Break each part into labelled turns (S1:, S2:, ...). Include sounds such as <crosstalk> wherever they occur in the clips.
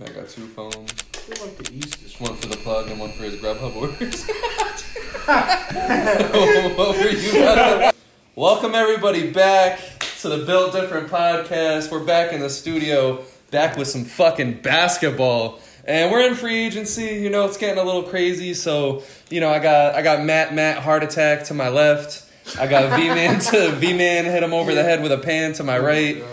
S1: I got two phones.
S2: I feel like the East is
S1: One for the plug and one for his Grubhub
S2: <laughs>
S1: orders. <laughs> what were you about to- Welcome everybody back to the Built Different podcast. We're back in the studio, back with some fucking basketball, and we're in free agency. You know, it's getting a little crazy. So, you know, I got I got Matt Matt heart attack to my left. I got V Man <laughs> to V Man hit him over the head with a pan to my
S2: Oh
S1: right.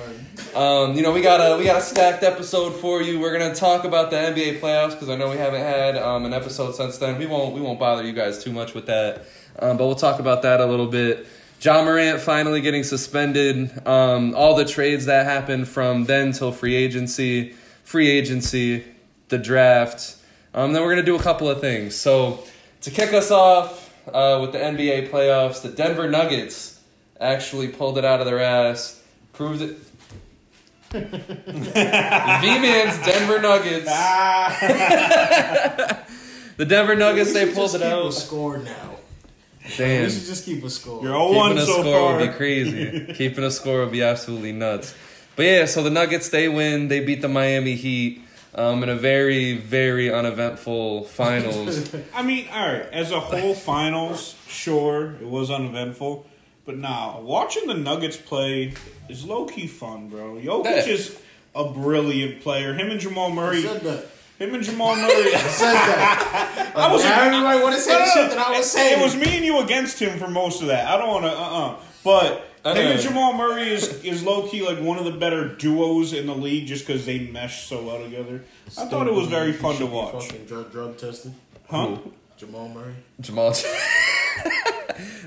S1: Um, you know, we got a we got a stacked episode for you. We're gonna talk about the NBA playoffs because I know we haven't had um, an episode since then. We won't we won't bother you guys too much with that, um, but we'll talk about that a little bit. John Morant finally getting suspended. Um, all the trades that happened from then till free agency, free agency, the draft. Um, then we're gonna do a couple of things. So to kick us off uh, with the NBA playoffs, the Denver Nuggets actually pulled it out of their ass, proved
S2: <laughs>
S1: it. V Man's Denver Nuggets.
S2: Ah.
S1: <laughs> the Denver Nuggets, they pulled it
S2: Keep a
S1: out.
S2: score now.
S1: Damn.
S2: We should just keep a score.
S3: You're 0
S1: Keeping
S3: one
S1: a
S3: so
S1: score
S3: far.
S1: would be
S2: <laughs>
S1: crazy. Keeping a score would be absolutely nuts. But yeah, so the Nuggets, they win. They beat the Miami Heat um, in a very, very uneventful
S2: <laughs>
S1: finals.
S3: I mean, all right. As
S1: <laughs>
S3: a whole, finals, sure, it was uneventful, but nah, watching the Nuggets play is low key fun, bro. Jokic
S1: Yeah.
S3: is a brilliant player. Him and Jamal
S2: I
S3: Murray.
S2: said that.
S3: Him and Jamal Murray.
S2: <laughs> I said that. I
S3: was-
S2: now everybody want to say the
S3: <laughs>
S2: shit that I was saying.
S3: It was me and you against him for most of that. I don't want to. Uh uh But him and
S1: Uh-uh.
S3: Jamal Murray is is low key like one of the better duos in the league just because they mesh so well together. I thought it was very fun to
S2: Should be
S3: watch.
S2: Fucking drug, drug tested.
S3: Huh?
S2: Jamal Murray.
S1: Jamal. <laughs>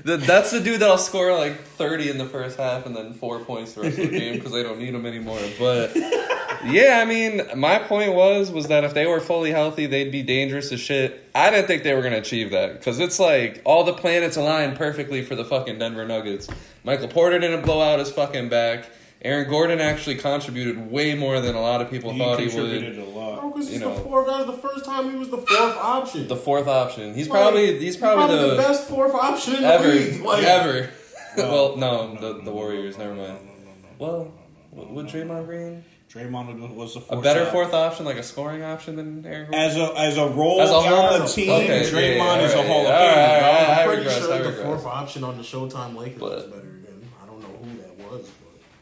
S1: Th- That's the dude that'll score like 30 in the first half and then four points the rest
S3: <laughs>
S1: of the game because they don't need him anymore. But yeah, I mean, my point was was that if they were fully healthy, they'd be dangerous as shit. I didn't think they were gonna achieve that because it's like all the planets align perfectly for the fucking Denver Nuggets. Michael Porter didn't blow out his fucking back. Aaron Gordon actually contributed way more than a lot of people
S3: He
S1: thought he would.
S3: contributed a lot.
S2: Oh, because he's
S1: You
S2: the
S1: know.
S2: fourth. That was the first time he was the fourth option.
S1: The fourth option. He's
S2: Like,
S1: probably he's probably, the,
S2: best fourth option in the
S1: ever
S2: league. Like,
S1: ever. well, no,
S3: no,
S1: the,
S3: no,
S1: the
S3: no,
S1: Warriors.
S3: no,
S1: Never
S3: no,
S1: mind.
S3: no, no, no.
S1: Well, would Draymond Green
S3: Draymond was the
S1: a
S3: fourth
S1: better
S3: shot.
S1: fourth option, like a scoring option than Aaron? Gordon?
S3: as a as a role
S1: As a whole-
S3: on the
S2: as a-
S3: team.
S2: okay, yeah,
S3: Draymond
S1: yeah,
S3: is a
S1: alright,
S3: Hall of
S1: alright,
S3: Famer.
S1: alright,
S3: dog.
S1: alright. I
S2: I'm pretty
S1: regress,
S2: sure
S1: I
S2: the
S1: regress.
S2: fourth option on the Showtime Lakers
S1: But-
S2: was better than. I don't know who that was,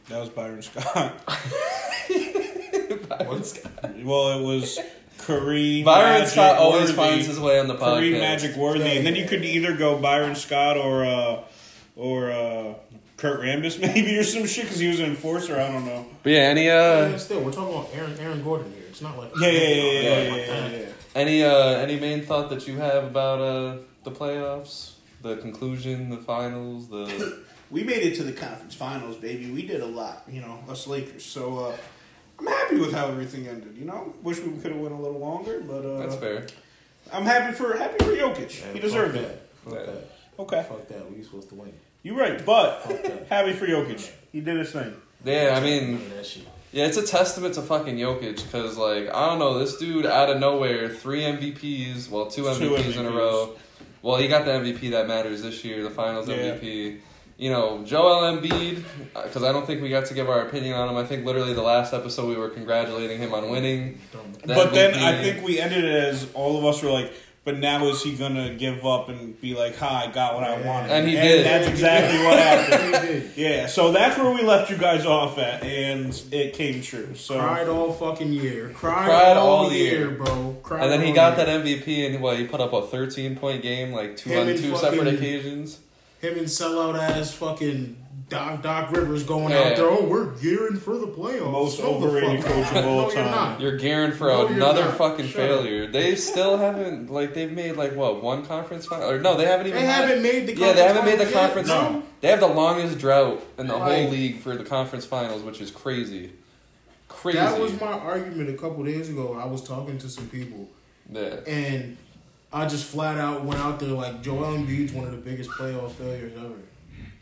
S3: That was Byron Scott. <laughs>
S2: but was
S3: well, it was Kareem.
S1: Byron
S3: Magic
S1: Scott always
S3: Worthy.
S1: finds his way on the podcast.
S3: Kareem Magic Worthy, and then you could either go Byron Scott or uh, or uh, Kurt Rambis <laughs> maybe or some shit because he was an enforcer. I don't know.
S1: But yeah, any
S2: Yeah,
S1: uh,
S2: still, we're talking about Aaron, Aaron Gordon here. It's not like
S3: Yeah, yeah, yeah, yeah, yeah.
S2: like
S3: yeah,
S2: that.
S3: yeah.
S1: any uh, any main thought that you have about uh the playoffs, the conclusion, the finals, the
S4: we made it to the conference finals, baby. We did a lot, you know, us Lakers. So uh, I'm happy with how everything ended. You know, wish we could have went a little longer, but uh,
S1: that's fair.
S3: I'm happy for happy for Jokic.
S2: Man,
S3: he deserved
S2: fuck
S3: it.
S2: Fuck
S1: Yeah.
S2: that.
S3: Okay,
S2: Fuck that. We supposed to win.
S3: you're right, but
S2: Fuck that.
S3: happy for Jokic. He did his thing.
S1: Yeah, I mean,
S2: None of that shit.
S1: Yeah, it's a testament to fucking Jokic because, like, I don't know, this dude out of nowhere, three MVPs, well, two
S3: Two
S1: MVPs, in a
S3: MVPs.
S1: row. Well, he got the MVP that matters this year, the Finals
S3: Yeah.
S1: MVP. You know, Joel Embiid, because I don't think we got to give our opinion on him. I think literally the last episode we were congratulating him on winning.
S2: Dumb.
S1: the
S3: but then
S1: MVP.
S3: I think we ended it as all of us were like, but now is he gonna give up and be like, "Ha, I got what I wanted,"
S1: And he did.
S3: That's exactly
S2: <laughs>
S3: what happened.
S2: He did.
S3: Yeah, so that's where we left you guys off at, and it came true. So
S2: Cried all fucking year. Cried,
S1: Cried
S2: all,
S1: all
S2: year,
S1: year.
S2: bro. Cried
S1: And then he
S2: all
S1: got
S2: year.
S1: that MVP, and what, he put up a 13 point game, like, two
S2: Him
S1: on
S2: and
S1: two
S2: fucking-
S1: separate occasions.
S2: Him and sellout ass fucking Doc Doc Rivers going
S1: Yeah.
S2: out there. Oh, we're gearing for the playoffs.
S3: Most
S2: No, the
S3: overrated
S2: fuck
S3: coach of
S2: not.
S3: all
S2: no, you're
S3: time.
S2: not.
S1: You're gearing for
S2: No, you're
S1: another
S2: not.
S1: fucking
S2: Shut up.
S1: failure. They still haven't, like, they've made, like, what, one conference final? Or no, they haven't even
S2: They
S1: had-
S2: haven't made the
S1: Yeah, they haven't made the
S2: conference
S1: conference.
S2: yet.
S3: No.
S1: They have the longest drought in the
S2: Right.
S1: whole league for the conference finals, which is crazy. Crazy.
S2: That was my argument a couple days ago. I was talking to some people,
S1: yeah.
S2: and I just flat out went out there like Joel Embiid's one of the biggest playoff failures ever.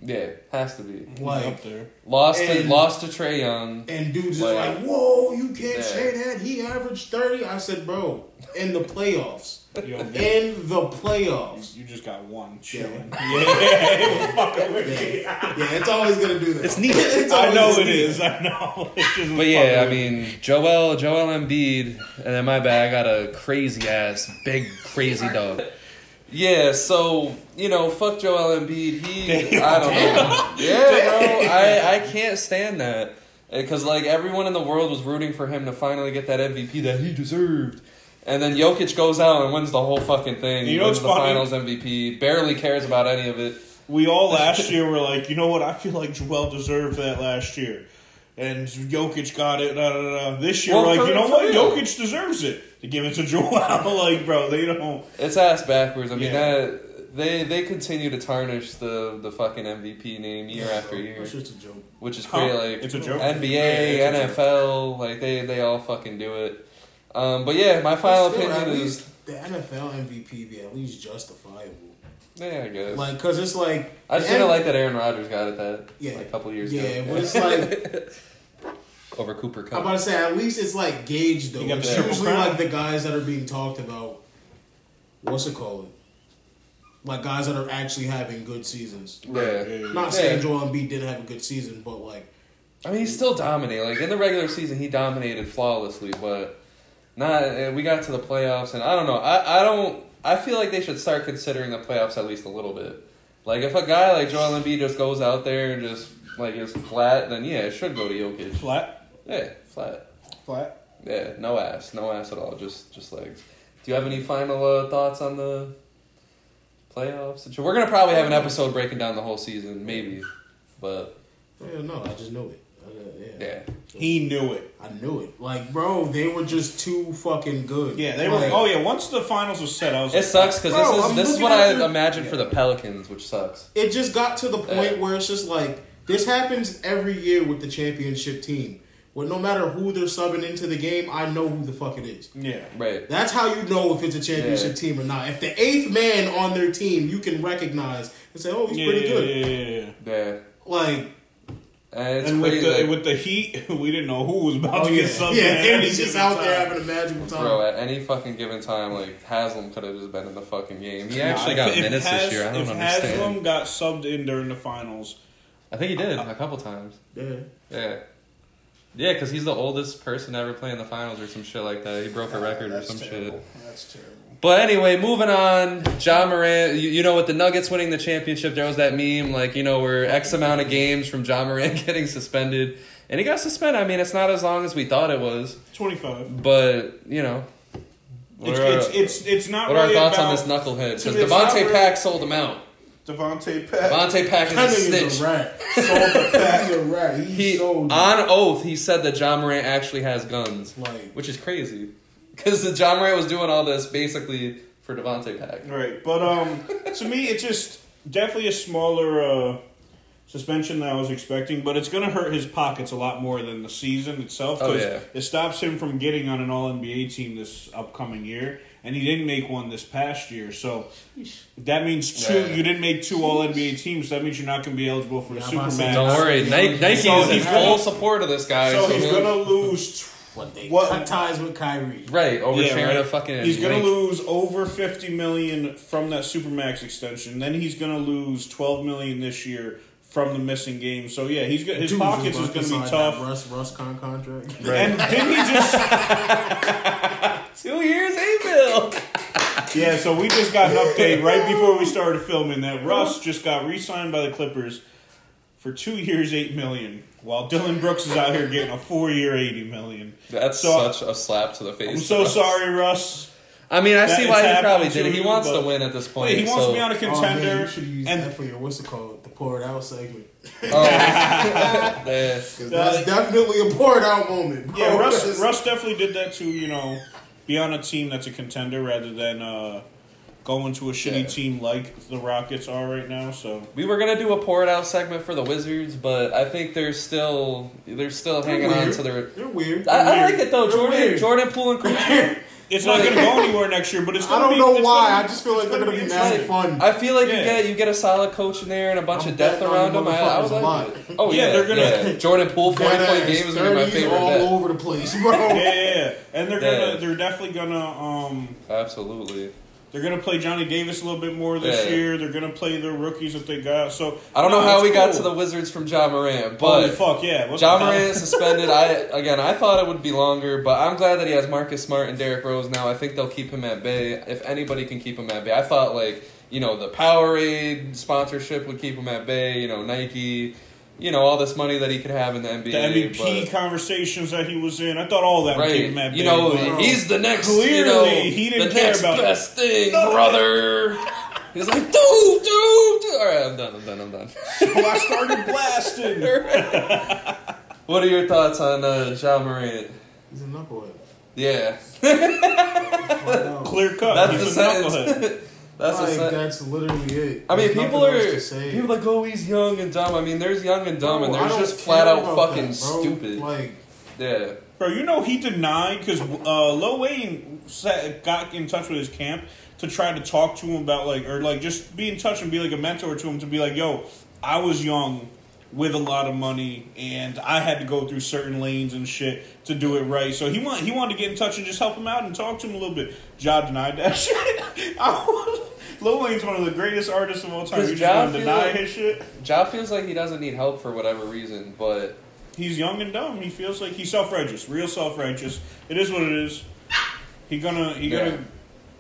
S1: yeah, has to be
S3: he's
S2: Like, <laughs>
S3: up there.
S1: lost. To,
S2: And-
S1: lost to Trey Young.
S2: and dudes is
S1: Like-
S2: like, "Whoa, you can't
S1: Yeah.
S2: say that. He averaged 30. I said, bro, in the playoffs.
S3: Yo, you,
S2: In the playoffs.
S3: you just got one
S2: <laughs>
S3: <laughs> chilling.
S2: Yeah, it's always going to do that.
S1: It's
S2: <laughs>
S1: neat.
S3: I
S2: always
S3: know it
S2: neat.
S3: is. I know. <laughs> It's just
S1: But yeah, I
S3: fucking-
S1: mean, Joel, Joel Embiid, and then my bad, I got a crazy ass, big, crazy dog. Yeah, so you know, fuck Joel Embiid. <laughs> He, I don't know. <laughs> Yeah, bro, I I can't stand that because like everyone in the world was rooting for him to finally get that MVP that he deserved. And then Jokic goes out and wins the whole fucking thing.
S3: You know
S1: wins
S3: what's
S1: the
S3: funny?
S1: finals MVP. Barely cares about any of it.
S3: We all last year were like, you know what? I feel like Joel deserved that last year, and Jokic got it. Da, da, da. da. This year,
S1: Well,
S3: we're like,
S1: for-
S3: you know
S1: for
S3: what?
S1: real.
S3: Jokic deserves it. To give it to <laughs> Joel, like, bro, they don't.
S1: It's ass backwards. I mean,
S3: Yeah.
S1: that they they continue to tarnish the the fucking MVP name year after year,
S2: It's just a joke.
S1: which is
S3: Huh?
S1: crazy. Like
S3: It's a joke.
S1: NBA,
S3: Yeah, it's a joke.
S1: NFL, like they they all fucking do it. Um, but yeah, my final
S2: Still, at
S1: opinion is
S2: least the NFL MVP be at least justifiable.
S1: yeah, I guess.
S2: Like, because it's like.
S1: I just
S2: the
S1: didn't
S2: N-
S1: like that Aaron Rodgers got it that
S2: Yeah.
S1: like a couple years
S2: Yeah,
S1: ago
S2: but it's like.
S1: <laughs> over Cooper
S2: I'm
S1: Cup.
S2: about to say, at least it's like gauged though.
S3: You got
S2: It's
S3: the triple
S2: usually
S3: crown.
S2: like the guys that are being talked about. What's it called? Like guys that are actually having good seasons.
S1: yeah,
S2: Not
S1: Yeah.
S2: saying Joel Embiid didn't have a good season, but like
S1: I mean he still dominated. Like in the regular season, he dominated flawlessly, but not. and We got to the playoffs, and I don't know. I I don't. I feel like they should start considering the playoffs at least a little bit. Like if a guy like Joel Embiid just goes out there and just like is flat, then yeah, it should go to Jokic.
S3: Flat,
S1: Yeah, flat.
S4: Flat.
S1: Yeah, no ass, no ass at all, just just legs. Do you have any final uh, thoughts on the playoffs? situation? We're gonna probably have an episode breaking down the whole season, maybe, but
S2: yeah, no, I just knew it. I, uh, yeah.
S1: yeah,
S3: he knew it.
S2: I knew it. Like, bro, they were just too fucking good.
S3: Yeah, they
S2: Like,
S3: were. Oh yeah, once the finals was set, I was.
S1: it
S3: Like,
S1: sucks because
S2: Bro,
S1: this is
S2: I'm
S1: this is
S2: looking
S1: what
S2: at
S1: I
S2: the-
S1: imagined for the Pelicans, which sucks.
S2: It just got to the point
S1: Yeah.
S2: where it's just like this happens every year with the championship team. Where no matter who they're subbing into the game, I know who the fuck it is.
S3: yeah,
S1: Right?
S2: That's how you know if it's a championship
S1: Yeah.
S2: team or not. If the eighth man on their team, you can recognize and say, "Oh, he's
S3: yeah,
S2: pretty
S3: yeah,
S2: good."
S3: yeah, yeah, yeah.
S1: Yeah,
S2: Like,
S1: and it's
S3: and with
S1: crazy.
S3: the
S1: that-
S3: with the heat, <laughs> we didn't know who was about
S2: oh
S3: to
S2: yeah,
S3: get something.
S2: yeah,
S3: at
S2: and
S3: any
S2: he's just
S3: given
S2: out there
S3: time.
S2: having a magical time.
S3: um,
S1: Bro, at any fucking given time, like Haslam could have just been in the fucking game. He actually
S3: Nah,
S1: got minutes this year. I don't
S3: if
S1: understand.
S3: Haslam Uh, got subbed in during the finals,
S1: I think he did a couple times.
S2: Yeah.
S1: Yeah. Yeah, because he's the oldest person to ever play in the finals or some shit like that. He broke a record or
S4: That's
S1: some
S4: terrible.
S1: shit.
S4: That's terrible.
S1: But anyway, moving on. John Moran, you, you know, with the Nuggets winning the championship, there was that meme like, you know, we're X amount of games from John Moran <laughs> getting suspended. And he got suspended. I mean, it's not as long as we thought it was,
S3: twenty five.
S1: but, you know. What
S3: It's,
S1: are,
S3: it's, it's, it's not
S1: what are our
S3: really
S1: thoughts
S3: about
S1: on this knucklehead?
S4: To
S1: Because
S4: me, it's not
S1: Devontae
S4: really-
S1: Pack sold him out.
S4: Devontae Pat
S1: Devontae Pack
S2: That
S1: is a
S2: nigga's a
S1: snitch.
S2: rat.
S4: sold the
S2: He's
S1: <laughs>
S4: pack.
S2: a rat. He's
S1: He,
S2: so
S1: on oath, he said that John Moran actually has guns.
S2: like
S1: which is crazy because the John Morant was doing all this basically for Devonte Pack.
S3: Right, but um, to me, it's just definitely a smaller uh, suspension than I was expecting. But it's going to hurt his pockets a lot more than the season itself.
S1: Oh,
S3: 'cause
S1: yeah.
S3: it stops him from getting on an All NBA team this upcoming year, and he didn't make one this past year. So that means two.
S1: Right.
S3: You didn't make two All NBA teams. That means you're not going to be eligible for the
S2: Yeah, I'm about to say,
S3: Superman.
S1: Don't worry, Nike, Nike
S3: So
S1: is in
S3: he's
S1: full
S3: gonna-
S1: support of this guy.
S3: So
S1: so
S3: he's
S1: he'll-
S3: going to lose. T-
S2: what they
S3: What-
S2: cut ties with Kyrie.
S1: right over
S3: Yeah,
S1: sharing
S3: right.
S1: a fucking.
S3: He's gonna
S1: link.
S3: lose over fifty million from that supermax extension. Then he's gonna lose twelve million this year from the missing game. So yeah, he's gonna, his
S2: Dude's
S3: pockets is
S2: about
S3: gonna
S2: sign
S3: be
S2: that
S3: tough.
S2: Russ Russ con contract. <laughs> Oh,
S3: And didn't he
S1: <laughs>
S3: just?
S1: two years, eight mil.
S3: yeah. So we just got an update right before we started filming that Russ just got re-signed by the Clippers for two years, eight million. While Dylan Brooks is out here getting a four-year, eighty million.
S1: That's
S3: So-
S1: such a slap to the face.
S3: I'm so sorry, Russ.
S1: I mean, I
S3: That
S1: see
S3: is
S1: why he
S3: happening
S1: probably
S3: to
S1: did it. He
S3: you,
S1: wants to
S3: but-
S1: win at this point.
S3: Wait, he wants
S1: so-
S3: to be on a
S2: Oh, man, you
S3: contender,
S2: should use
S3: and
S2: that for your what's it called? The pour it out segment.
S3: <laughs>
S1: <laughs> Oh, yeah.
S2: 'Cause that's definitely a pour it out moment. Bro.
S3: Yeah, Russ,
S2: That's-
S3: Russ definitely did that to, you know, be on a team that's a contender rather than uh, going to a shitty
S1: Yeah.
S3: team like the Rockets are right now. So
S1: We were gonna do a pour it out segment for the Wizards, but I think they're still they're still
S2: They're
S1: hanging on
S2: weird.
S1: to their.
S2: They're weird.
S1: I, I
S3: They're
S1: like it though.
S2: They're
S1: Jordan
S2: weird.
S3: <laughs>
S1: Jordan Poole and Kuzma.
S3: It's not going
S2: <laughs>
S3: to go anywhere next year, but it's.
S2: I
S3: Gonna
S2: don't
S3: be,
S2: know
S3: it's
S2: why.
S3: gonna-
S2: I just feel like
S3: it's
S2: they're
S3: gonna
S2: gonna be
S3: be
S2: mad
S3: exciting.
S2: fun.
S1: I feel like you
S3: Yeah.
S1: get you get a solid coach in there and a bunch
S2: I'm
S1: of depth
S2: betting on
S1: around
S2: you
S1: him. I, I was
S2: motherfuckers a
S1: like,
S2: lot.
S1: oh yeah,
S3: Yeah, they're gonna- <laughs>
S1: yeah. Jordan Poole forty
S2: Dead
S1: point
S2: ass,
S1: game is gonna be my
S2: 30s
S1: favorite
S2: all
S1: bet.
S2: over the place, bro.
S3: Yeah,
S1: <laughs>
S3: yeah, yeah. and they're
S1: Yeah.
S3: gonna. They're definitely gonna. Um,
S1: Absolutely.
S3: they're gonna play Johnny Davis a little bit more this
S1: Yeah.
S3: year. They're gonna play their rookies that they got. So
S1: I don't know
S3: no,
S1: how
S3: it's
S1: we got
S3: cool.
S1: to the Wizards from John Moran,
S3: Holy
S1: but
S3: fuck yeah, what
S1: John
S3: the hell?
S1: Moran is suspended. I again, I thought it would be longer, but I'm glad that he has Marcus Smart and Derrick Rose now. I think they'll keep him at bay if anybody can keep him at bay. I thought like you know the Powerade sponsorship would keep him at bay. You know Nike, you know all this money that he could have in the NBA.
S3: The MVP
S1: but-
S3: conversations that he was in, I thought all that
S1: Right,
S3: came at
S1: you
S3: bay,
S1: know
S3: but-
S1: he's the next. you
S3: Clearly,
S1: know,
S3: he didn't
S1: the
S3: care
S1: next
S3: about it.
S1: best thing, brother. He's like, dude, dude, dude. All right, I'm done. I'm done. I'm done.
S3: <laughs>
S1: <laughs>
S3: Well, I started blasting.
S1: What are your thoughts on uh, John Morant?
S2: He's a knucklehead.
S1: Yeah,
S2: Wow.
S3: Clear cut.
S1: that's the
S3: He's a knucklehead.
S1: sentence. <laughs> that's the
S2: like,
S1: sentence.
S2: that's literally it.
S1: I mean,
S2: There's
S1: people
S2: nothing
S1: are
S2: else to say.
S1: people are like, oh, he's young and dumb. I mean, there's young and dumb, and
S2: Bro, I
S1: there's
S2: don't
S1: just flat
S2: care
S1: out
S2: about
S1: fucking
S2: that, bro.
S1: stupid.
S2: Like,
S1: yeah,
S3: Bro, you know he denied because uh, Lil Wayne sat, got in touch with his camp to try to talk to him about like or like just be in touch and be like a mentor to him to be like, yo, I was young with a lot of money and I had to go through certain lanes and shit to do it right. So he want he wanted to get in touch and just help him out and talk to him a little bit. Ja denied that <laughs> shit. I was- Lil Wayne's one of the greatest artists of all time.
S1: Does
S3: You just
S1: Ja
S3: gonna
S1: feel
S3: deny
S1: like-
S3: his shit?
S1: Ja feels like he doesn't need help for whatever reason, but
S3: He's young and dumb. He feels like he's self righteous, real self righteous. It is what it is. He gonna he gonna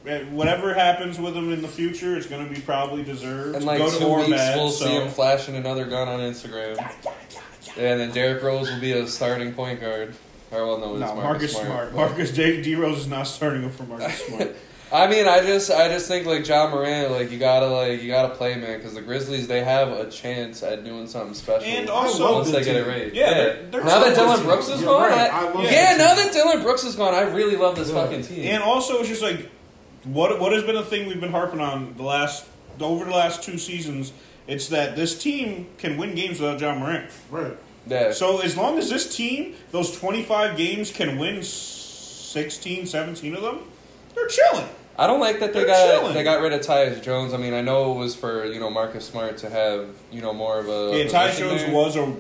S3: eh, whatever happens with him in the future, it's gonna be probably deserved.
S1: in like
S3: Go to
S1: two
S3: or
S1: weeks
S3: bad,
S1: we'll
S3: so
S1: see him flashing another gun on Instagram, and then Derrick Rose will be a starting point guard. Or well, no,
S3: No,
S1: it's
S3: Marcus,
S1: Marcus
S3: Smart.
S1: Smart.
S3: Marcus J. D. Rose is not starting him
S1: <laughs>
S3: for Marcus Smart.
S1: I mean, I just, I just think like John Moran, like you gotta, like you gotta play, man, because the Grizzlies they have a chance at doing something special.
S3: And
S2: I
S3: also,
S2: love
S1: once they
S2: that
S1: get it
S2: team.
S1: right,
S3: Yeah, they're- they're
S1: now that
S3: still
S1: Dylan
S3: good
S1: Brooks
S2: team.
S1: is
S2: You're
S1: gone,
S2: right.
S1: I,
S2: I love
S1: yeah,
S2: that
S1: now that
S2: team.
S1: Dylan Brooks is gone, I really love this
S2: Yeah.
S1: fucking team.
S3: And also, it's just like what what has been a thing we've been harping on the last over the last two seasons. It's that this team can win games without John Morant.
S2: right.
S1: yeah,
S3: So as long as this team, those 25 games, can win 16, 17 of them, they're chilling.
S1: I don't like that they
S3: They're
S1: got
S3: chilling.
S1: they got rid of Tyus Jones. I mean, I know it was for you know Marcus Smart to have you know more of a
S3: yeah, Ty
S1: position
S3: Jones
S1: there.
S3: was a,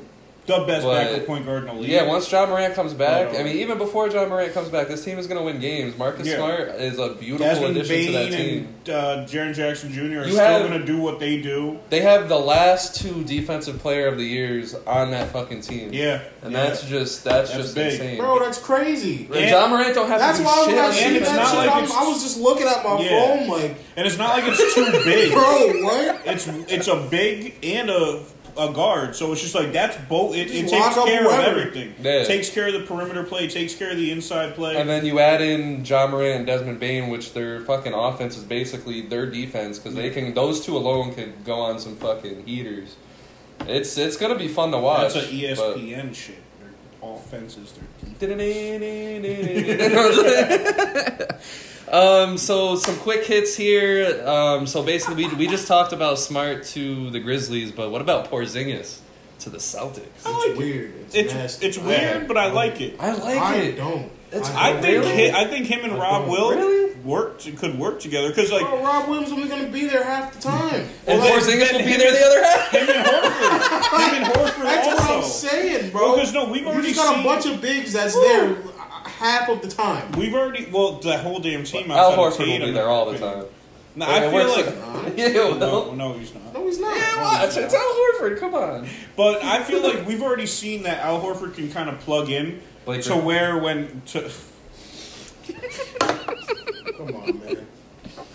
S3: the best
S1: Uh, But-
S3: backup point guard in the league.
S1: Yeah, once John Morant comes back,
S3: no.
S1: I mean, even before John Morant comes back, this team is going to win games. Marcus
S3: Yeah.
S1: Smart is a beautiful
S3: Desmond
S1: addition to that
S3: Bain
S1: team.
S3: and uh, Jaron Jackson Jr. are
S1: You
S3: still
S1: have-
S3: going to do what they do.
S1: They have the last two defensive player of the years on that fucking team.
S3: Yeah,
S1: And
S3: yeah.
S1: that's just that's,
S3: That's
S1: just
S3: big.
S1: insane.
S2: Bro, that's crazy.
S1: and
S3: And-
S1: John Morant don't have
S2: That's
S1: to do
S2: why
S1: shit
S2: when
S1: on
S2: I
S1: the
S2: seen
S3: And
S2: that
S3: it's
S2: shit,
S1: defense.
S3: not like
S2: I'm-
S3: it's-
S2: I was just looking at my
S3: Yeah.
S2: phone like,
S3: and it's not like
S1: <laughs>
S3: it's too big.
S2: bro, what?
S3: It's it's a big and a a guard, so it's just like that's both. It, it
S2: Just
S3: takes
S2: lock up
S3: care of
S2: whoever.
S3: everything.
S1: Yeah.
S3: Takes care of the perimeter play. Takes care of the inside play.
S1: And then you add in John Morant and Desmond Bain, which their fucking offense is basically their defense because they can those two alone could go on some fucking heaters. It's it's gonna be fun to watch.
S3: that's E an
S1: but-
S3: ESPN shit. Their offenses, their defense.
S1: <laughs> um, so some quick hits here. Um, so basically, we, we just talked about Smart to the Grizzlies, but what about Porzingis to the Celtics?
S3: I like
S2: It's
S3: it.
S2: weird. It's,
S3: It's
S2: nasty.
S3: it's weird, but I like it.
S1: I like
S2: I
S1: it.
S2: don't.
S1: It's-
S3: I think
S1: Really?
S3: hi- I think him and
S2: Oh, I
S3: Rob
S2: don't.
S3: will
S1: Really?
S3: work to- could work together because like
S2: Bro, Rob Williams only gonna be there half the time.
S1: And
S3: Well, then-
S1: Porzingis
S3: then
S1: will be
S3: him
S1: there
S3: and-
S1: the other half.
S3: him and Horford, him and Horford
S2: Oh, That's what I'm
S3: also.
S2: saying, bro.
S3: Well, 'cause no, we've
S2: you
S3: already
S2: just got
S3: seen-
S2: a bunch of bigs that's
S3: Woo.
S2: there uh, half of the time.
S3: We've already well the whole damn team.
S1: Al
S3: outside
S1: Horford
S3: of
S1: will
S3: Tatum
S1: be
S3: in
S1: there
S3: my
S1: all the
S3: opinion.
S1: time.
S3: No,
S1: It
S3: I feel
S1: works- <laughs>
S3: like
S1: yeah, well.
S3: no, no, he's not.
S2: No, he's not.
S1: Yeah, watch. It's Al Horford. Come on.
S3: But I feel like we've already seen that Al Horford can kind of plug in
S1: Blake
S3: to
S1: Griffin.
S3: where when to
S2: Come on, man.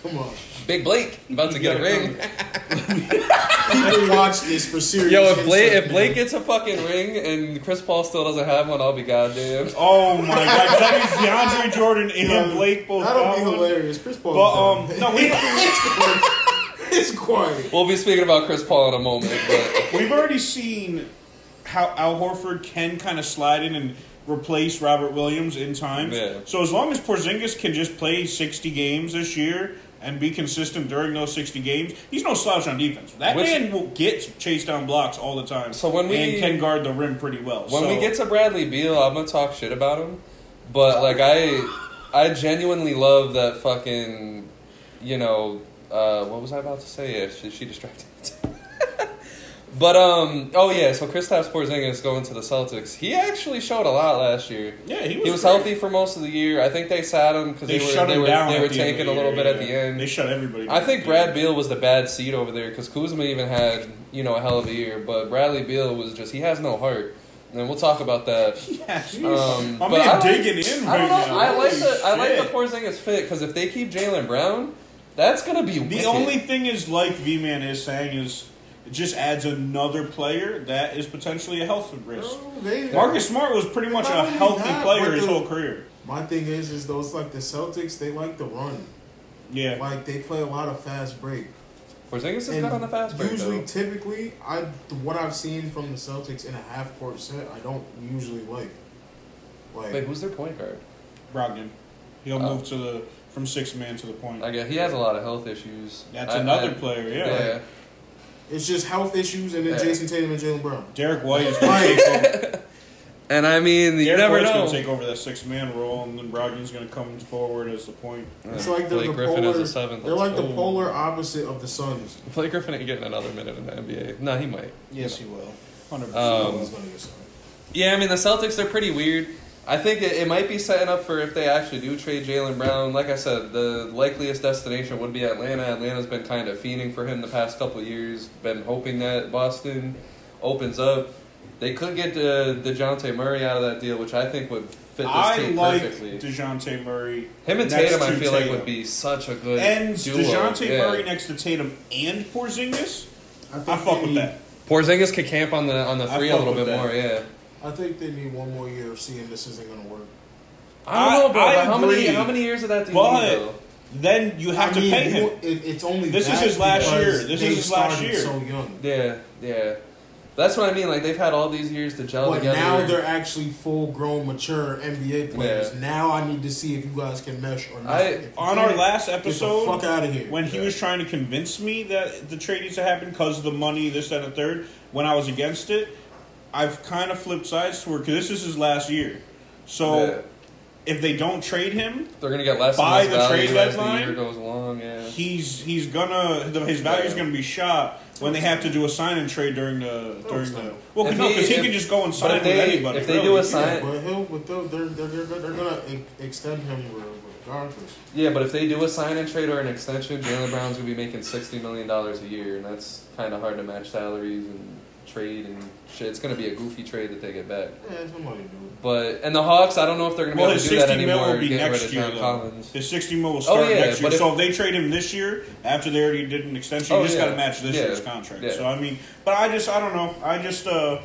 S2: Come on.
S1: Big Blake about to get a ring.
S2: People watch this for serious.
S1: Yo, if Blake <laughs>
S2: insight,
S1: if Blake
S2: man.
S1: gets a fucking ring and Chris Paul still doesn't have one, I'll be goddamn.
S3: Oh my god, that means DeAndre Jordan and Blake both.
S2: that'll
S3: got
S2: be
S3: one.
S2: hilarious. Chris Paul.
S3: But
S2: <laughs>
S3: um, no, we.
S2: it's quiet.
S1: We'll be speaking about Chris Paul in a moment, <laughs> but
S3: We've already seen how Al Horford can kind of slide in and replace Robert Williams in time.
S1: Yeah.
S3: So as long as Porzingis can just play 60 games this year and be consistent during those 60 games, he's no slouch on defense. That
S1: Which-
S3: man will get chased down blocks all the time.
S1: So when we-
S3: and can guard the rim pretty well.
S1: when
S3: so
S1: we get to Bradley Beal, I'm gonna talk shit about him. But like I, I genuinely love that fucking, you know, uh, what was I about to say? Yeah, she, she distracted me. <laughs> but um, oh yeah, so Kristaps Porzingis going to the Celtics. He actually showed a lot last year.
S3: Yeah, he was.
S1: He was
S3: great.
S1: healthy for most of the year. I think they sat him because
S3: They,
S1: they, were
S3: shut
S1: they
S3: him
S1: were
S3: down.
S1: they
S3: at
S1: were
S3: the end of
S1: tanking
S3: the
S1: a little
S3: year,
S1: bit at
S3: yeah.
S1: the end.
S3: They shut everybody. down
S1: I
S3: at
S1: think
S3: the
S1: Brad
S3: end.
S1: Beal was the bad seed over there because Kuzma even had you know a hell of a year, but Bradley Beal was just he has no heart, and we'll talk about that.
S3: <laughs> Yeah, geez.
S1: Um,
S3: my
S1: but I
S3: man
S1: like-
S3: digging in
S1: I
S3: right
S1: don't know.
S3: now.
S1: I like
S3: Holy
S1: the I like the
S3: shit.
S1: Porzingis fit because if they keep Jalen Brown, that's gonna be
S3: The
S1: wicked.
S3: only thing is, like V Man is saying, is it just adds another player that is potentially a health risk.
S2: No, they-
S3: Marcus Smart was pretty much a
S2: Probably
S3: healthy
S2: not,
S3: player
S2: but
S3: his
S2: the-
S3: whole career.
S2: My thing is, is those like the Celtics, they like to run.
S3: Yeah,
S2: Like they play a lot of fast break.
S1: Porzingis is
S2: And
S1: good on the fast break
S2: Usually,
S1: though.
S2: typically, I what I've seen from the Celtics in a half court set, I don't usually like. Like
S1: Wait, who's their point guard?
S3: Brogdon. He'll
S1: Oh.
S3: move to the from six man to the point.
S1: I guess he has a lot of health issues.
S3: That's
S1: I-
S3: another
S1: I-
S3: player. Yeah.
S1: Yeah.
S2: it's just health issues, and then
S1: Yeah.
S2: Jason Tatum and Jalen Brown.
S3: Derek
S1: <laughs>
S3: White is going to take over.
S1: And I mean, you
S3: Derek
S1: never
S3: White's
S1: know.
S3: going to take over that six man role, and then Brogdon's going to come forward as the point.
S2: It's like they're
S1: Blake
S2: the
S1: Griffin
S2: polar,
S1: as a seventh.
S2: They're like the
S1: Oh.
S2: polar opposite of the Suns.
S1: Blake Griffin ain't getting another minute in the NBA. No, he might.
S4: Yes, he will.
S3: Hundred
S1: Um,
S2: Someone's gonna get signed.
S1: Yeah, I mean the Celtics they're pretty weird. I think it, it might be setting up for if they actually do trade Jalen Brown. Like I said, the likeliest destination would be Atlanta. Atlanta's been kind of fiending for him the past couple of years. Been hoping that Boston opens up. They could get the Dejounte Murray out of that deal, which I think would fit this
S3: I
S1: team
S3: like
S1: perfectly.
S3: Dejounte Murray.
S1: him and
S3: next
S1: Tatum, I
S3: to
S1: feel like
S3: Tatum.
S1: would be such a good
S3: and
S1: duo.
S3: Dejounte
S1: yeah.
S3: Murray next to Tatum and Porzingis.
S2: think
S3: I fuck
S2: they
S3: with
S2: need-
S3: that.
S1: Porzingis could camp on the on the
S3: I
S1: three a
S3: fuck
S1: little bit
S3: with that.
S1: more. Yeah,
S2: I think they need one more year of seeing this isn't gonna work.
S1: I don't know, bro.
S3: I- I
S1: but how many
S3: agree.
S1: how many years of that do you
S3: But-
S1: need, though?
S3: Then you have
S2: I mean,
S3: to pay
S2: you-
S3: him.
S2: It, it's only
S3: This is
S2: that
S3: his last
S2: because
S3: year. This is
S2: they
S3: his last
S2: started
S3: year.
S2: So young.
S1: Yeah, yeah. That's what I mean. Like they've had all these years to gel
S2: But
S1: together.
S2: now they're actually full grown, mature NBA players.
S1: Yeah.
S2: Now I need to see if you guys can mesh or not.
S1: I-
S2: If you
S3: On our
S2: can't,
S3: last
S2: get the
S3: episode,
S2: fuck out of here.
S3: when he was trying to convince me that the trade needs to happen because the money, this, that, and the third, when I was against it, I've kind of flipped sides to her because this is his last year. So
S1: Yeah.
S3: if they don't trade him,
S1: they're gonna get less and
S3: By
S1: less
S3: the
S1: value
S3: trade
S1: as
S3: deadline?
S1: the year goes along. Yeah.
S3: he's he's gonna the- his value's
S1: Yeah.
S3: gonna be shot when they have to do a sign and trade during the during
S2: it's not.
S3: the well
S1: If
S3: no because
S1: he-
S3: he,
S1: if-
S3: can just go and
S1: but
S3: sign
S1: if they-
S3: with anybody.
S1: if they
S3: really.
S1: do a
S2: Yeah,
S1: sign-
S2: but he'll, but they'll, they're, they're, they're, they're gonna ex- extend him regardless.
S1: Yeah, but if they do a sign and trade or an extension, Jalen Brown's gonna be making sixty million dollars a year, and that's kind of hard to match salaries and trade and shit. It's gonna be a goofy trade that they get back.
S2: Yeah, it's nobody doing.
S1: But and the Hawks, I don't know if they're gonna be
S3: Well,
S1: able
S3: his
S1: to do that
S3: 60 mil
S1: anymore.
S3: will be
S1: getting
S3: next
S1: rid of
S3: year,
S1: John
S3: though.
S1: Collins. Oh,
S3: His 60 mil will start
S1: yeah,
S3: next year.
S1: but if-
S3: so if they trade him this year, after they already did an extension,
S1: Oh,
S3: you just
S1: yeah.
S3: got to match this
S1: Yeah.
S3: year's contract.
S1: Yeah.
S3: So, I mean, but I just, I don't know. I just, uh,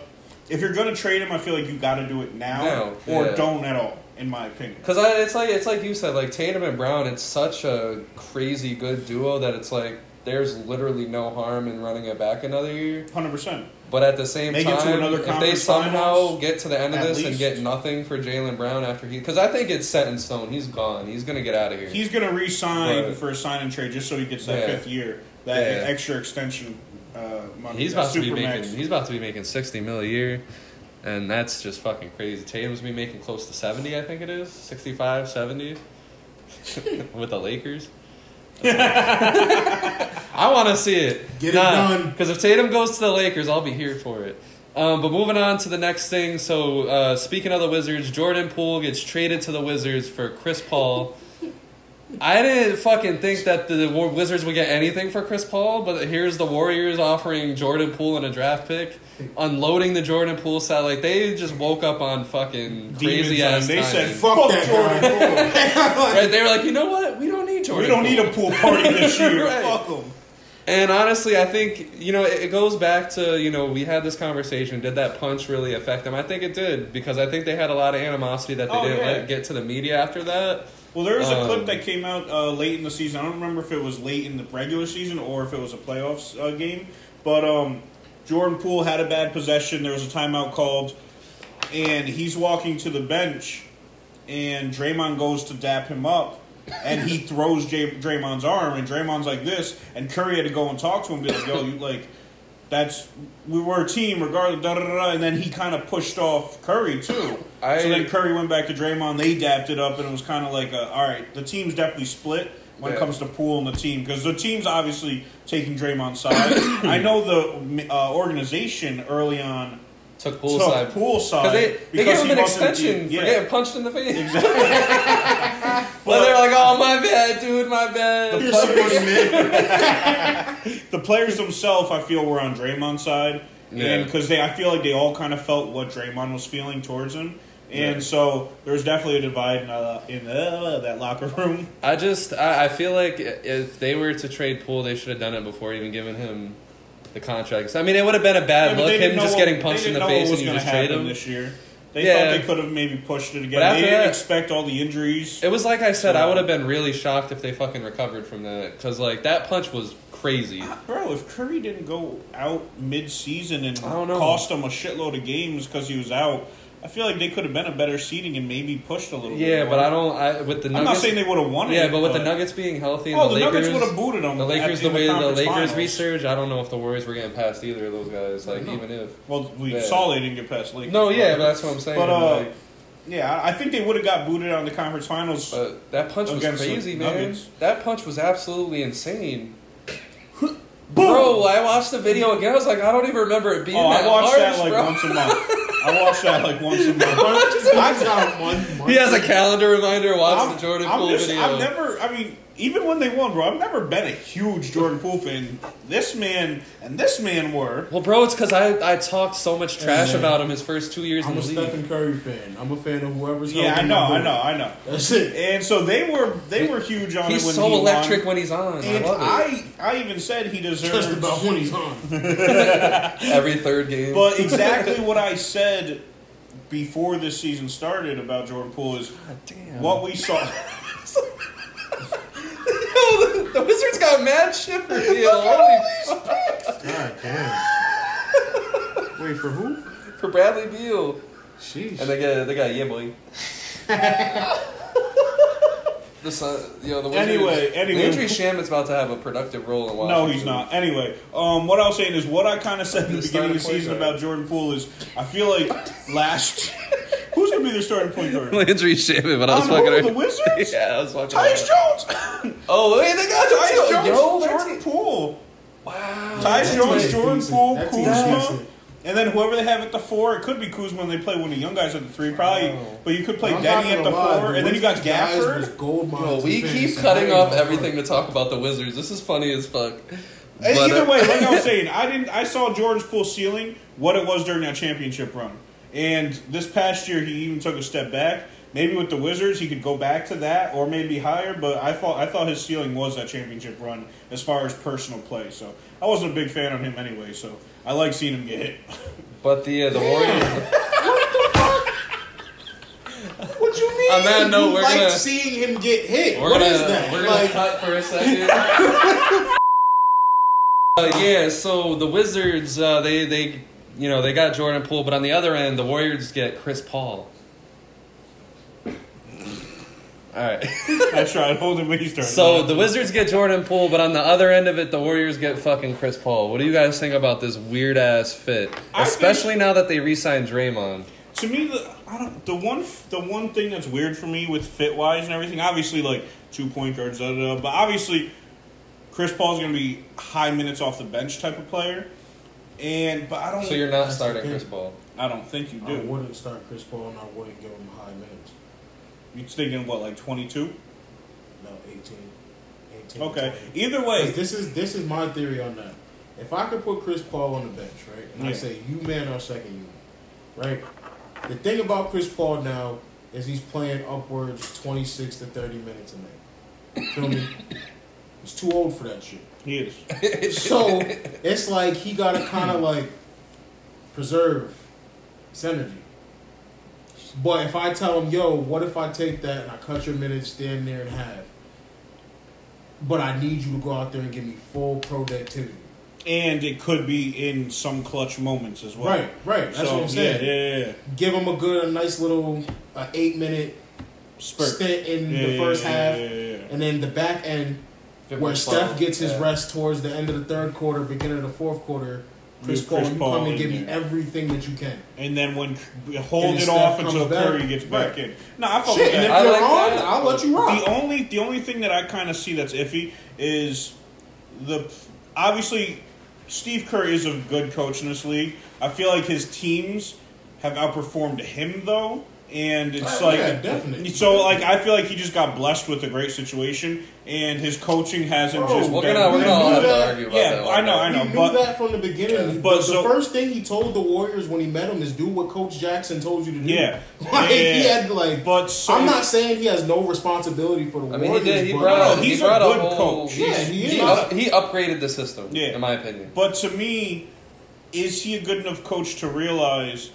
S3: if you're going to trade him, I feel like you got to do it now
S1: Now,
S3: or
S1: yeah.
S3: don't at all, in my opinion.
S1: Cause I, it's like it's like you said, like Tatum and Brown. It's such a crazy good duo that it's like there's literally no harm in running it back another year.
S3: 100%.
S1: But at the same
S3: Make it to
S1: time,
S3: another
S1: if they
S3: conference
S1: somehow
S3: finals,
S1: get to the end of
S3: at
S1: this and
S3: least.
S1: get nothing for Jalen Brown after he, because I think it's set in stone. He's gone. He's gonna get out of here.
S3: He's going to re sign
S1: Right.
S3: for a sign and trade just so he gets that
S1: Yeah.
S3: fifth year, that
S1: Yeah.
S3: extra extension uh, money.
S1: He's
S3: that
S1: about to be
S3: supermax.
S1: making. He's about to be making sixty mil a year, and that's just fucking crazy. Tatum's gonna be making close to seventy, I think it is 65, 70 <laughs> with the Lakers. <laughs> I want to see it.
S2: Get it done.
S1: Because if Tatum goes to the Lakers, I'll be here for it. Um, but moving on to the next thing. So uh, speaking of the Wizards, Jordan Poole gets traded to the Wizards for Chris Paul. I didn't fucking think that the War- Wizards would get anything for Chris Paul, but here's the Warriors offering Jordan Poole and a draft pick, unloading the Jordan Poole side. Like they just woke up on fucking crazy
S3: Demons
S1: ass.
S3: on. They said,
S1: timing.
S2: Fuck,
S3: Fuck
S2: that
S3: Jordan
S2: guy.
S1: Right, they were like, you know what? We don't need Jordan.
S3: We don't
S1: Poole."
S3: need a pool
S1: <laughs>
S3: party this year.
S1: Right.
S3: <laughs> Fuck him.
S1: And honestly, I think you know it it goes back to you know we had this conversation. Did that punch really affect them? I think it did because I think they had a lot of animosity that they
S3: Oh,
S1: didn't
S3: yeah.
S1: let get to the media after that.
S3: Well, there was a
S1: Um,
S3: clip that came out uh, late in the season. I don't remember if it was late in the regular season or if it was a playoffs uh, game. But um, Jordan Poole had a bad possession. There was a timeout called, and he's walking to the bench, and Draymond goes to dap him up, and he throws J- Draymond's arm, and Draymond's like this, and Curry had to go and talk to him, be like, "Yo, you like." that's we were a team regardless. Da, da, da, da, and then he kind of pushed off Curry too.
S1: I-
S3: so then Curry went back to Draymond. They dapped it up, and it was kind of like, a, all right, the team's definitely split when
S1: Yeah.
S3: it comes to Poole and the team because the team's obviously taking
S1: <coughs>
S3: Draymond's side. I know the uh, organization early on
S1: Took
S3: took
S1: poolside.
S3: Poole side
S1: Because they, they gave
S3: because
S1: him
S3: he
S1: an
S3: wasn't-
S1: extension for
S3: Yeah,
S1: getting punched in the face.
S3: exactly. <laughs>
S1: Well, they're like, oh, my bad, dude, my bad.
S2: You're supporting
S3: <laughs>
S2: me.
S3: the players themselves, I feel, were on Draymond's side,
S1: Yeah.
S3: and because they, I feel like they all kind of felt what Draymond was feeling towards him, and so there was definitely a divide in, uh, in uh, that locker room.
S1: I just, I, I feel like if they were to trade Poole, they should have done it before even giving him the contracts. I mean, it would have been a
S3: Yeah,
S1: bad
S3: but
S1: look,
S3: they didn't
S1: him
S3: know
S1: just
S3: what-
S1: getting punched
S3: they
S1: in the
S3: didn't know
S1: face and
S3: what was
S1: you
S3: gonna
S1: just trade
S3: happen
S1: him.
S3: this year. They
S1: Yeah.
S3: thought they could have maybe pushed it again.
S1: But after
S3: They didn't
S1: that-
S3: expect all the injuries.
S1: It was like I said, I would have been really shocked if they fucking recovered from that. Because, like, that punch was crazy.
S3: Bro, if Curry didn't go out mid-season and
S1: I don't know.
S3: cost them a shitload of games because he was out, I feel like they could have been a better seeding and maybe pushed a little.
S1: Yeah,
S3: bit more.
S1: but I don't, I, with the
S3: I'm
S1: Nuggets.
S3: not saying they would have won it.
S1: yeah, but with the Nuggets being healthy and
S3: Oh,
S1: the
S3: the,
S1: Lakers.
S3: Nuggets would have booted them.
S1: the Lakers,
S3: at-
S1: the
S3: in
S1: way the,
S3: conference
S1: Lakers
S3: finals.
S1: resurge, I don't know if the Warriors were getting past either of those guys. Like, even if.
S3: Well, we
S1: Yeah.
S3: saw they didn't get past Lakers.
S1: No, yeah, but that's what I'm saying.
S3: But, uh,
S1: like,
S3: yeah, I- I think they would have got booted out in the conference finals.
S1: But that punch was
S3: Against the
S1: crazy, man.
S3: Nuggets.
S1: That punch was absolutely insane. Bro, I watched the video again. I was like, I don't even remember it being
S3: oh,
S1: that
S3: I watch
S1: large,
S3: that like
S1: bro.
S3: once a month. I watch that like once a month.
S2: I got one. month.
S1: <laughs> He has a calendar reminder. Watch
S3: I'm-
S1: the Jordan
S3: I'm
S1: Poole
S3: just-
S1: video.
S3: I've never. I mean, even when they won, bro, I've never been a huge Jordan Poole fan. This man and this man were.
S1: well, bro, it's because I, I talked so much trash
S2: Yeah.
S1: about him his first two years
S2: I'm
S1: in
S2: a
S1: the league.
S2: Stephen Curry fan. I'm a fan of whoever's.
S3: Yeah, I
S2: helping
S3: know,
S2: my
S3: I
S2: boy.
S3: know, I know.
S2: That's it.
S3: And so they were. They were huge on it
S1: He's
S3: when
S1: so
S3: he won.
S1: electric when he's on. I
S3: And
S1: love it.
S3: I, I even said he deserves
S2: Just about when he's
S3: <laughs>
S2: on.
S1: Every third game. <laughs>
S3: But exactly what I said before this season started about Jordan Poole is
S1: Damn.
S3: what we saw.
S1: <laughs> the, the Wizards got mad shippers. Yeah,
S2: God
S1: <laughs>
S2: damn. Wait for who?
S1: for Bradley Beal.
S2: Sheesh.
S1: And they got they got yeah boy. <laughs> the sun, you know the Wizards,
S3: Anyway, anyway.
S1: Landry Shamit's about to have a productive role in Washington.
S3: No, he's not. Anyway, um, what I was saying is what I kind of said in the
S1: The
S3: beginning of the
S1: starting
S3: season
S1: point guard.
S3: about Jordan Poole is I feel like last <laughs> who's gonna be their starting
S1: <laughs>
S3: point
S1: <laughs>
S3: guard?
S1: Landry Shamit, but I was
S3: On
S1: fucking.
S3: who? The
S1: <laughs>
S3: Wizards?
S1: Yeah, I was fucking.
S3: Tyus Jones,
S1: Oh, wait, they got
S3: Tyus
S1: Tyus
S3: Jones,
S1: Yo, that's-
S3: Jordan Poole,
S1: Wow.
S3: Tyus Jones,
S2: team's
S3: Jordan
S2: decent.
S3: Poole,
S2: That team's
S3: Kuzma,
S2: decent.
S3: and then whoever they have at the four. It could be Kuzma. and They play one of the young guys at the three, probably.
S1: Wow.
S3: But you could play
S2: I'm
S3: Denny
S2: not
S3: at
S2: gonna
S3: the
S2: lie,
S3: four, and then you got
S2: Wizards guys was
S3: Gafford.
S2: Gold mines
S1: Bro,
S2: in
S1: we
S2: fantasy.
S1: keep cutting
S2: I
S1: off
S2: ain't
S1: everything to talk about the Wizards. This is funny as fuck.
S3: Hey,
S1: But,
S3: Either
S1: uh,
S3: way, like I
S1: <laughs>
S3: was saying, I didn't. I saw Jordan's pool ceiling what it was during that championship run, and this past year he even took a step back. Maybe with the Wizards he could go back to that, or maybe higher. But I thought I thought his ceiling was that championship run as far as personal play. So I wasn't a big fan of him anyway. So I like seeing him get hit. <laughs>
S1: But the uh, the Warriors.
S2: What you mean?
S1: On that note,
S2: you
S1: we're
S2: like
S1: gonna-
S2: seeing him get hit.
S1: We're
S2: What
S1: gonna,
S2: is that?
S1: We're gonna
S2: like,
S1: cut for a
S2: <laughs>
S1: second. Uh, yeah, so the Wizards, uh, they they you know they got Jordan Poole, but on the other end, the Warriors get Chris Paul. All right.
S3: I tried holding when he
S1: <laughs>
S3: started.
S1: So the Wizards get Jordan Poole, but on the other end of it, the Warriors get fucking Chris Paul. What do you guys think about this weird ass fit?
S3: I
S1: Especially now that they re-signed Draymond.
S3: to me, the I don't, the one the one thing that's weird for me with fit wise and everything, obviously like two point guards, da, da, da, but obviously Chris Paul's going to be high minutes off the bench type of player, and but I don't
S1: So you're not
S2: That's
S1: starting
S2: okay.
S1: Chris Paul.
S3: I don't think you
S2: I
S3: do.
S2: wouldn't start Chris Paul and I wouldn't give him high minutes.
S3: You're thinking what like twenty two?
S2: No, 18. 18
S3: Okay.
S2: 20.
S3: Either
S2: 'Cause
S3: way,
S2: This is this is my theory on that. If I could put Chris Paul on the bench, right, and I
S3: Yeah.
S2: say you man are second unit, right? The thing about Chris Paul now is he's playing upwards twenty six to thirty minutes a night. Feel me? He's too old for that shit.
S3: he is. <laughs>
S2: So it's like he gotta kind of like preserve his energy. But if I tell him, yo, what if I take that and I cut your minutes damn near in half? But I need you to go out there and give me full productivity.
S3: and it could be in some clutch moments as well.
S2: Right, right. That's
S3: so,
S2: what I'm saying.
S3: Yeah, yeah, yeah.
S2: Give him a good, a nice little uh, eight minute
S3: Spurt.
S2: stint in
S3: Yeah,
S2: the
S3: yeah,
S2: first
S3: yeah,
S2: half,
S3: yeah, yeah, yeah.
S2: and then the back end
S1: Give him
S2: where
S1: a
S2: Steph
S1: spot.
S2: gets his
S1: Yeah.
S2: rest towards the end of the third quarter, beginning of the fourth quarter, Chris
S3: Leave
S2: Paul,
S3: Chris
S2: you
S3: Paul
S2: come and
S3: in
S2: give me
S3: there.
S2: everything that you can.
S3: And then when hold
S2: And
S3: it
S2: Steph
S3: off
S2: comes
S3: until
S2: back.
S3: Curry gets back
S2: Right.
S3: in. No, I fuck with
S2: Shit, and if
S3: that.
S1: I
S2: you're
S1: like
S2: on,
S1: that.
S2: I'll let you rock.
S3: The only the only thing that I kind of see that's iffy is the obviously Steve Kerr is a good coach in this league. I feel like his teams have outperformed him though, and it's
S2: Oh,
S3: like
S2: yeah, definitely.
S3: so like I feel like he just got blessed with a great situation, and his coaching hasn't
S2: Bro,
S3: just
S1: We're
S3: been.
S1: gonna, we're gonna all have to
S2: Yeah,
S1: argue about
S3: yeah,
S1: that.
S3: I know, I
S2: He
S3: know.
S2: knew
S3: but-
S2: that from the beginning.
S3: But
S2: the,
S3: so-
S2: first thing he told the Warriors when he met them is do what Coach Jackson told you to do.
S3: Yeah.
S2: <laughs> like he
S3: Yeah.
S2: had like.
S3: But so-
S2: I'm not saying he has no responsibility for the
S1: I
S2: Warriors.
S1: mean, he did. He
S2: but-
S1: brought.
S3: No,
S1: he
S3: he's a
S1: brought
S3: good
S1: whole,
S3: coach.
S2: Yeah, he
S1: He,
S2: is.
S1: up, he upgraded the system.
S3: Yeah.
S1: in my opinion.
S3: But to me, is he a good enough coach to realize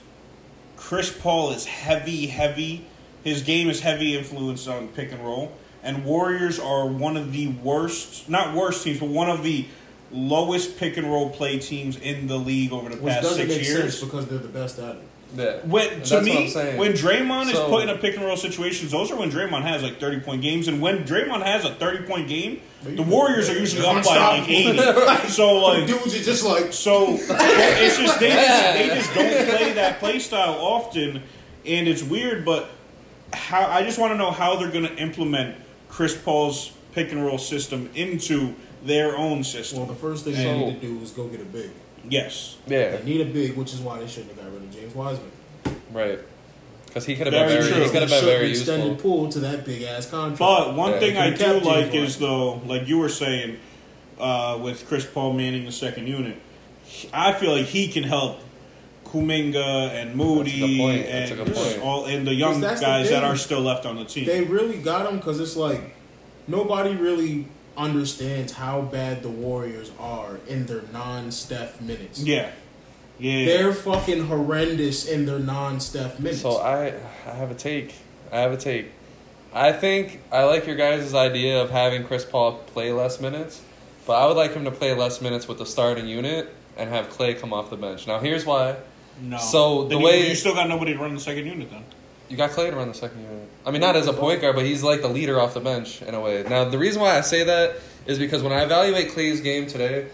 S3: Chris Paul is heavy, heavy? His game is heavy influenced on pick and roll. And Warriors are one of the worst, not worst teams, but one of the lowest pick and roll play teams in the league over the
S2: which
S3: past
S2: doesn't
S3: six
S2: make
S3: years.
S2: sense because they're the best at it.
S1: Yeah.
S3: When,
S1: And
S3: to
S1: that's
S3: me,
S1: what I'm saying.
S3: when Draymond is
S1: So-
S3: put in a pick and roll situations, those are when Draymond has like thirty point games, and when Draymond has a thirty point game, the Warriors are usually up by like eighty. So like,
S2: Dudes are just like
S3: so <laughs> it's just they just, they just don't play that play style often, and it's weird. But how I just want to know how they're going to implement Chris Paul's pick and roll system into their own
S2: Well,
S3: system.
S2: the first thing
S1: So-
S2: they need to do is go get a big.
S3: Yes,
S1: Yeah.
S2: They need a big, which is why they shouldn't have got rid of James Wiseman.
S1: Right. Because he could have
S3: Very
S1: been very.
S3: true.
S1: He could have
S2: They
S1: been
S2: should
S1: very
S2: extended
S1: useful.
S2: pool to that big ass contract.
S3: but one
S1: Yeah,
S3: thing
S1: you
S3: I
S2: can
S3: do
S2: capture
S3: like
S2: it.
S3: is though, like you were saying, uh, with Chris Paul manning the second unit, he- I feel like he can help. Kuminga and Moody
S1: point. That's a
S3: and
S1: good point.
S3: all and the young
S2: Because that's
S3: guys
S2: the
S3: that
S2: thing.
S3: are still left on the team.
S2: they really got him because it's like nobody really understands how bad the Warriors are in their non-Steph minutes.
S3: Yeah. Yeah.
S2: They're fucking horrendous in their non-Steph minutes.
S1: So I, I have a take. I have a take. I think I like your guys' idea of having Chris Paul play less minutes, but I would like him to play less minutes with the starting unit and have Clay come off the bench. Now here's why.
S3: no.
S1: So, the
S3: Then you,
S1: way-
S3: you still got nobody to run the second unit then.
S1: You got Clay to run the second unit. I mean, not as a point guard, but he's like the leader off the bench in a way. Now, the reason why I say that is because when I evaluate Clay's game today,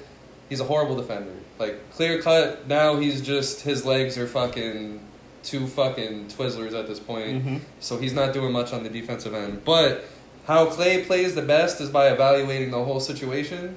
S1: he's a horrible defender. Like, clear cut, now he's just, his legs are fucking two fucking Twizzlers at this
S3: Mm-hmm.
S1: point. So he's not doing much on the defensive end. But how Clay plays the best is by evaluating the whole situation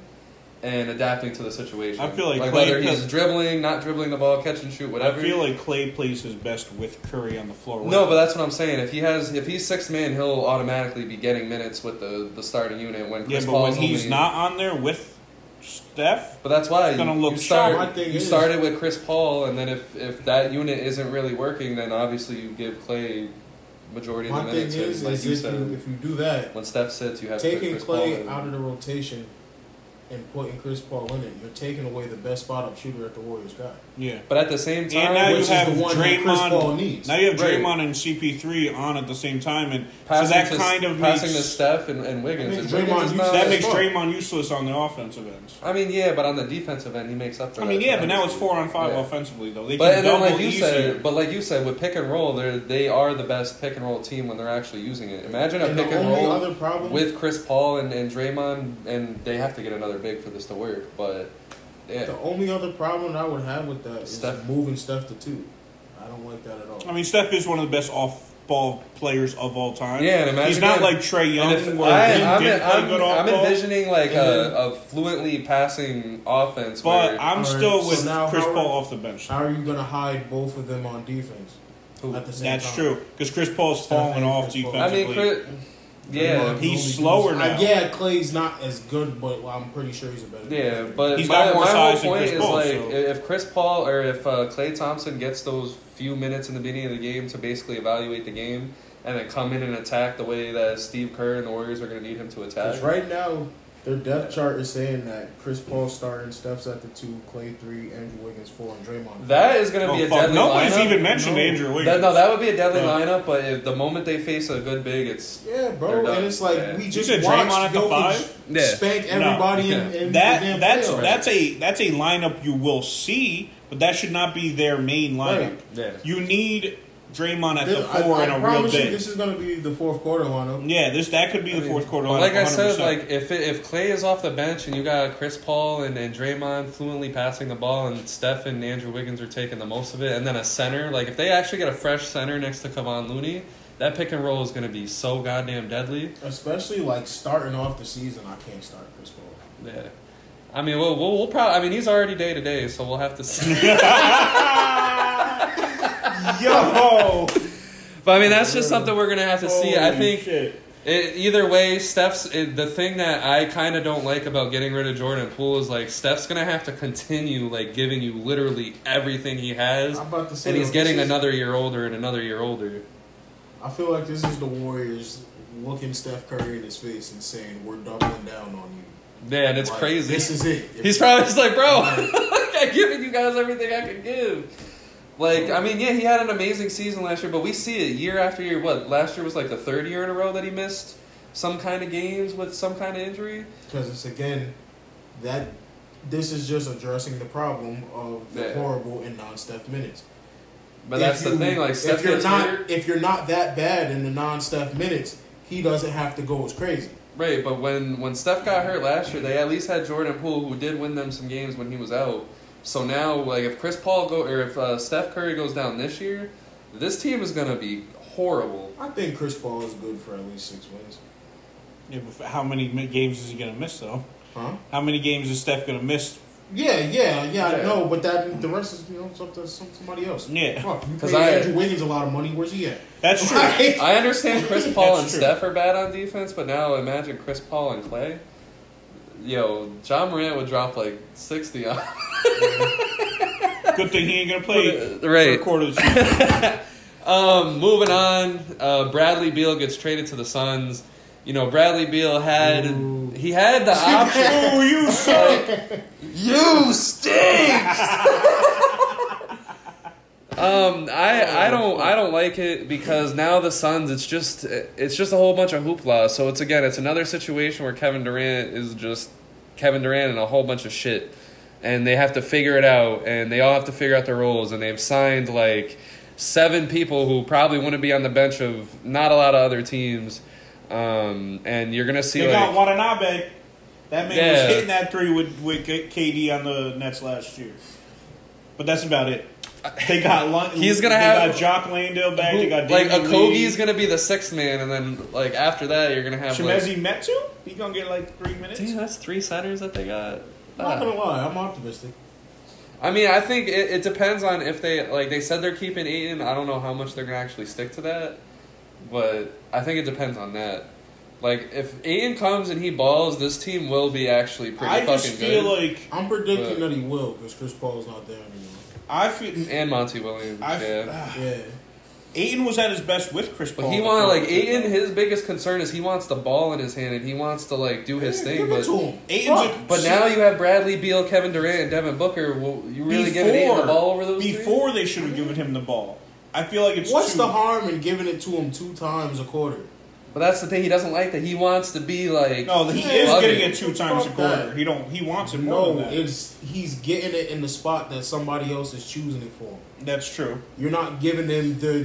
S1: and adapting to the situation.
S3: I feel like Klay
S1: whether
S3: does-
S1: he's dribbling, not dribbling the ball, catch and shoot, whatever.
S3: I feel like Clay plays his best with Curry on the floor. with
S1: No,
S3: him.
S1: but that's what I'm saying. If he has, if he's sixth man, he'll automatically be getting minutes with the the starting unit when
S3: yeah,
S1: Chris
S3: but
S1: Paul's
S3: when he's
S1: only-
S3: not on there with Steph,
S1: But that's why
S3: It's gonna
S1: you,
S3: look
S1: you
S2: sharp. My
S1: start.
S2: thing
S1: You
S2: is-
S1: started with Chris Paul, and then if if that unit isn't really working, then obviously you give Clay majority
S2: My
S1: of the
S2: thing
S1: minutes.
S2: is,
S1: and
S2: is
S1: like
S2: if,
S1: you
S2: you,
S1: said,
S2: if you do that,
S1: when Steph sits, you have to put
S2: taking
S1: Chris Paul
S2: Clay
S1: in.
S2: out of the rotation and putting Chris Paul in it, you're taking away the best spot-up shooter at the Warriors got.
S3: yeah.
S1: But at the same time,
S3: And now
S2: Which
S3: you
S2: is
S3: have
S2: the one that Chris Paul
S3: Draymond.
S2: needs.
S3: Now you have
S1: Right.
S3: Draymond and CP3 on at the same time, and so
S1: passing
S3: that
S1: to,
S3: kind of
S1: passing
S3: makes
S1: to Steph and, and Wiggins.
S2: I mean,
S1: and Wiggins
S2: Draymond
S1: is
S2: used
S1: not-
S3: that
S2: as
S3: makes
S2: well.
S3: Draymond useless on the offensive ends.
S1: I mean, yeah, but on the defensive end, he makes up for.
S3: I mean,
S1: that
S3: yeah, but now it's
S1: tremendously.
S3: four on five
S1: Yeah.
S3: offensively though. They
S1: But
S3: can
S1: and then,
S3: double
S1: like you
S3: easier.
S1: said, but like you said, with pick and roll, they they are the best pick and roll team when they're actually using it. Imagine a
S2: And
S1: pick
S2: the
S1: and
S2: only
S1: roll
S2: other problem-
S1: with Chris Paul and, and Draymond, and they have to get another big for this to work. But yeah,
S2: The only other problem I would have with that is
S1: Steph.
S2: moving Steph to two. I don't like that at all.
S3: I mean, Steph is one of the best off ball players of all time.
S1: Yeah, and imagine
S3: he's not
S1: him-
S3: like Trey Young,
S1: and if-
S3: where
S1: I,
S3: he
S1: I'm,
S3: did play
S1: I'm,
S3: good off
S1: I'm
S3: ball.
S1: envisioning like
S2: And
S1: a, a fluently passing offense.
S3: But
S1: where,
S3: I'm
S2: All right,
S3: still
S2: so
S3: with
S2: now
S3: Chris
S2: how are-
S3: Paul off the bench.
S2: How are you going to hide both of them on defense
S1: Who?
S2: at the same
S3: That's
S2: time?
S3: true because Chris Paul's
S2: Steph
S3: falling
S2: and
S3: off
S2: Chris Paul.
S1: I
S3: defensively.
S1: mean, Chris, yeah,
S3: He's slower now.
S2: I, yeah, Clay's not as good, but I'm pretty sure he's a better.
S1: Yeah,
S2: defender.
S1: but
S3: He's
S1: my,
S3: got more
S1: my
S3: size than
S1: whole point
S3: Chris
S1: is
S3: Paul,
S1: like
S3: so-
S1: if Chris Paul or if uh, Clay Thompson gets those few minutes in the beginning of the game to basically evaluate the game and then come in and attack the way that Steve Kerr and the Warriors are going to need him to
S2: 'Cause
S1: attack.
S2: right now their depth chart is saying that Chris Paul starting, Steph's at the two, Clay three, Andrew Wiggins four, and Draymond.
S1: That is going to
S3: oh,
S1: be a
S3: fuck.
S1: deadly
S3: Nobody's
S1: lineup.
S3: even mentioned
S2: No.
S3: Andrew Wiggins.
S1: That- no, that would be a deadly
S3: Yeah.
S1: lineup. But if the moment they face a good big, it's
S2: Yeah,
S1: They're
S2: bro,
S1: done.
S2: and it's like
S1: Yeah.
S2: we
S1: You
S2: just
S3: said Draymond
S2: watched
S3: at the
S2: Jokic
S3: five?
S1: Yeah.
S2: spank
S3: No.
S2: everybody
S1: Yeah.
S2: in, in the
S3: that
S2: damn
S3: that's
S2: playoffs.
S3: that's a that's a lineup you will see, but that should not be their main lineup.
S2: Right.
S1: Yeah.
S3: You need Draymond at
S2: This-
S3: the four
S2: I, I
S3: in a real
S2: promise
S3: day.
S2: you, this is going to be the fourth quarter lineup.
S3: yeah, this that could be the fourth quarter
S1: But
S3: lineup.
S1: like I said,
S3: 100%.
S1: like if it, if Clay is off the bench and you got Chris Paul and, and Draymond fluently passing the ball and Steph and Andrew Wiggins are taking the most of it, and then a center, like if they actually get a fresh center next to Kevon Looney, that pick and roll is going to be so goddamn deadly.
S2: Especially like starting off the season, I can't start Chris Paul.
S1: Yeah. I mean, we'll, we'll, we'll probably. I mean, he's already day to day, so we'll have to see. <laughs>
S3: <laughs> yo,
S1: But I mean, that's just something we're gonna have to see. I
S3: Holy
S1: think
S3: shit.
S1: It, either way, Steph's it, the thing that I kind of don't like about getting rid of Jordan Poole is like Steph's gonna have to continue like giving you literally everything he has,
S2: I'm about to say,
S1: and he's
S2: though,
S1: getting
S2: this is-
S1: another year older and another year older.
S2: I feel like this is the Warriors looking Steph Curry in his face and saying, "We're doubling down on you."
S1: Yeah, and it's
S2: Like,
S1: crazy.
S2: This is it.
S1: <laughs>
S2: If-
S1: he's probably just like, bro, <laughs> I've given you guys everything I could give. Like, I mean, yeah, he had an amazing season last year, but we see it year after year. What last year was like the third year in a row that he missed some kind of games with some kind of injury.
S2: <laughs> Because it's again that this is just addressing the problem of the
S1: Yeah.
S2: horrible and non-Steph minutes.
S1: But
S2: If
S1: that's the
S2: you-
S1: thing. Like, Steph
S2: if you're
S1: gets
S2: not
S1: hurt-
S2: if you're not that bad in the non-Steph minutes, he doesn't have to go as crazy.
S1: Right, but when when Steph got hurt last year, they at least had Jordan Poole, who did win them some games when he was out. So now, like, if Chris Paul go or if uh, Steph Curry goes down this year, this team is gonna be horrible.
S2: I think Chris Paul is good for at least six wins.
S3: Yeah, but f- how many mi- games is he gonna miss though?
S2: Huh?
S3: How many games is Steph gonna miss?
S2: Yeah, yeah, yeah. I
S1: Yeah.
S2: know, but that the rest is you know it's up to some, somebody else.
S3: Yeah,
S2: Fuck, you
S1: 'Cause
S2: paid
S1: I-
S2: Andrew Wiggins a lot of money. Where's he at? <laughs>
S3: that's true.
S2: Like-
S1: I understand Chris
S3: <laughs>
S1: Paul
S3: That's
S1: and
S3: true.
S1: Steph are bad on defense, but now imagine Chris Paul and Clay. Yo, John Morant would drop like sixty on. <laughs>
S3: Good thing he ain't gonna play
S1: Right.
S3: third quarter of the season.
S1: Um, moving on, uh, Bradley Beal gets traded to the Suns. You know, Bradley Beal had he had
S3: <laughs>
S1: the option.
S2: <laughs>
S3: Oh, you suck!
S1: You stink. <laughs> um, I I don't I don't like it because now the Suns it's just it's just a whole bunch of hoopla. So it's again it's another situation where Kevin Durant is just Kevin Durant and a whole bunch of shit, and they have to figure it out, and they all have to figure out their roles, and they've signed like seven people who probably want to be on the bench of not a lot of other teams. Um, and you're gonna see
S3: They
S1: like,
S3: got Watanabe. That man
S1: Yeah.
S3: was hitting that three with with K- KD on the Nets last year. But that's about it.
S1: <laughs>
S3: They got Lon-
S1: He's gonna
S3: they
S1: have-
S3: got Jock Landale back. they got
S1: like
S3: Damian
S1: Akogi's
S3: Lee.
S1: gonna be the sixth man, and then like after that, you're gonna have like,
S3: Shemezi Metu. He gonna get like three minutes.
S1: Damn, that's three centers that they got.
S2: I'm not gonna
S1: Ah.
S2: lie, I'm optimistic.
S1: I mean, I think it, it depends on if they like they said they're keeping Aiton. I don't know how much they're gonna actually stick to that, but I think it depends on that. Like if Aiton comes and he balls, this team will be actually pretty
S3: I
S1: fucking
S3: just feel
S1: good.
S3: like
S2: I'm
S1: But-
S2: predicting that he will because Chris Paul's not there <sighs> anymore.
S3: I feel.
S1: and Monty Williams,
S3: I
S1: yeah.
S2: Yeah,
S3: Aiton was at his best with Chris Paul.
S1: but he wanted like Aiton. His biggest concern is he wants the ball in his hand and he wants to like do his
S2: Yeah,
S1: thing.
S2: Give
S1: but
S2: it to him.
S3: Aiton's a-
S2: Fuck.
S1: But now you have Bradley Beal, Kevin Durant, and Devin Booker. Well, you really giving Aiden the ball over those three?
S3: Before they should have given him the ball. I feel like it's
S2: What's
S3: too,
S2: the harm in giving it to him two times a quarter?
S1: But that's the thing he doesn't like that he wants to be like.
S3: No, he
S2: Yeah,
S3: is
S1: love
S3: getting
S1: it.
S3: it two times a
S2: Fuck
S3: quarter.
S2: that.
S3: He don't. He wants it more
S2: No,
S3: than that.
S2: it's he's getting it in the spot that somebody else is choosing it for. him.
S3: That's true.
S2: You're not giving them the,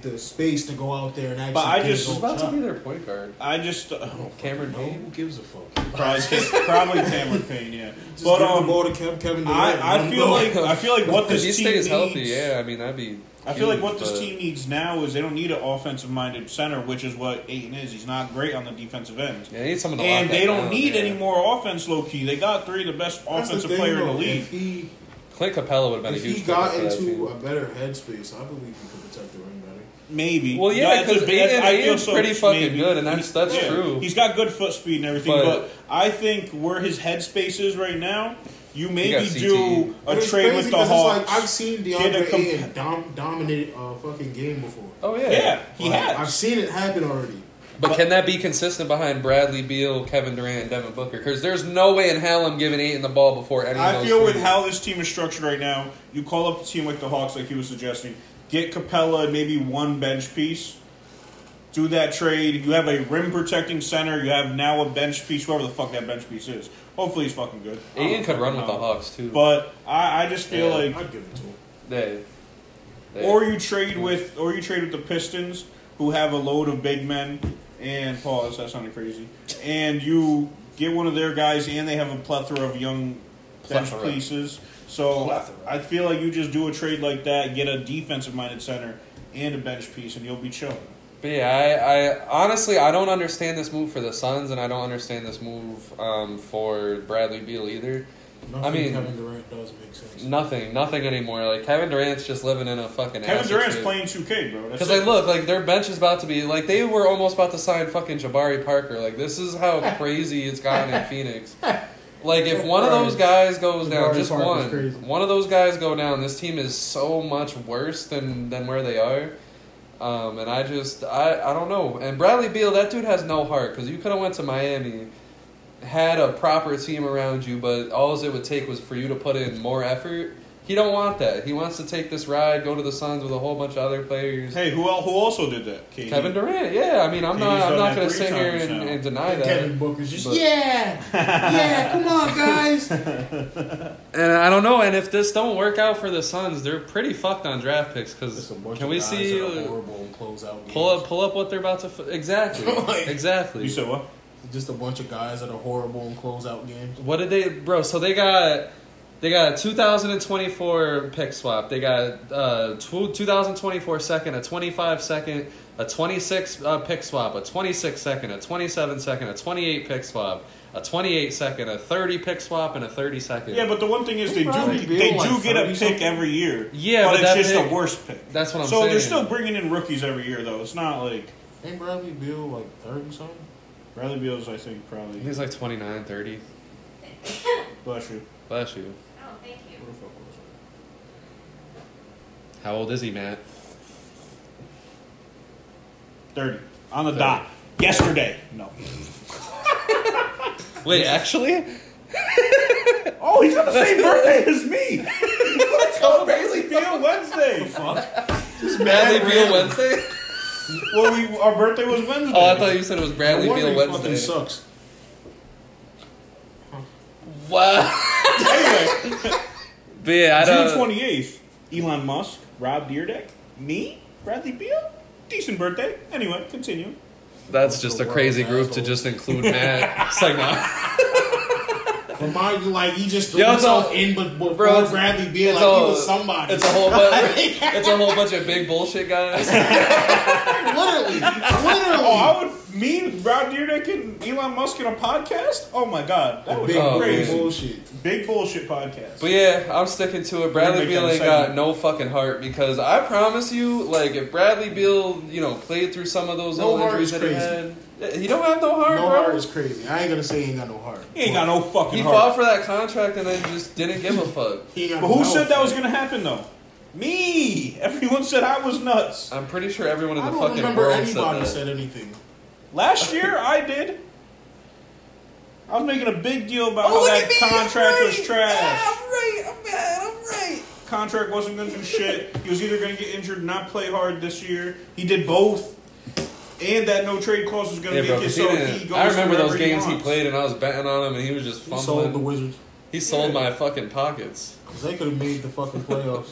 S2: the, the space to go out there and actually.
S3: But I
S2: get his
S3: just-
S1: He's
S2: own
S1: about to
S2: shot.
S1: be their point guard.
S3: I just uh,
S1: Cameron
S2: No,
S1: Payne.
S2: who gives a fuck?
S3: probably probably Cameron Payne. Yeah,
S2: Just
S3: but
S2: give the
S3: um,
S2: ball to Kev, Kevin Durant. and
S3: I, I
S2: let him
S3: feel
S2: go.
S3: like I feel like what this
S1: if he
S3: team
S1: stays
S3: needs.
S1: healthy, yeah, I mean that'd be.
S3: I feel like what
S1: huge,
S3: this
S1: but-
S3: team needs now is they don't need an offensive minded center, which is what Aiton is. He's not great on the defensive end.
S1: Yeah, they need someone to
S3: And
S1: lock
S3: they
S1: that
S3: don't
S1: down,
S3: need
S1: yeah.
S3: any more offense, low key. They got three of the best
S2: That's the
S3: offensive
S2: thing,
S3: player in the
S2: though.
S3: league.
S2: If he,
S1: Clint Capella would have been
S2: if
S1: a huge.
S2: he got
S1: pickup for that
S2: into uh,
S1: team.
S2: a better headspace, I believe he could protect the ring better.
S3: Maybe.
S1: Well, yeah,
S3: That's a-
S1: 'cause
S3: that's-
S1: Aiden-
S3: I feel
S1: Aiden's pretty fucking
S3: maybe.
S1: good, and that's- that's true.
S3: He's got good foot speed and everything,
S1: But-
S3: but, I think where his headspace is right now, you
S1: got
S3: maybe
S1: CTE.
S3: do a
S2: But it's
S3: trade
S2: crazy
S3: with the
S2: 'cause
S3: Hawks.
S2: It's like I've seen
S3: Get a
S2: DeAndre
S3: comp-
S2: Ayton dom- dominate a fucking game before.
S1: Oh yeah.
S3: yeah, he
S2: Like,
S3: has.
S2: I've seen it happen already.
S1: But can that be consistent behind Bradley Beal, Kevin Durant, and Devin Booker? Because there's no way in hell I'm giving Aiton the ball before any. of
S3: I
S1: those
S3: feel with
S1: three.
S3: how this team is structured right now, you call up a team like the Hawks, like he was suggesting, get Capella and maybe one bench piece. Do that trade. You have a rim protecting center. You have now a bench piece, whoever the fuck that bench piece is. Hopefully, he's fucking good. Um, I
S1: Aiton
S3: don't
S1: could run
S3: fucking
S1: with the
S3: know.
S1: Hawks too.
S3: But I, I just feel
S1: Yeah.
S3: like
S2: I'd give it to him.
S1: yeah. They-
S3: Or you trade with, or you trade with the Pistons, who have a load of big men. And pause. That sounded crazy. And you get one of their guys, and they have a plethora of young bench
S1: Plethora.
S3: pieces. So
S4: Plethora.
S3: I feel like you just do a trade like that, get a defensive-minded center and a bench piece, and you'll be chilling.
S1: But yeah, I, I honestly I don't understand this move for the Suns, and I don't understand this move um, for Bradley Beal either.
S2: Nothing
S1: mean-
S2: Kevin Durant does make sense.
S1: Nothing, nothing anymore. Like Kevin Durant's just living in a fucking.
S3: Kevin
S1: acid
S3: Durant's
S1: trip.
S3: playing 2K, bro. That's
S1: Because
S3: it.
S1: like, look, like their bench is about to be like they were almost about to sign fucking Jabari Parker. Like this is how crazy it's gotten in Phoenix. Like if one of those guys goes down,
S2: Jabari
S1: just
S2: Parker's
S1: one,
S2: crazy.
S1: one of those guys go down, this team is so much worse than than where they are. Um, and I just I I don't know. And Bradley Beal, that dude has no heart because you could have went to Miami, had a proper team around you, but all it would take was for you to put in more effort. He don't want that. He wants to take this ride, go to the Suns with a whole bunch of other players.
S3: Hey, who al- who also did that? KD.
S1: Kevin Durant, yeah. I mean, I'm
S3: He's
S1: not, I'm
S3: done
S1: not
S3: that
S1: going to
S3: three
S1: sit here
S3: times
S1: and,
S3: now.
S1: and deny
S2: And
S1: that.
S2: Kevin Booker's just
S1: But-
S2: yeah, yeah. Come on, guys.
S1: And I don't know. And if this don't work out for the Suns, they're pretty fucked on draft picks.
S2: <laughs> Just
S1: Because
S2: a bunch
S1: can
S2: of
S1: we
S2: guys
S1: see
S2: that are
S1: uh,
S2: horrible and close out games.
S1: pull up pull up what they're about to f- exactly
S2: Like-
S1: exactly.
S3: You said what?
S2: Just a bunch of guys that are horrible and close out games.
S1: What did they, bro? So they got they got a 2024 pick swap. They got uh, tw- 2024 second, a 25 second, a 26 uh, pick swap, a 26 second, a 27 second, a 28 pick swap, a 28 second, a 30 pick swap, and a 30 second.
S3: Yeah, but the one thing is they do
S2: Probably
S3: they
S2: Bill, like,
S3: do get a
S2: 30
S3: pick
S2: something.
S3: every year.
S1: Yeah, but
S3: but,
S1: that
S3: it's just
S1: pick-
S3: the worst pick.
S1: that's what I'm
S3: so
S1: saying.
S3: they're still bringing in rookies every year, though. It's not like
S2: Ain't Bradley Bill like thirty something?
S3: Bradley Beal's. I think probably.
S1: He's like 29, 30.
S3: Bless you.
S1: Bless you.
S5: Oh, thank you.
S3: Where the fuck was
S1: How old is he, Matt?
S3: I? Thirty on the
S1: 30.
S3: dot yesterday. No.
S1: Wait, <laughs> actually?
S3: Oh, he's got the same birthday as me. Let's go, Bradley Beal Wednesday.
S1: Bradley Beal Wednesday?
S3: Well, we our birthday was Wednesday.
S1: Oh, I thought you said it was Bradley
S2: No wonder
S1: Beal
S2: he fucking
S1: Wednesday.
S2: sucks.
S1: Wow.
S3: Anyway,
S1: <laughs> But yeah, I
S3: June
S1: don't.
S3: twenty eighth. Elon Musk, Rob Deerdeck, me, Bradley Beal. Decent birthday. Anyway, continue.
S1: That's just a
S2: World
S1: crazy group to
S2: assholes.
S1: just <laughs> include Matt. It's like, nah.
S2: Remind you, like he just threw
S1: Yo, it's
S2: himself
S1: all-
S2: in, but before
S1: Bro, it's-
S2: Bradley Beal,
S1: it's
S2: like
S1: all-
S2: he was somebody.
S1: <laughs> It's a whole bunch.
S2: <laughs> Like,
S1: it's a whole bunch of big bullshit guys.
S2: literally, literally.
S3: Oh, I would. Me, Rob Dyrdek, and Elon Musk in a podcast. Oh my god, that would
S2: Big
S3: be
S1: Oh,
S3: crazy.
S1: man.
S2: bullshit.
S3: Big bullshit podcast.
S1: But yeah, I'm sticking to it. Bradley
S3: Make
S1: Beal
S3: that
S1: ain't
S3: segment.
S1: got no fucking heart because I promise you, like if Bradley Beal, you know, played through some of those
S2: No
S1: little
S2: heart
S1: injuries
S2: is
S1: that he had, Yeah, he don't have no heart,
S2: No
S1: bro.
S2: heart is crazy. I ain't gonna say he ain't got no heart.
S3: he ain't got no fucking
S1: he
S3: heart.
S1: fought for that contract and then just didn't give a fuck.
S2: He ain't got
S3: But
S2: no
S3: who said
S2: heart.
S3: that was gonna happen though? Me. Everyone said I was nuts.
S1: I'm pretty sure everyone in
S2: I
S1: the
S2: don't
S1: fucking
S2: remember
S1: world
S2: anybody
S1: said that.
S2: said anything.
S1: <laughs>
S3: Last year I did. I was making a big deal about
S1: Oh,
S3: how
S1: look
S3: that
S1: at me, I'm
S3: contract was
S1: right.
S3: trash.
S1: right. I'm mad. I'm right.
S3: Contract wasn't gonna do shit. He was either gonna get injured, and not play hard this year. He did both. And that no trade clause was gonna
S1: Yeah,
S3: make
S1: bro.
S3: it
S1: 'cause he
S3: so
S1: didn't-
S3: he goes
S1: I remember those
S3: wherever
S1: games he
S3: wants.
S1: played, and I was betting on him, and he was just
S2: He
S1: fumbling.
S2: sold the Wizards
S1: He sold
S3: Yeah.
S1: my fucking pockets.
S2: because they could have made the fucking playoffs.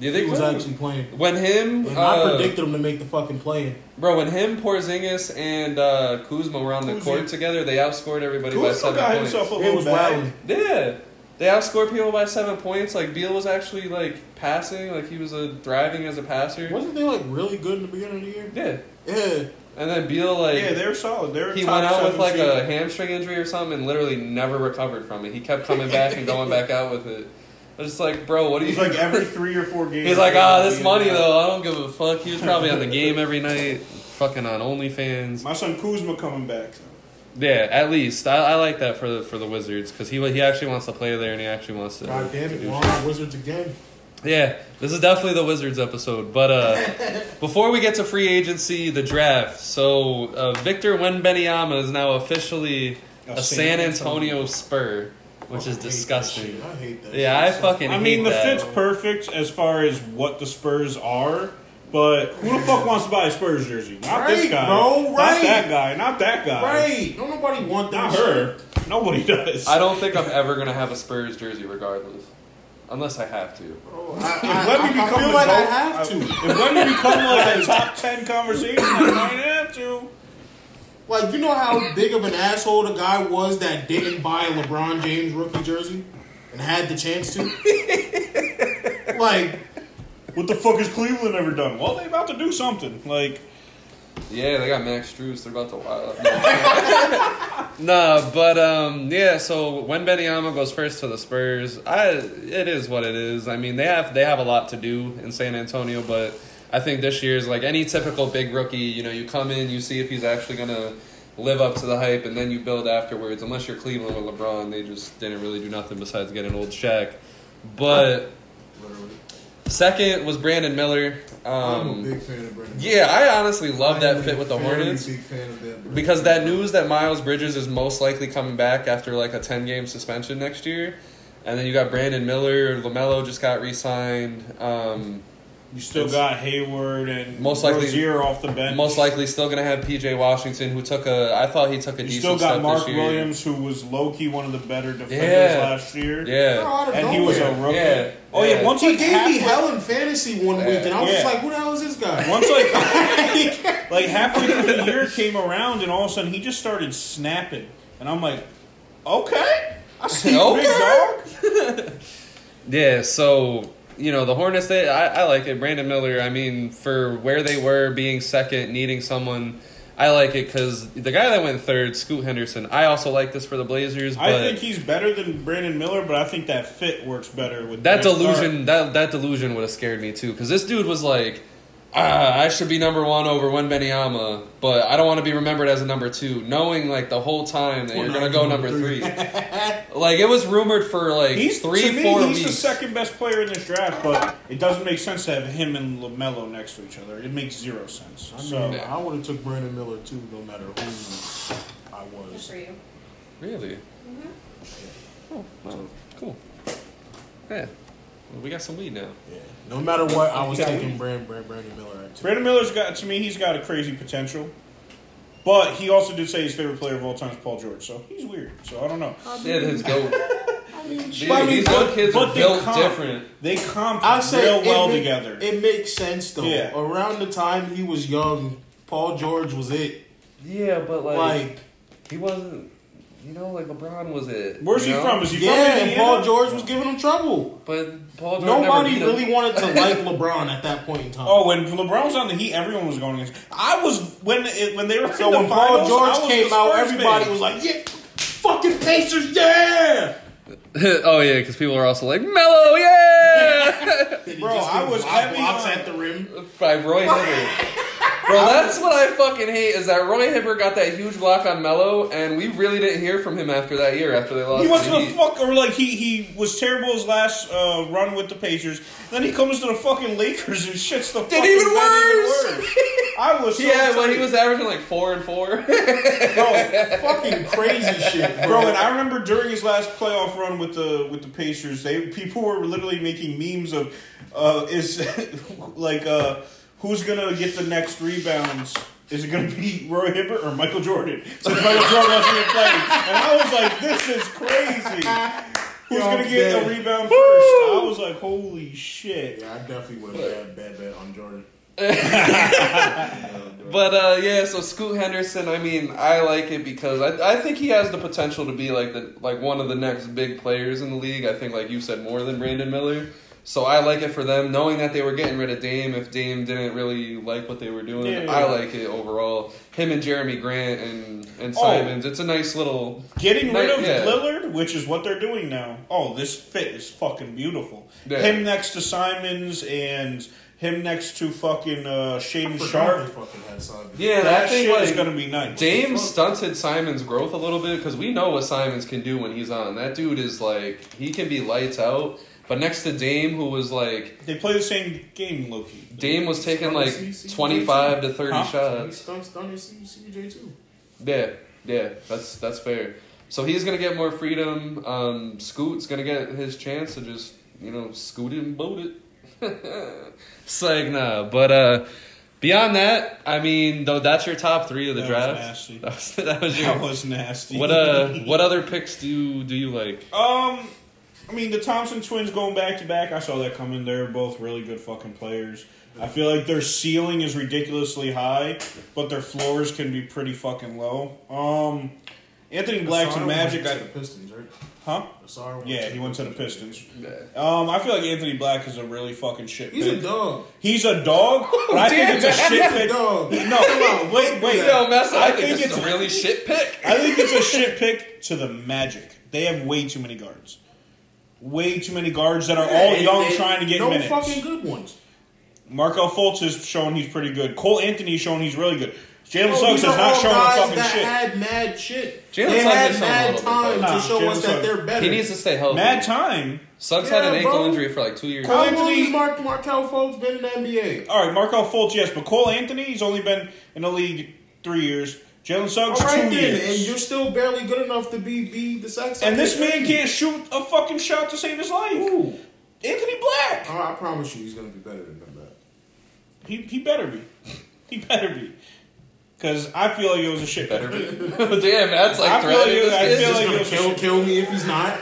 S1: Do you
S2: he
S1: think
S2: was actually playing.
S1: when him,
S2: And I
S1: uh,
S2: predicted him to make the fucking play.
S1: bro, when him, Porzingis, and uh, Kuzma were on the
S3: Kuzma.
S1: court together, they outscored everybody by
S3: Kuzma
S1: seven
S3: got
S1: points.
S3: himself a
S2: It
S3: little
S2: was
S3: bag.
S2: wild.
S1: Yeah, they outscored people by seven points. Like Beal was actually like passing, like he was uh, thriving as a passer.
S2: Wasn't they like really good in the beginning of the year?
S1: Yeah,
S2: Yeah.
S1: and then Beal like
S3: yeah, they're solid. They're
S1: he
S3: top
S1: went out
S3: seven
S1: with like
S3: seed.
S1: a hamstring injury or something, and literally never recovered from it. He kept coming back and going back out with it. I was just like, bro, what are you?
S3: He's like every three or four games.
S1: He's like, ah,
S3: ah,
S1: this money though. I don't give a fuck. He was probably on the game every night, fucking on OnlyFans.
S3: My son Kuzma coming back.
S1: Yeah, at least I, I like that for the for the Wizards because he he actually wants to play there and he actually wants to.
S2: God damn it,
S1: to do
S2: we're on
S1: shit.
S2: the Wizards again.
S1: Yeah, this is definitely the Wizards episode. But uh, before we get to free agency, the draft. So uh, Victor Wenbanyama is now officially
S3: A
S1: a San
S3: San
S1: Antonio Spur, which is
S2: Oh, I hate that
S1: disgusting.
S2: shit. I hate that.
S1: Yeah, I
S2: shit.
S1: fucking.
S3: I
S1: hate
S3: mean, the
S1: that.
S3: fit's perfect as far as what the Spurs are, but who the fuck wants to buy a Spurs jersey? Not this
S2: Right,
S3: guy.
S2: bro,
S3: Not
S2: right.
S3: that guy. Not that guy.
S2: Right. Don't nobody want that.
S3: Not her. Nobody does.
S1: I don't think I'm ever gonna have a Spurs jersey, regardless. unless I have to.
S2: I,
S3: let
S2: I- I
S3: me become
S2: feel
S3: the
S2: like I
S3: vote-
S2: have to.
S3: If when you become like a top ten conversation, I might have to.
S2: Like, you know how big of an asshole the guy was that didn't buy a LeBron James rookie jersey and had the chance
S1: <laughs>
S2: to? like,
S3: What the fuck has Cleveland ever done? Well, they about to do something. Like
S1: Yeah, they got Max Struz. They're about to wild up. nah, but um, yeah. So when Benyama goes first to the Spurs, I it is what it is. I mean, they have they have a lot to do in San Antonio, but I think this year is like any typical big rookie. You know, you come in, you see if he's actually gonna live up to the hype, and then you build afterwards. Unless you're Cleveland or LeBron, they just didn't really do nothing besides get an old Shaq. But second was Brandon Miller.
S2: I'm
S1: Um,
S2: a big fan of Brandon.
S1: yeah, I honestly love
S2: I am
S1: that
S2: a
S1: fit with the
S2: very
S1: Hornets
S2: Big fan of that.
S1: because that news that Miles Bridges is most likely coming back after like a 10 game suspension next year. And then you got Brandon Miller, LaMelo just got re signed. Um,
S3: you still got Hayward and
S1: Most likely-
S3: Rozier off the bench.
S1: most likely still going to have PJ Washington, who took a. I thought he took a
S3: you
S1: decent
S3: still got
S1: step
S3: Mark
S1: this year.
S3: Williams, who was low key one of the better defenders
S1: Yeah.
S3: last year.
S1: Yeah.
S3: and he was a rookie.
S1: Yeah.
S3: Oh yeah,
S1: Yeah.
S3: once
S2: He
S3: like
S2: gave me
S3: halfway,
S2: hell in fantasy one week, and I was just
S3: Yeah.
S2: like, "Who the hell is this guy?"
S3: once
S2: <laughs>
S3: like like <laughs> halfway through the year came around, and all of a sudden he just started snapping, and I'm like, okay, I
S1: <laughs>
S3: see you, big
S1: Okay.
S3: dog.
S1: <laughs> Yeah, so you know the Hornets. They, I, I like it. Brandon Miller. I mean, for where they were, being second, needing someone, I like it because the guy that went third, Scoot Henderson. I also like this for the Blazers. But
S3: I think he's better than Brandon Miller, but I think that fit works better with
S1: that
S3: Brandon-
S1: delusion, that that delusion would have scared me too. Because this dude was like, ah, I should be number one over one Benyama, but I don't want to be remembered as a number two, knowing like the whole time that
S2: Well,
S1: you're
S2: now
S1: gonna go
S2: you're
S1: number
S2: number
S1: three.
S3: <laughs>
S1: like it was rumored for like
S3: He's
S1: three,
S3: to me,
S1: four
S3: he's
S1: weeks.
S3: the second best player in this draft, but it doesn't make sense to have him and Lamelo next to each other. It makes zero sense.
S2: I mean,
S3: so
S2: I would have took Brandon Miller too, no matter who I
S5: Good
S2: was.
S5: for you.
S1: Really? Oh, wow. cool. Yeah. Well, we got some weed now.
S2: Yeah. No matter what, I was
S3: Yeah.
S2: taking Brand, Brand, Brandon Miller at two.
S3: Brandon Miller's got to me, he's got a crazy potential, but he also did say his favorite player of all time is Paul George, so he's weird. So I don't know.
S1: Yeah, his <laughs> goat. Dude,
S3: But I mean,
S1: these
S3: but-
S1: little kids
S3: but
S1: are
S3: they
S1: built
S3: comp.
S1: different.
S3: They comp
S2: I say
S3: real
S2: it
S3: well
S2: make-
S3: together.
S2: It makes sense though.
S3: Yeah.
S2: Around the time he was young, Paul George was it.
S1: Yeah, but like,
S2: Like,
S1: he wasn't. You know, like LeBron was it.
S3: Where's
S1: you
S3: he
S1: know?
S3: from? Is he
S2: yeah,
S3: from
S2: and
S3: Indiana?
S2: Paul George was giving him trouble.
S1: But Paul George
S2: Nobody
S1: never beat him.
S2: really wanted
S1: <laughs>
S2: to like LeBron at that point in time.
S3: Oh, when LeBron was on the Heat, everyone was going against. I was when it, when they were
S2: so
S3: in the
S2: when
S3: finals, I
S2: Paul
S3: was
S2: George came
S3: the
S2: out,
S3: Spurs
S2: everybody
S3: fan.
S2: was like, "Yeah, fucking Pacers, yeah!"
S1: <laughs> oh yeah, because people are also like Mellow, yeah,
S3: Bro, I was happy
S2: blocks
S3: on-
S2: at the rim.
S1: <laughs> by Roy Hibbert. Bro, that's what I fucking hate is that Roy Hibbert got that huge block on Mello, and we really didn't hear from him after that year after they lost.
S3: He went to
S1: the
S3: the
S1: Heat.
S3: fuck, or like he he was terrible his last uh, run with the Pacers. Then he comes to the fucking Lakers and shits the fucking bed
S1: even worse.
S3: worse. I
S1: <laughs>
S3: was so Oh,
S1: Yeah, when he
S3: tight.
S1: was averaging like four and four. <laughs>
S3: bro,
S2: Fucking
S3: <laughs>
S2: crazy shit, <laughs> bro.
S3: bro, and I remember during his last playoff run with the with the Pacers, they people were literally making memes of uh, is <laughs> like uh, who's gonna get the next rebounds. Is it going to be Roy Hibbert or Michael Jordan? Since Michael Jordan wasn't even playing, and I was like, "This is crazy. Who's
S2: Yo,
S3: going to get
S2: man.
S3: a rebound first? I was like, "Holy shit!"
S2: yeah, I definitely would have had bad bet on
S3: <laughs>
S2: Jordan.
S1: but uh, yeah, so Scoot Henderson, I mean, I like it because I, I think he has the potential to be like the like one of the next big players in the league. I think like you said more than Brandon Miller. So I like it for them, knowing that they were getting rid of Dame. If Dame didn't really like what they were doing,
S3: Yeah.
S1: I like it overall. Him and Jeremy Grant and and
S3: Oh.
S1: Simons, it's a nice little.
S3: Getting rid
S1: Like,
S3: of
S1: yeah.
S3: Lillard, which is what they're doing now. Oh, this fit is fucking beautiful.
S1: Yeah.
S3: Him next to Simons and him next to fucking uh, Shaden
S2: Sharp
S3: Sharp.
S2: fucking had something.
S1: Yeah,
S3: That
S1: that
S3: shit
S1: thing
S3: is
S1: like
S3: gonna be nice.
S1: Dame stunted Simon's growth a little bit because we know what Simon's can do when he's on. That dude is like he can be lights out. But next to Dame, who was like
S3: They play the same game, Loki.
S1: Dame was taking
S2: Stunted
S1: like
S2: CJ
S1: twenty five to thirty
S3: Huh?
S2: He
S1: shots.
S2: stunts on your CJ too.
S1: Yeah, yeah, that's that's fair. So he's gonna get more freedom. Um, Scoot's gonna get his chance to just you know scoot it and boot it. <laughs> it's like nah, but uh, beyond that, I mean, though that's your top three of the
S3: That was
S1: draft.
S3: nasty.
S1: <laughs> That was, that was your uh,
S3: That was nasty.
S1: What uh what other picks do you do you like?
S3: Um, I mean, the Thompson twins going back to back, I saw that coming. They're both really good fucking players. I feel like their ceiling is ridiculously high, but their floors can be pretty fucking low. Um, Anthony Black to
S2: Asar
S3: Magic,
S2: went to
S3: I,
S2: the Pistons, right?
S3: huh?
S2: Asar
S3: Yeah, he went to the Pistons.
S1: Yeah.
S3: Um, I feel like Anthony Black is a really fucking shit.
S2: He's
S3: pick.
S2: a dog.
S3: He's
S2: <laughs>
S3: a dog, but I think it's a
S1: Damn.
S3: shit
S2: He's a
S3: pick.
S2: dog.
S3: No, no, wait,
S1: <laughs>
S3: wait.
S1: Yo, Master, I, think, it's
S3: it's
S1: a really shit pick.
S3: I think it's a shit pick to the Magic. They have way too many guards. Way too many guards that are all
S4: and
S3: young
S4: they-
S3: trying to get
S2: No
S3: minutes.
S2: fucking good ones.
S3: Marco Fultz is showing he's pretty good. Cole Anthony is showing he's really good. Jalen
S2: Yo,
S3: Suggs
S2: Oh, these
S3: is
S2: are
S3: not
S2: all
S3: showing
S2: guys
S3: a fucking
S2: that
S3: shit.
S2: had mad shit.
S1: Jalen
S2: they
S1: Suggs
S2: had
S1: is showing a
S2: mad
S1: little bit
S2: time
S1: better.
S2: to
S3: Nah,
S2: show
S3: Jalen
S2: us that
S3: Suggs-
S2: they're better.
S1: He needs to stay healthy.
S3: Mad time.
S1: Suggs
S2: Yeah,
S1: had an ankle
S2: bro.
S1: injury for like two years.
S2: How long
S3: Anthony-
S2: has Mark Markel Fultz been in the NBA?
S3: All right, Marco Fultz, yes, but Cole Anthony, he's only been in the league three years. Jalen
S2: All
S3: Suggs,
S2: right
S3: two
S2: then, and
S3: years.
S2: you're still barely good enough to be be the sex.
S3: And this man can't shoot a fucking shot to save his life.
S2: Ooh.
S3: Anthony Black.
S2: Oh, I I promise you, he's gonna be better than that.
S3: He, he better be. He better be. Because I feel like it was a shit.
S1: Better be. Damn, that's like
S3: I feel
S1: threatening
S3: you,
S1: this
S3: I
S1: kid.
S3: feel
S2: He's
S3: like-
S2: gonna
S3: it was a
S2: kill
S3: shit-
S2: kill me if he's not.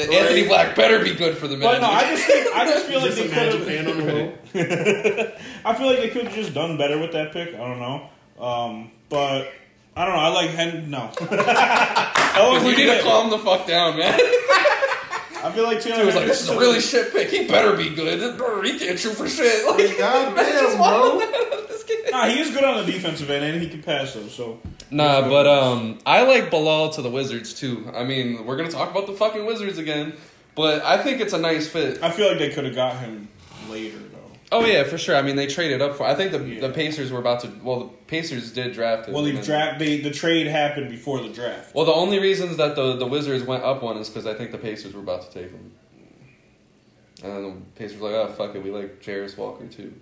S1: Anthony Black better be good for the
S3: But
S1: minute.
S3: no, I just think
S1: <laughs>
S3: I just feel like
S2: Just
S3: they
S2: a magic
S3: could
S2: fan on the wall.
S3: I feel like they could have just done better with that pick. I don't know. Um, but I don't know. I like Hen. No. <laughs> I,
S1: we
S3: like
S1: need to
S3: Taylor-
S1: calm the fuck down, man. <laughs>
S3: I feel like Taylor
S1: He was like, "This is a
S3: Henderson-
S1: really shit pick. He better be good. He can't shoot for shit." <laughs> Like,
S2: God
S1: man,
S2: damn,
S1: just wanted
S2: bro.
S1: that <laughs> out of this kid.
S3: Nah, he is good on the defensive end, and he can pass though. So
S1: Nah, but um, I like Balal to the Wizards too. I mean, we're gonna talk about the fucking Wizards again, but I think it's a nice fit.
S3: I feel like they could have got him later though.
S1: Oh yeah, for sure. I mean, they traded up for. I think the
S3: Yeah.
S1: the Pacers were about to. Well, the Pacers did draft it.
S3: Well, the
S1: And then-
S3: draft, they, the trade happened before the draft.
S1: Well, the only reasons that the the Wizards went up one is because I think the Pacers were about to take him. And then the Pacers were like, oh fuck it, we like Jairus Walker too.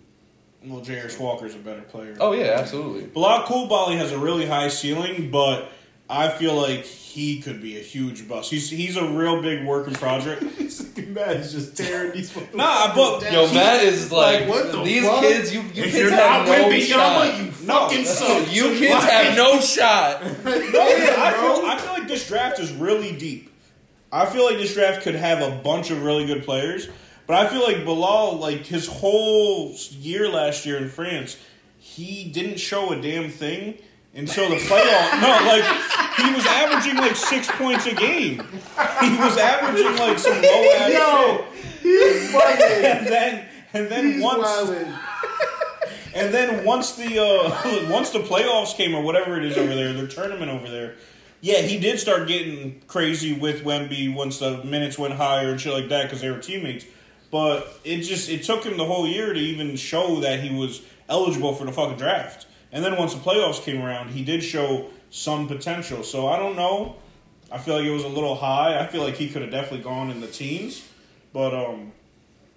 S3: Well, J.R. Walker's a better player.
S1: Oh yeah, absolutely.
S3: Bilal Coulibaly has a really high ceiling, but I feel like he could be a huge bust. He's he's a real big work in project. <laughs>
S2: He's mad. He's just tearing these. fucking-
S3: Nah, but-
S2: down.
S1: Yo, Matt is like,
S2: <laughs> like, what the
S1: these
S2: fuck?
S1: kids. You you
S4: If
S1: kids
S4: you're
S1: have
S4: not
S1: no
S4: with Biyama,
S1: shot.
S4: you fucking suck.
S1: You kids have no shot.
S3: No, yeah, I
S2: bro.
S3: feel, I feel like this draft is really deep. I feel like this draft could have a bunch of really good players, but I feel like Bilal, like his whole year last year in France, he didn't show a damn thing until
S2: <laughs>
S3: the playoff. no, like he was averaging like six points a game. He was averaging like some low
S2: <laughs>
S3: ass
S2: Yo,
S3: shit,
S2: he's fucking.
S3: and then and then
S2: He's
S3: once
S2: wilding.
S3: and then once the uh, <laughs> once the playoffs came or whatever it is over there, their tournament over there, yeah, he did start getting crazy with Wemby once the minutes went higher and shit like that because they were teammates. But it just it took him the whole year to even show that he was eligible for the fucking draft. And then once the playoffs came around, he did show some potential. So I don't know. I feel like it was a little high. I feel like he could have definitely gone in the teens, but um.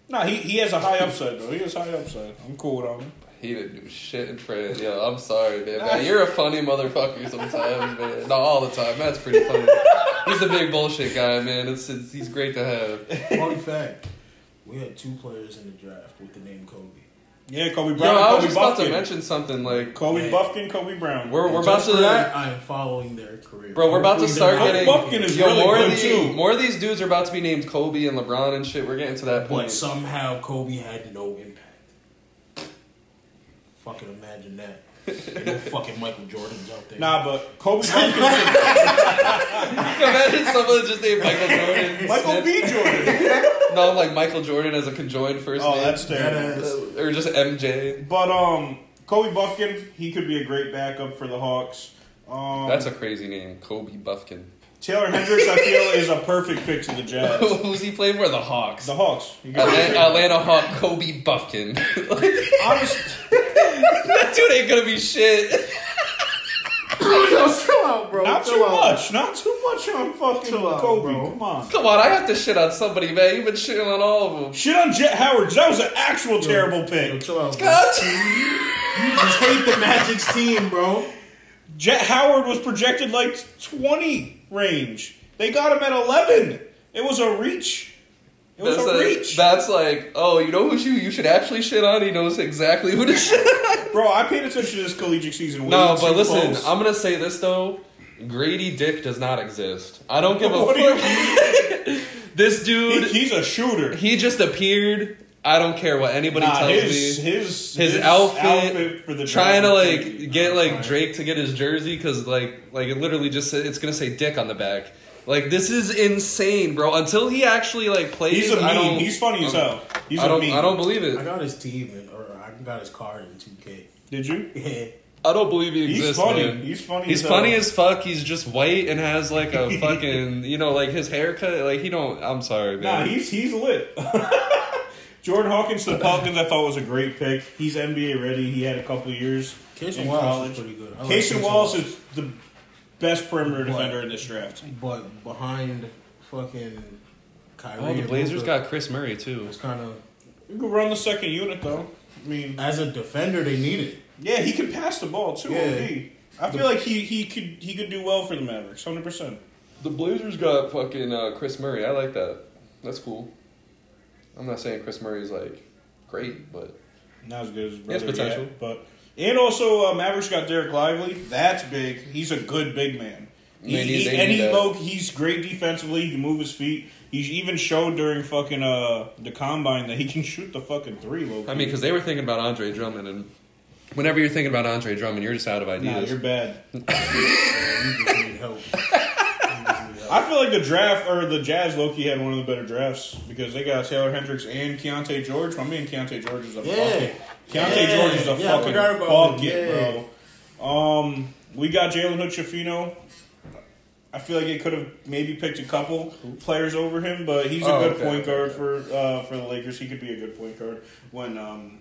S3: Nah, he, he has a high upside though. He has high upside. I'm cool with him.
S1: He didn't do shit in France. Yo, I'm sorry, man. Matt, you're a funny motherfucker sometimes, man. Not all the time. That's pretty funny. He's a big bullshit guy, man. It's, it's he's great to have.
S2: Fun fact: We had two players in the draft with the name Kobe.
S3: Yeah, Kobe
S1: Yo,
S3: Brown.
S1: I was
S3: Kobe
S1: just
S3: Buffkin.
S1: about to mention something like,
S3: Kobe
S2: Yeah.
S3: Buffkin, Kobe Brown.
S1: We're- we're-
S2: Just
S1: about
S2: for
S1: to-
S2: that, I am following their career,
S1: bro, we're about to
S2: Hopefully
S1: start
S2: they're not
S1: getting.
S3: Buffkin is
S1: yo,
S3: really
S1: more
S3: good,
S1: of the,
S3: too.
S1: More of these dudes are about to be named Kobe and LeBron and shit. We're getting to that
S2: But
S1: point.
S2: somehow Kobe had no impact. Fucking imagine that.
S1: <laughs>
S2: No fucking Michael Jordans out there. <laughs>
S3: nah, but Kobe
S1: <laughs>
S3: Buffkin,
S1: Imagine someone just named Michael Jordan.
S3: <laughs> Michael
S1: <laughs>
S3: B. Jordan.
S1: No, like Michael Jordan as a conjoined first
S3: Oh,
S1: name.
S3: that's terrible.
S2: That
S1: Uh, or just MJ.
S3: But um, Kobe Buffkin, he could be a great backup for the Hawks. Um,
S1: That's a crazy name, Kobe Buffkin. <laughs>
S3: Taylor Hendricks. I feel is a perfect pick to the Jazz.
S1: Who's he playing for? The Hawks.
S3: The Hawks. You got
S1: Atlanta,
S3: it.
S1: Atlanta Hawk Kobe Buffkin. <laughs> that
S3: Honest,
S1: dude ain't gonna be shit.
S2: Yo, chill out, bro.
S3: not
S2: Chill
S3: too
S2: out.
S3: much. Not too much on fucking
S2: Chill out,
S3: Kobe.
S2: bro.
S3: Come on.
S1: Come on, I have to shit on somebody, man. You've been shitting on all of them.
S3: Shit on Jet Howard. 'cause That was an actual terrible
S2: Yo,
S3: pick.
S2: chill out.
S1: <laughs>
S2: Bro.
S1: God.
S2: You just hate the Magic's
S1: <laughs>
S2: team, bro.
S3: Jet Howard was projected like 20 range. They got him at 11. It was a reach. It was
S1: That's
S3: a
S1: like,
S3: reach.
S1: that's like, oh, you know who you, you should actually shit on? He knows exactly who to shit on.
S3: Bro, I paid attention to this collegiate season. way
S1: No,
S3: too
S1: but listen,
S3: close.
S1: I'm gonna say this though. Grady Dick does not exist. I don't give a
S3: What do you
S1: fuck. <laughs> this
S3: He-
S1: dude,
S3: he's a shooter.
S1: he just appeared. I don't care what anybody
S3: Nah,
S1: tells
S3: his,
S1: me.
S3: his
S1: his, outfit,
S3: for the
S1: trying to
S3: draft
S1: like
S3: was crazy.
S1: get like
S2: fine.
S1: Drake to get his jersey because like like it literally just said it's gonna say dick on the back. Like this is insane, bro. Until he actually like plays,
S3: He's a
S1: I
S3: meme.
S1: don't,
S3: He's funny as
S1: I don't-
S3: hell. He's
S1: I
S3: a
S1: don't.
S3: meme.
S1: I don't believe it.
S2: I got his team in, or I got his card in 2K.
S3: Did you?
S2: Yeah. <laughs>
S1: I don't believe he
S3: He's
S1: exists.
S3: funny.
S1: man.
S3: He's funny.
S1: He's
S3: as
S1: funny
S3: hell.
S1: as fuck. He's just white and has like
S3: <laughs>
S1: a fucking you know like his haircut. Like he don't. I'm sorry,
S3: Nah,
S1: man.
S3: he's he's lit. <laughs> Jordan Hawkins to the Pelicans, I thought was a great pick. He's NBA ready. He had a couple years
S2: Casey
S3: in
S2: Wallace
S3: college.
S2: is pretty good. I like
S3: Casey
S2: Casey
S3: Wallace is the best perimeter
S2: What?
S3: defender in this draft.
S2: But behind fucking Kyrie.
S1: oh, the
S2: and
S1: Blazers
S2: Luka,
S1: got Chris Murray too.
S2: It's kind of
S3: You can run the second unit though. I mean,
S2: as a defender they need it.
S3: yeah, he can pass the ball too.
S2: Yeah.
S3: OD. I feel like he, he could he could do well for the Mavericks, hundred percent.
S1: The Blazers got fucking uh, Chris Murray. I like that. That's cool. I'm not saying Chris Murray's like great, but
S3: Not as good as his
S1: He has
S3: brother
S1: potential.
S3: yet, but and also uh, Mavericks got Derek Lively. That's big. He's a good big man. He,
S1: Man, he's-
S3: he-
S1: they
S3: and
S1: need
S3: he
S1: that.
S3: low, he's great defensively. He can move his feet. He even showed during fucking uh, the combine that he can shoot the fucking three. Low.
S1: I mean, because they were thinking about Andre Drummond, and whenever you're thinking about Andre Drummond, you're just out of
S3: nah,
S1: ideas.
S3: you're bad.
S2: You just need help. You just need help.
S3: I feel like the draft or the Jazz Loki had one of the better drafts because they got Taylor Hendricks and Keontae George. My man Keontae George is a
S2: Yeah.
S3: fucking Keontae
S2: Yeah.
S3: George is a
S2: Yeah, I
S3: fucking
S2: forgot about
S3: bucket,
S2: him. Yeah.
S3: bro. Um, we got Jalen Hood Shafino. I feel like it could have maybe picked a couple players over him, but he's a
S1: Oh,
S3: good
S1: okay.
S3: point guard for uh, for the Lakers. He could be a good point guard when um,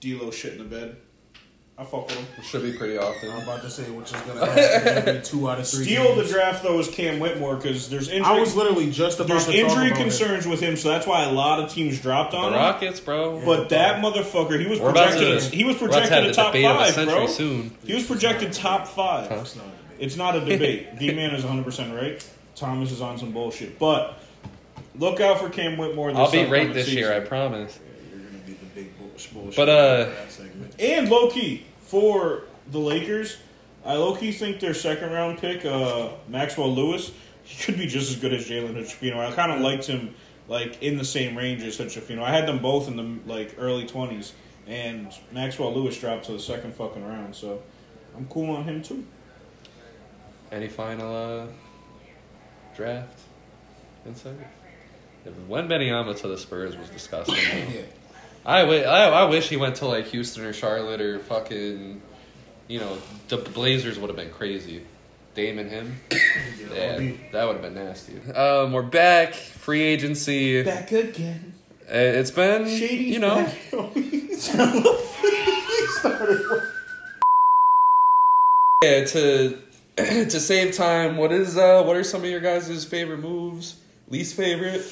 S3: D'Lo shit in the bed. I fuck with him.
S1: Should be pretty
S2: I'm
S1: often.
S2: about to say which is gonna happen every two out of three.
S3: Steal the
S2: games.
S3: draft though is Cam Whitmore because there's injury.
S2: I was literally just about
S3: There's
S2: to talk
S3: injury
S2: about it.
S3: concerns with him, so that's why a lot of teams dropped
S1: The
S3: on him.
S1: Rockets, bro.
S3: Uh-huh. But that motherfucker, he was
S1: We're about
S3: projected.
S1: to-
S3: he was
S1: we're about to have
S3: projected a
S1: the
S3: top
S1: debate of the
S3: five,
S1: century
S3: bro.
S1: soon.
S3: He was projected top five.
S2: It's not a debate.
S3: It's not a debate. <laughs> D man is 100 percent right. Thomas is on some bullshit, but look out for Cam Whitmore. This
S1: I'll be
S3: upcoming
S1: right this
S3: season.
S1: year, I promise.
S2: You're gonna be the big bull- bullshit.
S1: But, uh,
S2: for that segment.
S3: And low key for the Lakers, I low key think their second round pick, uh, Maxwell Lewis, he could be just as good as Jalen Hutchefino. I kind of liked him like in the same range as Hutchefino. I had them both in the like early twenties, and Maxwell Lewis dropped to the second fucking round, so I'm cool on him too.
S1: Any final uh, draft insight? If Wenbanyama to the Spurs was disgusting.
S2: <laughs>
S1: though.
S2: yeah.
S1: I, w- I, I wish he went to like Houston or Charlotte or fucking, you know, the Blazers would have been crazy. Dame and him, yeah, that would have been nasty. Um, we're back, free agency. Uh,
S4: Back again.
S1: It's been,
S4: Shady's
S1: you know, yeah. To <clears throat> to save time, what is uh, what are some of your guys' favorite moves? Least favorite?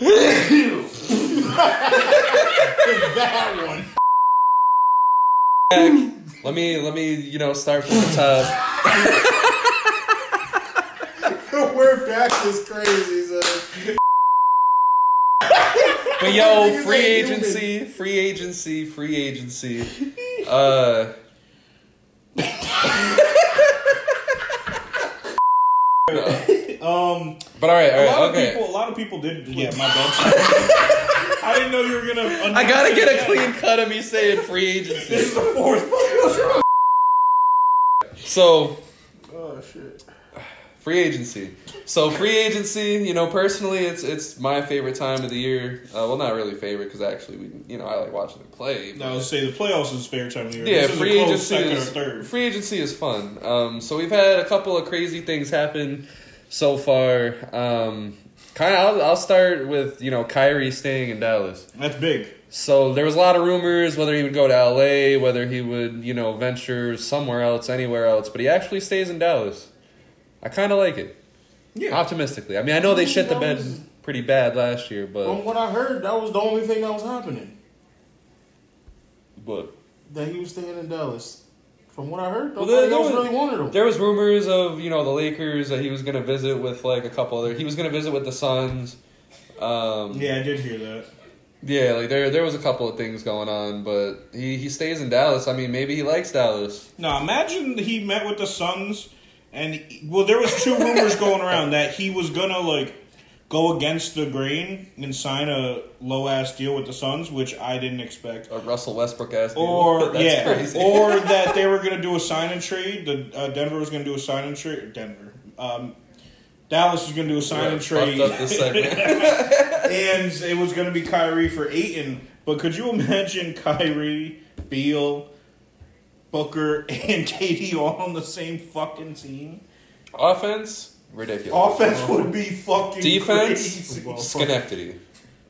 S2: that one.
S1: Let me let me you know start from the top.
S2: <laughs> We're back is crazy, so
S1: But yo,
S3: <laughs>
S2: Niggas
S1: free
S2: ain't human.
S1: agency, free agency, free agency. Uh,
S3: <laughs> Um,
S1: but all right,
S3: a
S1: all
S3: lot
S1: right,
S3: of
S1: okay.
S3: people, a lot of people did. Yeah,
S1: <laughs>
S3: my bad. I didn't know you were gonna.
S1: I gotta get a clean cut of me saying free agency.
S3: This is the fourth.
S1: So
S4: Oh shit.
S1: free agency. So free agency. You know, personally, it's it's my favorite time of the year. Uh, well, not really favorite because actually, we you know I like watching it play. but-
S3: I would say the playoffs is fair time of year.
S1: yeah,
S3: This is a
S1: free
S3: close
S1: agency
S3: second
S1: is
S3: or third.
S1: free agency is fun. Um, so we've had a couple of crazy things happen so far. Um, kind of, I'll, I'll start with you know Kyrie staying in Dallas.
S3: That's big.
S1: So there was a lot of rumors whether he would go to LA, whether he would, you know, venture somewhere else, anywhere else, but he actually stays in Dallas. I kind of like it.
S3: Yeah.
S1: Optimistically. I mean, I know they shit the bed
S2: Dallas-
S1: pretty bad last year,
S2: From
S1: but
S2: what I heard, that was the only thing that was happening.
S1: but
S2: That he was staying in Dallas. From what I heard,
S1: Well,
S2: nobody
S1: there-
S2: else
S1: there was-
S2: really wanted him.
S1: there was rumors of, you know, the Lakers that he was going to visit with like a couple other he was going to visit with the Suns. Um
S3: Yeah, I did hear that.
S1: yeah, like there there was a couple of things going on, but he he stays in Dallas. I mean, maybe he likes Dallas.
S3: Now imagine he met with the Suns And well, there was two rumors going around that he was gonna like go against the grain and sign a low ass deal with the Suns, which I didn't expect.
S1: A Russell Westbrook ass. deal.
S3: Or
S1: <laughs> That's
S3: yeah,
S1: crazy.
S3: or that they were going to do a sign and trade. The uh, Denver was going to do a sign and trade. Denver, um, Dallas was going to do a sign
S1: Yeah,
S3: and
S1: fucked
S3: trade,
S1: up this
S3: <laughs>
S1: segment.
S3: and it was going to be Kyrie for Aiton. But could you imagine Kyrie, Beal, Booker, and <laughs> KD all on the same fucking team?
S1: Offense ridiculous.
S3: Offense would be fucking
S1: Defense
S3: crazy.
S1: Schenectady.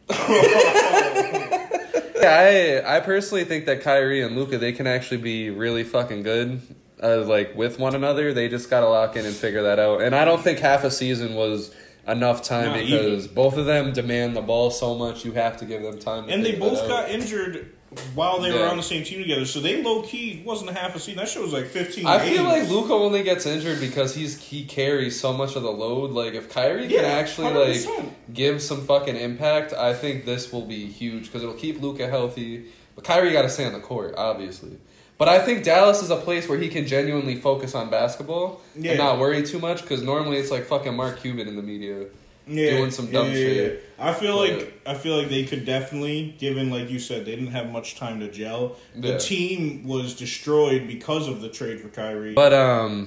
S1: <laughs> Yeah, I I personally think that Kyrie and Luca they can actually be really fucking good, uh, like with one another. They just gotta lock in and figure that out. And I don't think half a season was enough time
S3: Not
S1: because both of them demand the ball so much. You have to give them time. To
S3: And they
S1: figure that
S3: both
S1: out.
S3: got injured while they were
S1: Yeah.
S3: on the same team together, so they low key wasn't half a season. That shit was like fifteen.
S1: I feel like
S3: games.
S1: Luca only gets injured because he's he carries so much of the load. Like if Kyrie
S3: Yeah,
S1: can actually
S3: 100%.
S1: like give some fucking impact, I think this will be huge because it'll keep Luca healthy. But Kyrie got to stay on the court, obviously. But I think Dallas is a place where he can genuinely focus on basketball
S3: Yeah.
S1: and not worry too much because normally it's like fucking Mark Cuban in the media. doing some dumb shit.
S3: I feel
S1: But-
S3: like I feel like they could definitely, given like you said, they didn't have much time to gel. The
S1: Yeah.
S3: team was destroyed because of the trade for Kyrie.
S1: But um,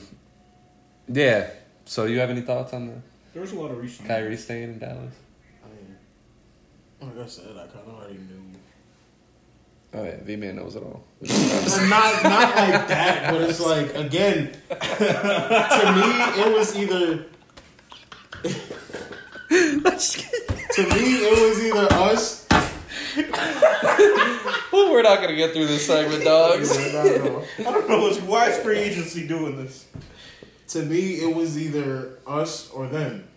S1: yeah. So you have any thoughts on the
S3: there was a lot of reason.
S1: Kyrie staying in Dallas?
S2: I mean, like I said, I kind of already knew.
S1: Oh yeah, V Man knows it <laughs> all.
S2: not not like that, but it's like again. <laughs> to me, it was either. to me, it was either
S1: <laughs>
S2: us.
S1: We're not gonna get through this segment, dogs.
S2: <laughs>
S3: I don't know. It's, why is free agency doing this?
S2: To me, it was either us or them.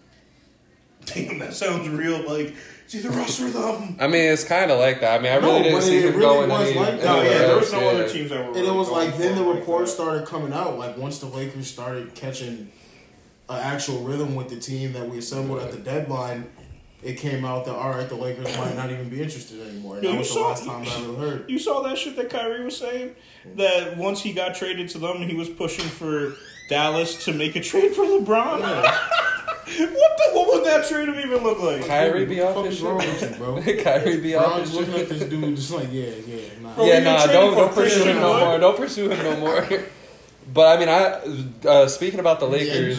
S3: Damn, that sounds real. Like it's either us or them.
S1: I mean, it's kind of like that. I mean, I really
S2: No,
S1: didn't
S2: but
S1: see
S2: it
S1: him
S2: really
S1: going
S2: was
S1: any,
S2: like that.
S3: No,
S1: anywhere
S3: yeah, there
S1: else,
S3: was no
S1: yeah.
S3: other teams that were.
S2: And it was
S3: really
S2: like
S3: going
S2: then the
S3: for it like
S2: reports
S3: that.
S2: started coming out. Like once the Lakers started catching an actual rhythm with the team that we assembled at the deadline, it came out that all right, the Lakers might not even be interested anymore. And
S3: Yo,
S2: that
S3: you
S2: was the
S3: saw-
S2: last time I ever
S3: <laughs>
S2: heard.
S3: You saw that shit that Kyrie was saying? That once he got traded to them, he was pushing for Dallas to make a trade for <laughs> LeBron? what the, what would that trade have even look like?
S1: Kyrie be
S2: What
S1: off
S2: the fuck
S1: his
S2: is wrong with
S1: shit.
S2: you, bro?
S1: <laughs> Kyrie be off
S2: Brown's
S1: his
S2: looking at
S1: shit.
S2: this dude just like, yeah, yeah,
S1: <laughs>
S2: nah.
S3: Bro,
S1: Yeah,
S3: we
S1: nah,
S3: traded
S1: don't
S3: for
S1: don't pursue
S3: Christian
S1: him no
S3: Wood.
S1: more. Don't pursue him no more. <laughs> But I mean, I uh, speaking about the Lakers.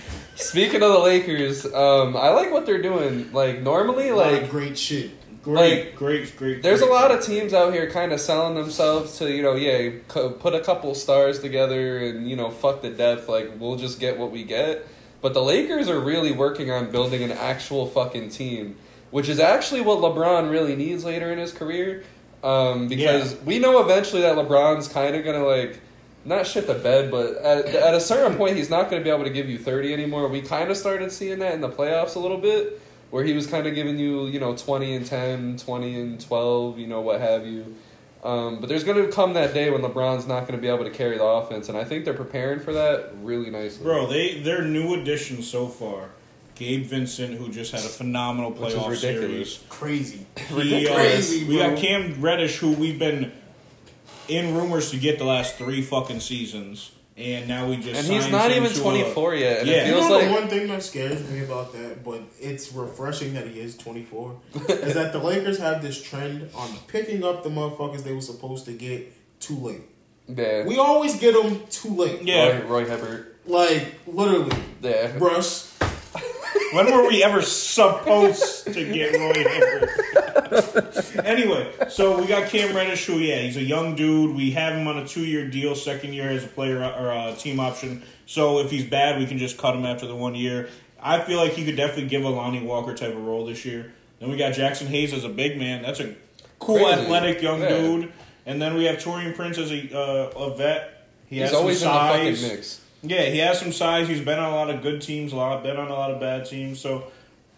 S1: <laughs> speaking of the Lakers, um, I like what they're doing. Like normally, like
S2: Like great shit.
S1: like
S3: Great, great, great.
S1: There's a
S3: great.
S1: lot of teams out here kind of selling themselves to, you know, yeah, co- put a couple stars together and, you know, fuck the depth. Like, we'll just get what we get. But the Lakers are really working on building an actual fucking team, which is actually what LeBron really needs later in his career. Um, because we know eventually that LeBron's kind of going to, like, not shit the bed, but at, at a certain point, he's not going to be able to give you 30 anymore. We kind of started seeing that in the playoffs a little bit, where he was kind of giving you, you know, 20 and 10, 20 and 12, you know, what have you. Um, but there's going to come that day when LeBron's not going to be able to carry the offense, and I think they're preparing for that really nicely.
S3: Bro, they, their new addition so far, Gabe Vincent, who just had a phenomenal
S1: Which is
S3: playoff
S1: ridiculous.
S3: series.
S2: Crazy.
S3: He, uh,
S2: Crazy,
S3: we got
S2: bro.
S3: Cam Reddish, who we've been in rumors to get the last three fucking seasons. And now we just
S1: and he's
S3: signed
S1: not
S3: him
S1: even
S3: to a-
S1: 24 yet, and
S3: Yeah.
S1: it
S2: You
S1: feels
S2: know
S1: like
S2: the one thing that scares me about that, but it's refreshing that he is 24, is that the Lakers have this trend on picking up the motherfuckers they were supposed to get too late.
S1: yeah,
S2: We always get them too late.
S3: Yeah.
S1: Roy, Roy Hibbert,
S2: Like, literally.
S1: yeah.
S2: Russ,
S3: When were we ever supposed to get Roy Hibbert? anyway, so we got Cam Reddish, who yeah, he's a young dude. We have him on a two-year deal, second year as a player uh, or a team option. So if he's bad, we can just cut him after the one year. I feel like he could definitely give a Lonnie Walker type of role this year. Then we got Jackson Hayes as a big man. That's a cool,
S1: Crazy.
S3: athletic young
S1: Yeah.
S3: dude. And then we have Torian Prince as a uh, a vet. He
S1: He's
S3: has some
S1: always in the
S3: size.
S1: fucking mix.
S3: Yeah, he has some size. He's been on a lot of good teams, a lot been on a lot of bad teams. So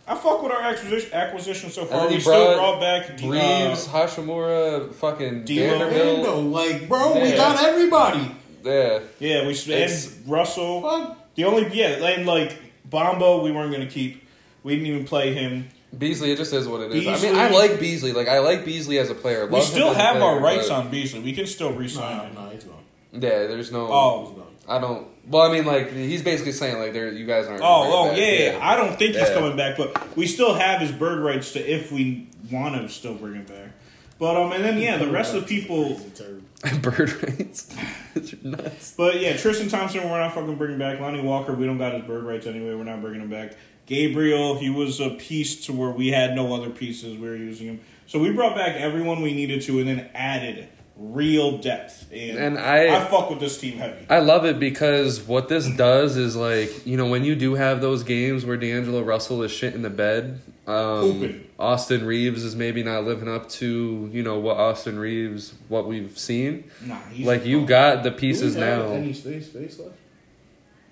S3: I fuck with our acquisition, acquisition so far.
S1: And
S3: We
S1: he
S3: still
S1: brought
S3: brought back D-
S1: Reeves,
S3: Uh,
S1: Hashimura, fucking
S3: D'Lo.
S1: Vanderbilt.
S2: Randall, like, bro, we
S1: Yeah.
S2: got everybody.
S1: Yeah,
S3: yeah, we s-
S1: It's-
S3: and Russell.
S2: Fuck.
S3: The only yeah, and like Bombo, we weren't gonna keep. We didn't even play him.
S1: Beasley. It just is what it is. I
S3: Beasley.
S1: mean, I like Beasley. Like I like Beasley as a player.
S3: We
S1: Love him
S3: still
S1: as a
S3: have our
S1: player,
S3: rights
S1: but-
S3: on Beasley. We can still
S2: Nah,
S3: re-sign him.
S2: nah, he's gone.
S1: Yeah, there's no.
S3: Oh.
S2: He's gone.
S1: I don't. Well, I mean, like he's basically saying like there you guys aren't.
S3: Oh, oh
S1: bringing
S3: yeah,
S1: it
S3: yeah.
S1: back.
S3: I don't think he's
S1: Yeah.
S3: coming back, but we still have his bird rights to if we want to still bring him back. But um, and then yeah, the rest of the people.
S2: Crazy term.
S1: <laughs> Bird rights. You're nuts.
S3: But yeah, Tristan Thompson, we're not fucking bringing back Lonnie Walker. We don't got his bird rights anyway. We're not bringing him back. Gabriel, he was a piece to where we had no other pieces. We were using him, so we brought back everyone we needed to, and then added real depth. And,
S1: And I-
S3: I fuck with this team heavy.
S1: I love it because what this does is like you know when you do have those games where D'Angelo Russell is shit in the bed, um,
S3: Pooping.
S1: Austin Reeves is maybe not living up to you know what Austin Reeves what we've seen.
S3: Nah, he's
S1: Like you got the
S2: Do we
S1: pieces
S2: have
S1: now,
S2: Any space, space left?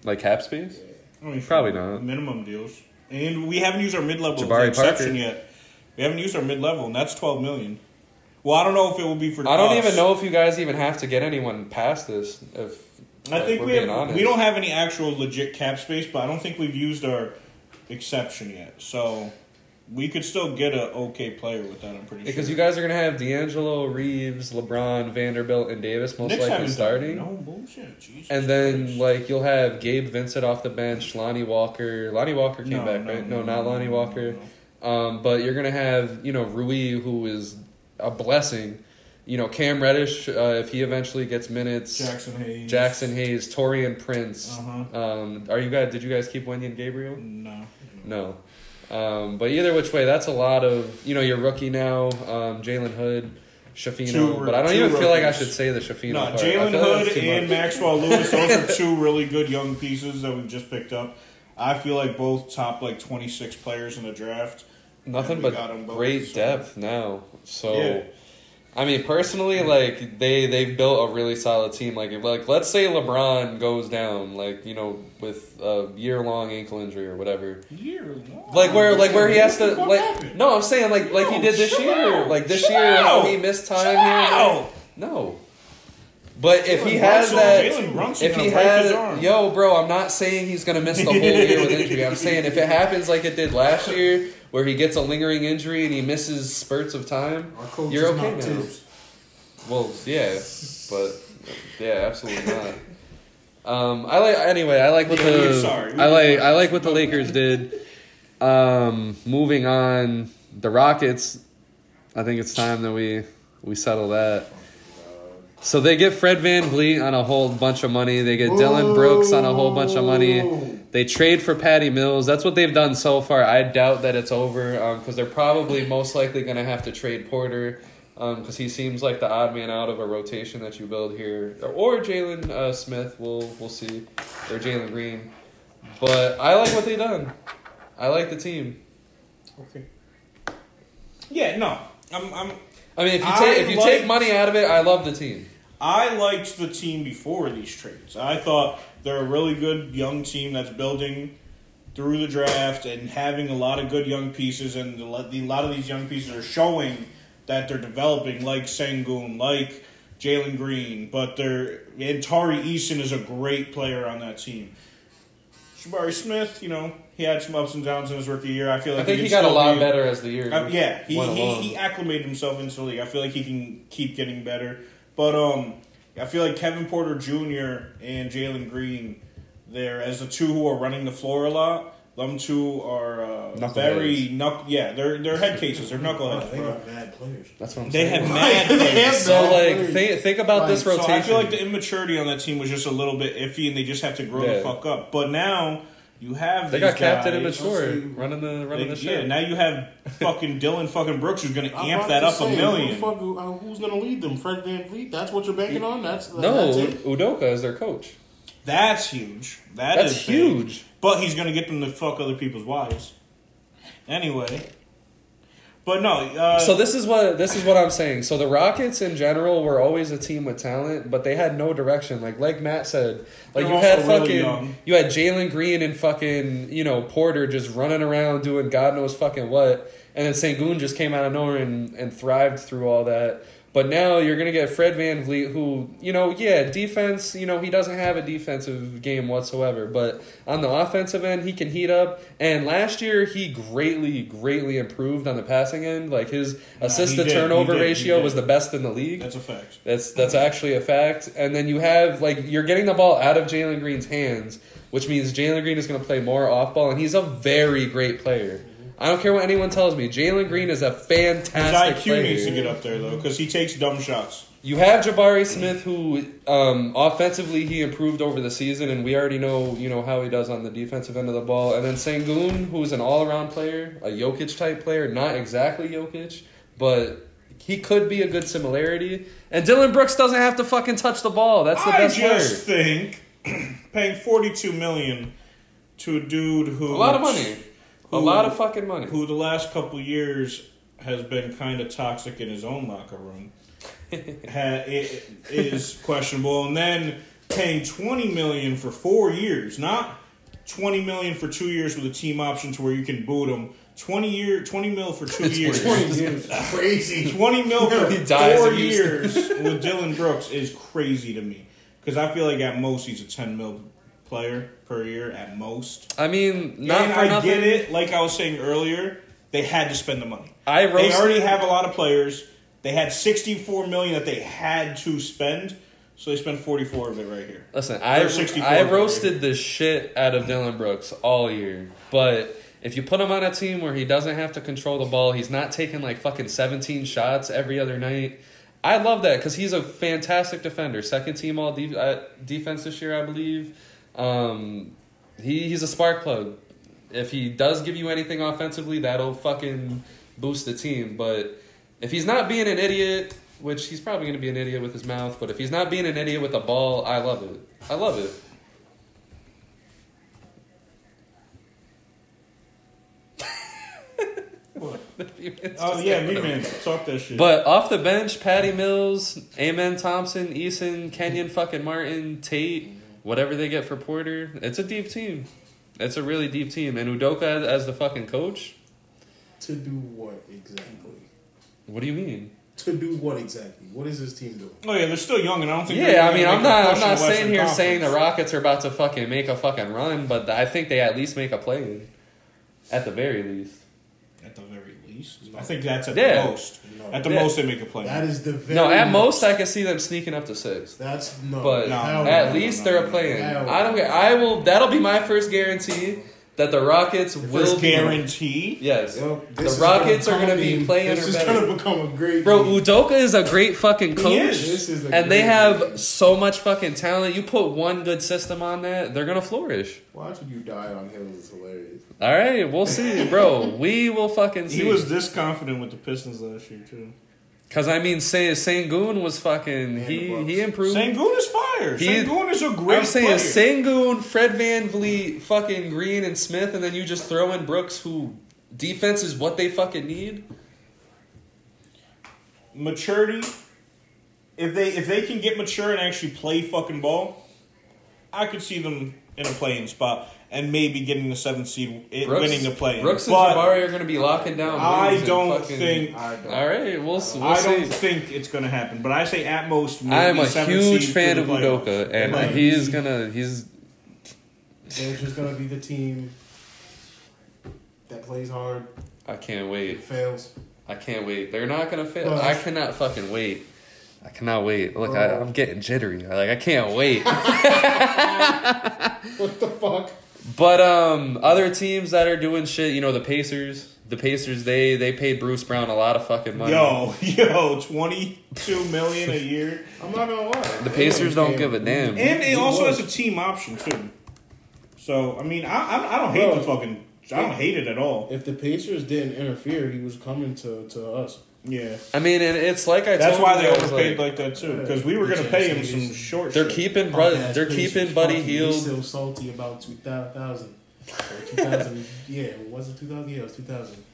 S1: like cap space.
S3: I mean,
S1: Probably
S3: sure,
S1: not.
S3: Minimum deals. And we haven't used our mid level
S1: Jabari
S3: exception
S1: Parker.
S3: yet. We haven't used our mid level, and that's twelve million. Well, I don't know if it will be for.
S1: I don't
S3: us.
S1: even know if you guys even have to get anyone past this. If
S3: I
S1: like,
S3: think
S1: we're
S3: we
S1: being
S3: have,
S1: honest.
S3: we don't have any actual legit cap space, but I don't think we've used our exception yet. So we could still get a okay player with that. I'm pretty
S1: because
S3: sure.
S1: you guys are gonna have D'Angelo Reeves, LeBron, Vanderbilt, and Davis most
S3: Knicks
S1: likely
S3: haven't done
S1: starting.
S3: it. No bullshit. Jesus
S1: And
S3: Christ.
S1: then like you'll have Gabe Vincent off the bench, Lonnie Walker. Lonnie Walker came
S3: No,
S1: back,
S3: no,
S1: right?
S3: no,
S1: No,
S3: no,
S1: not Lonnie
S3: no, no,
S1: Walker.
S3: no.
S1: Um, but you're gonna have you know Rui, who is a blessing. You know Cam Reddish, uh, if he eventually gets minutes.
S3: Jackson Hayes.
S1: Jackson Hayes, Torian Prince.
S3: Uh-huh.
S1: Um, are you guys? Did you guys keep Wenyan Gabriel?
S3: No.
S1: No. Um, but either which way, that's a lot of you know your rookie now, um, Jalen Hood,
S3: Two
S1: Shafino.
S3: ro-
S1: But I don't
S3: two
S1: even feel like I
S3: rookies.
S1: should say the Shafino.
S3: No,
S1: part. I
S3: Jalen
S1: feel like
S3: Hood
S1: that's too
S3: and
S1: much.
S3: Maxwell Lewis,
S1: <laughs>
S3: those are two really good young pieces that we've just picked up. I feel like both top like 26 players in the draft.
S1: Nothing
S3: And we got 'em
S1: but
S3: both,
S1: great
S3: so-
S1: depth now. So,
S3: Yeah.
S1: I mean, personally, like they they've built a really solid team. Like, if, like let's say LeBron goes down, like you know, with a year long ankle injury or whatever.
S3: Year long.
S1: Like where, like where he has to,
S3: What the fuck
S1: like
S3: happened?
S1: no, I'm saying like like he
S3: No,
S1: did this
S3: chill
S1: year,
S3: out,
S1: like this
S3: chill
S1: year how
S3: out,
S1: he missed
S3: chill
S1: time here. and there.
S3: out.
S1: No, but if he
S3: Jalen
S1: has
S3: Brunson-
S1: that,
S3: Jalen Brunson
S1: if
S3: gonna
S1: he
S3: break his
S1: had,
S3: arm.
S1: yo, bro, I'm not saying he's gonna miss the whole year with injury. I'm saying if it happens like it did last year, where he gets a lingering injury and he misses spurts of time,
S2: Our coach
S1: you're
S2: is
S1: okay
S2: not
S1: now.
S2: tips.
S1: Well, yeah, but yeah, absolutely not. Um, I like anyway. I like what
S3: Yeah,
S1: the
S3: we're sorry.
S1: I like I like what the Lakers did. Um, moving on, the Rockets. I think it's time that we we settle that. So they get Fred Van Vliet on a whole bunch of money. They get Dylan Brooks on a whole bunch of money.
S2: Ooh.
S1: They trade for Patty Mills. That's what they've done so far. I doubt that it's over because they're probably most likely going to have to trade Porter because he seems like the odd man out of a rotation that you build here, or, or Jalen uh, Smith. We'll we'll see, or Jalen Green. But I like what they done. I like the team.
S3: Okay. Yeah, no. I'm, I'm,
S1: I mean, if you
S3: I
S1: take if you
S3: like-
S1: take money out of it, I love the team.
S3: I liked the team before these trades. I thought they're a really good young team that's building through the draft and having a lot of good young pieces, and a lot the- a lot of these young pieces are showing that they're developing, like Sengun, like Jalen Green, but they're and Tari Eason is a great player on that team. Shabari Smith, you know, he had some ups and downs in his rookie year. I feel like
S1: I think
S3: can
S1: he got a
S3: still
S1: lot
S3: be-
S1: better as the year.
S3: uh, yeah, he,
S1: went
S3: he,
S1: along.
S3: he acclimated himself into the league. I feel like he can keep getting better. But um, I feel like Kevin Porter Jr. and Jalen Green there as the two who are running the floor a lot. Them two are uh,
S1: Knuckleheads.
S3: very knuck. Yeah, they're they're head cases. They're
S2: Oh,
S3: knuckleheads.
S2: they
S3: bro.
S2: got bad players.
S1: That's what I'm
S3: They
S1: saying.
S3: have mad
S1: <laughs>
S3: players.
S1: so
S2: bad
S1: like
S2: players.
S1: think, think about this
S2: Like,
S1: rotation.
S3: So I feel like the immaturity on that team was just a little bit iffy, and they just have to grow
S1: Yeah.
S3: the fuck up. But now you have
S1: they
S3: these
S1: got Captain
S3: guys-
S1: Immature
S2: I'll say-
S1: running the running
S3: They-
S1: the
S3: yeah,
S1: show.
S3: now you have fucking Dylan fucking Brooks who's going to
S2: I'm
S3: amp
S2: about
S3: that
S2: to
S3: up
S2: say,
S3: a
S2: who
S3: million.
S2: the fuck- who- who's going to lead them? Fred Van Vliet? That's what you're banking on? That's, uh,
S1: no,
S2: that's <laughs> it?
S1: Udoka is their coach.
S3: That's huge. That
S1: That's
S3: is big.
S1: huge.
S3: But he's gonna get them to fuck other people's wives. Anyway. But no, uh,
S1: So this is what this is what I'm saying. So the Rockets in general were always a team with talent, but they had no direction. Like like Matt said, like
S3: They're
S1: you had
S3: also really
S1: fucking
S3: young.
S1: you had Jalen Green and fucking you know Porter just running around doing God knows fucking what, and then Sangoon just came out of nowhere and, and thrived through all that. But now you're going to get Fred Van Vliet, who, you know, yeah, defense, you know, he doesn't have a defensive game whatsoever. But on the offensive end, he can heat up. And last year, he greatly, greatly improved on the passing end. Like his assist to
S3: did. He
S1: turnover
S3: did. He
S1: ratio
S3: did.
S1: was the best in the league.
S3: That's a fact.
S1: That's that's actually a fact. And then you have like you're getting the ball out of Jalen Green's hands, which means Jalen Green is going to play more off ball, and he's a very great player. I don't care what anyone tells me. Jalen Green is a
S3: His
S1: fantastic
S3: IQ
S1: player.
S3: needs to get up there though, because he takes dumb shots.
S1: You have Jabari Smith, who um, offensively he improved over the season, and we already know you know how he does on the defensive end of the ball. And then Sangoon, who's an all around player, a Jokic type player, not exactly Jokic, but he could be a good similarity. And Dylan Brooks doesn't have to fucking touch the ball. That's the
S3: I
S1: best
S3: just
S1: player.
S3: think <clears throat> paying forty two million to a dude who
S1: A lot of money, a
S3: who-
S1: lot of fucking money.
S3: who the last couple years has been kind of toxic in his own
S1: <laughs>
S3: locker room ha, it, it is questionable and then paying 20 million for four years not 20 million for two years with a team option to where you can boot him 20 year 20 mil for two years
S2: Twenty years, is <laughs> crazy.
S3: 20 mil
S1: <laughs>
S3: for
S1: He dies
S3: four
S1: in Houston. <laughs>
S3: years with Dylan Brooks is crazy to me because I feel like at most he's a 10 mil player per year at most
S1: I mean, not
S3: and
S1: for
S3: I
S1: nothing.
S3: get it. Like I was saying earlier, they had to spend the money.
S1: I
S3: they
S1: roast-
S3: already have a lot of players. They had sixty-four million that they had to spend, so they spent forty-four of it right here.
S1: Listen, I,
S3: Or 64
S1: I
S3: player.
S1: roasted the shit out of Dylan Brooks all year, but if you put him on a team where he doesn't have to control the ball, he's not taking like fucking 17 shots every other night. I love that because he's a fantastic defender. Second team all de- uh, defense this year, I believe. Um, he, he's a spark plug. If he does give you anything offensively, that'll fucking boost the team. But if he's not being an idiot, which he's probably going to be an idiot with his mouth, but if he's not being an idiot with the ball, I love it. I love it.
S3: Oh yeah, me man, talk that shit.
S1: But off the bench, Patty Mills, Amen Thompson, Eason, Kenyon fucking Martin, Tate, whatever they get for Porter, it's a deep team. It's a really deep team. And Udoka as, as the fucking coach?
S2: To do what exactly?
S1: What do you mean?
S2: To do what exactly? What is this team doing?
S3: oh yeah, they're still young, and I don't think. they're
S1: Yeah, I
S3: gonna
S1: mean,
S3: make
S1: I'm
S3: a
S1: not, I'm
S3: push in
S1: not
S3: the Western
S1: sitting here saying the
S3: Conference.
S1: Rockets are about to fucking make a fucking run, but I think they at least make a play, at the very least.
S3: At the very least, I think that's at
S1: Yeah.
S3: the most.
S2: No.
S3: At the
S1: Yeah.
S3: most, they make a play.
S2: That is the very
S1: No, at most I can see them sneaking up to six,
S2: That's no.
S1: but
S3: No.
S2: hell
S1: at
S2: no.
S1: least
S3: no,
S1: they're
S3: no,
S1: playing.
S2: no.
S1: I don't. get- I will. That'll be my first guarantee that the Rockets
S3: First
S1: will be.
S3: guarantee.
S1: Yes,
S2: Yo, this
S1: the
S2: is gonna
S1: Rockets are
S2: become
S1: going to
S2: a-
S1: be playing
S2: This
S1: or
S2: is
S1: better.
S2: gonna become a great
S1: Bro,
S2: league.
S1: Udoka is a great fucking coach.
S3: is.
S2: This is a
S1: and they
S2: great
S1: have
S2: league.
S1: so much fucking talent. You put one good system on that, they're gonna flourish.
S2: Watching you die on hills is hilarious.
S1: All right, we'll
S3: <laughs>
S1: see, bro. we will fucking see.
S3: He was this confident with the Pistons last year too.
S1: Cause I mean, Say Sangoon was fucking.
S2: Man, the
S1: he
S2: Bucks.
S1: he improved.
S3: Sangoon is fire.
S1: He-
S3: Sangoon is a great
S1: I'm saying
S3: player.
S1: Sangoon, Fred Van Vliet, fucking Green and Smith, and then you just throw in Brooks, who defense is what they fucking need.
S3: maturity. If they if they can get mature and actually play fucking ball, I could see them in a playing spot and maybe getting the seventh seed, it,
S1: Brooks,
S3: winning the play.
S1: Brooks and
S3: but
S1: Jabari are going to be locking down.
S3: I
S1: wings and
S3: don't
S1: fucking-
S3: think
S2: I don't.
S1: All right, we'll, s- we'll
S3: I
S1: see.
S3: don't think it's going to happen. But I say at most. Maybe
S1: I'm a
S3: seventh
S1: huge
S3: seed
S1: fan
S3: to
S1: of
S3: the playoffs.
S1: Udoka, and
S3: Like,
S1: he's gonna he's
S2: They're just gonna be the team that plays hard,
S1: I can't wait.
S2: fails.
S1: I can't wait. They're not gonna fail.
S2: Well,
S1: I cannot fucking wait. I cannot wait. Look, I, I'm getting jittery. Like I can't wait. <laughs>
S2: What the fuck?
S1: But um, other teams that are doing shit, you know, the Pacers. The Pacers, they they paid Bruce Brown a lot of fucking money.
S3: Yo, <laughs> yo, twenty two million a year,
S2: I'm not gonna lie.
S1: The Pacers don't give a damn.
S3: and it also has a team option too. So I mean, I I, I don't hate the
S2: Bro.
S3: fucking. I don't hate it at all.
S2: If the Pacers didn't interfere, he was coming to, to us.
S3: Yeah.
S1: I mean, and it's like I.
S3: That's
S1: told
S3: why
S1: you,
S3: they
S1: I was
S3: overpaid
S1: Like,
S3: like, that too, because we were gonna pay him some short.
S1: they're
S3: shit.
S1: keeping bro-
S2: Punk-ass
S1: They're
S2: Pacers.
S1: keeping Buddy
S2: Fucking, he's
S1: Heald.
S2: still salty <laughs> about 2000. Or 2000 yeah, was it 2000? Yeah, it was 2000.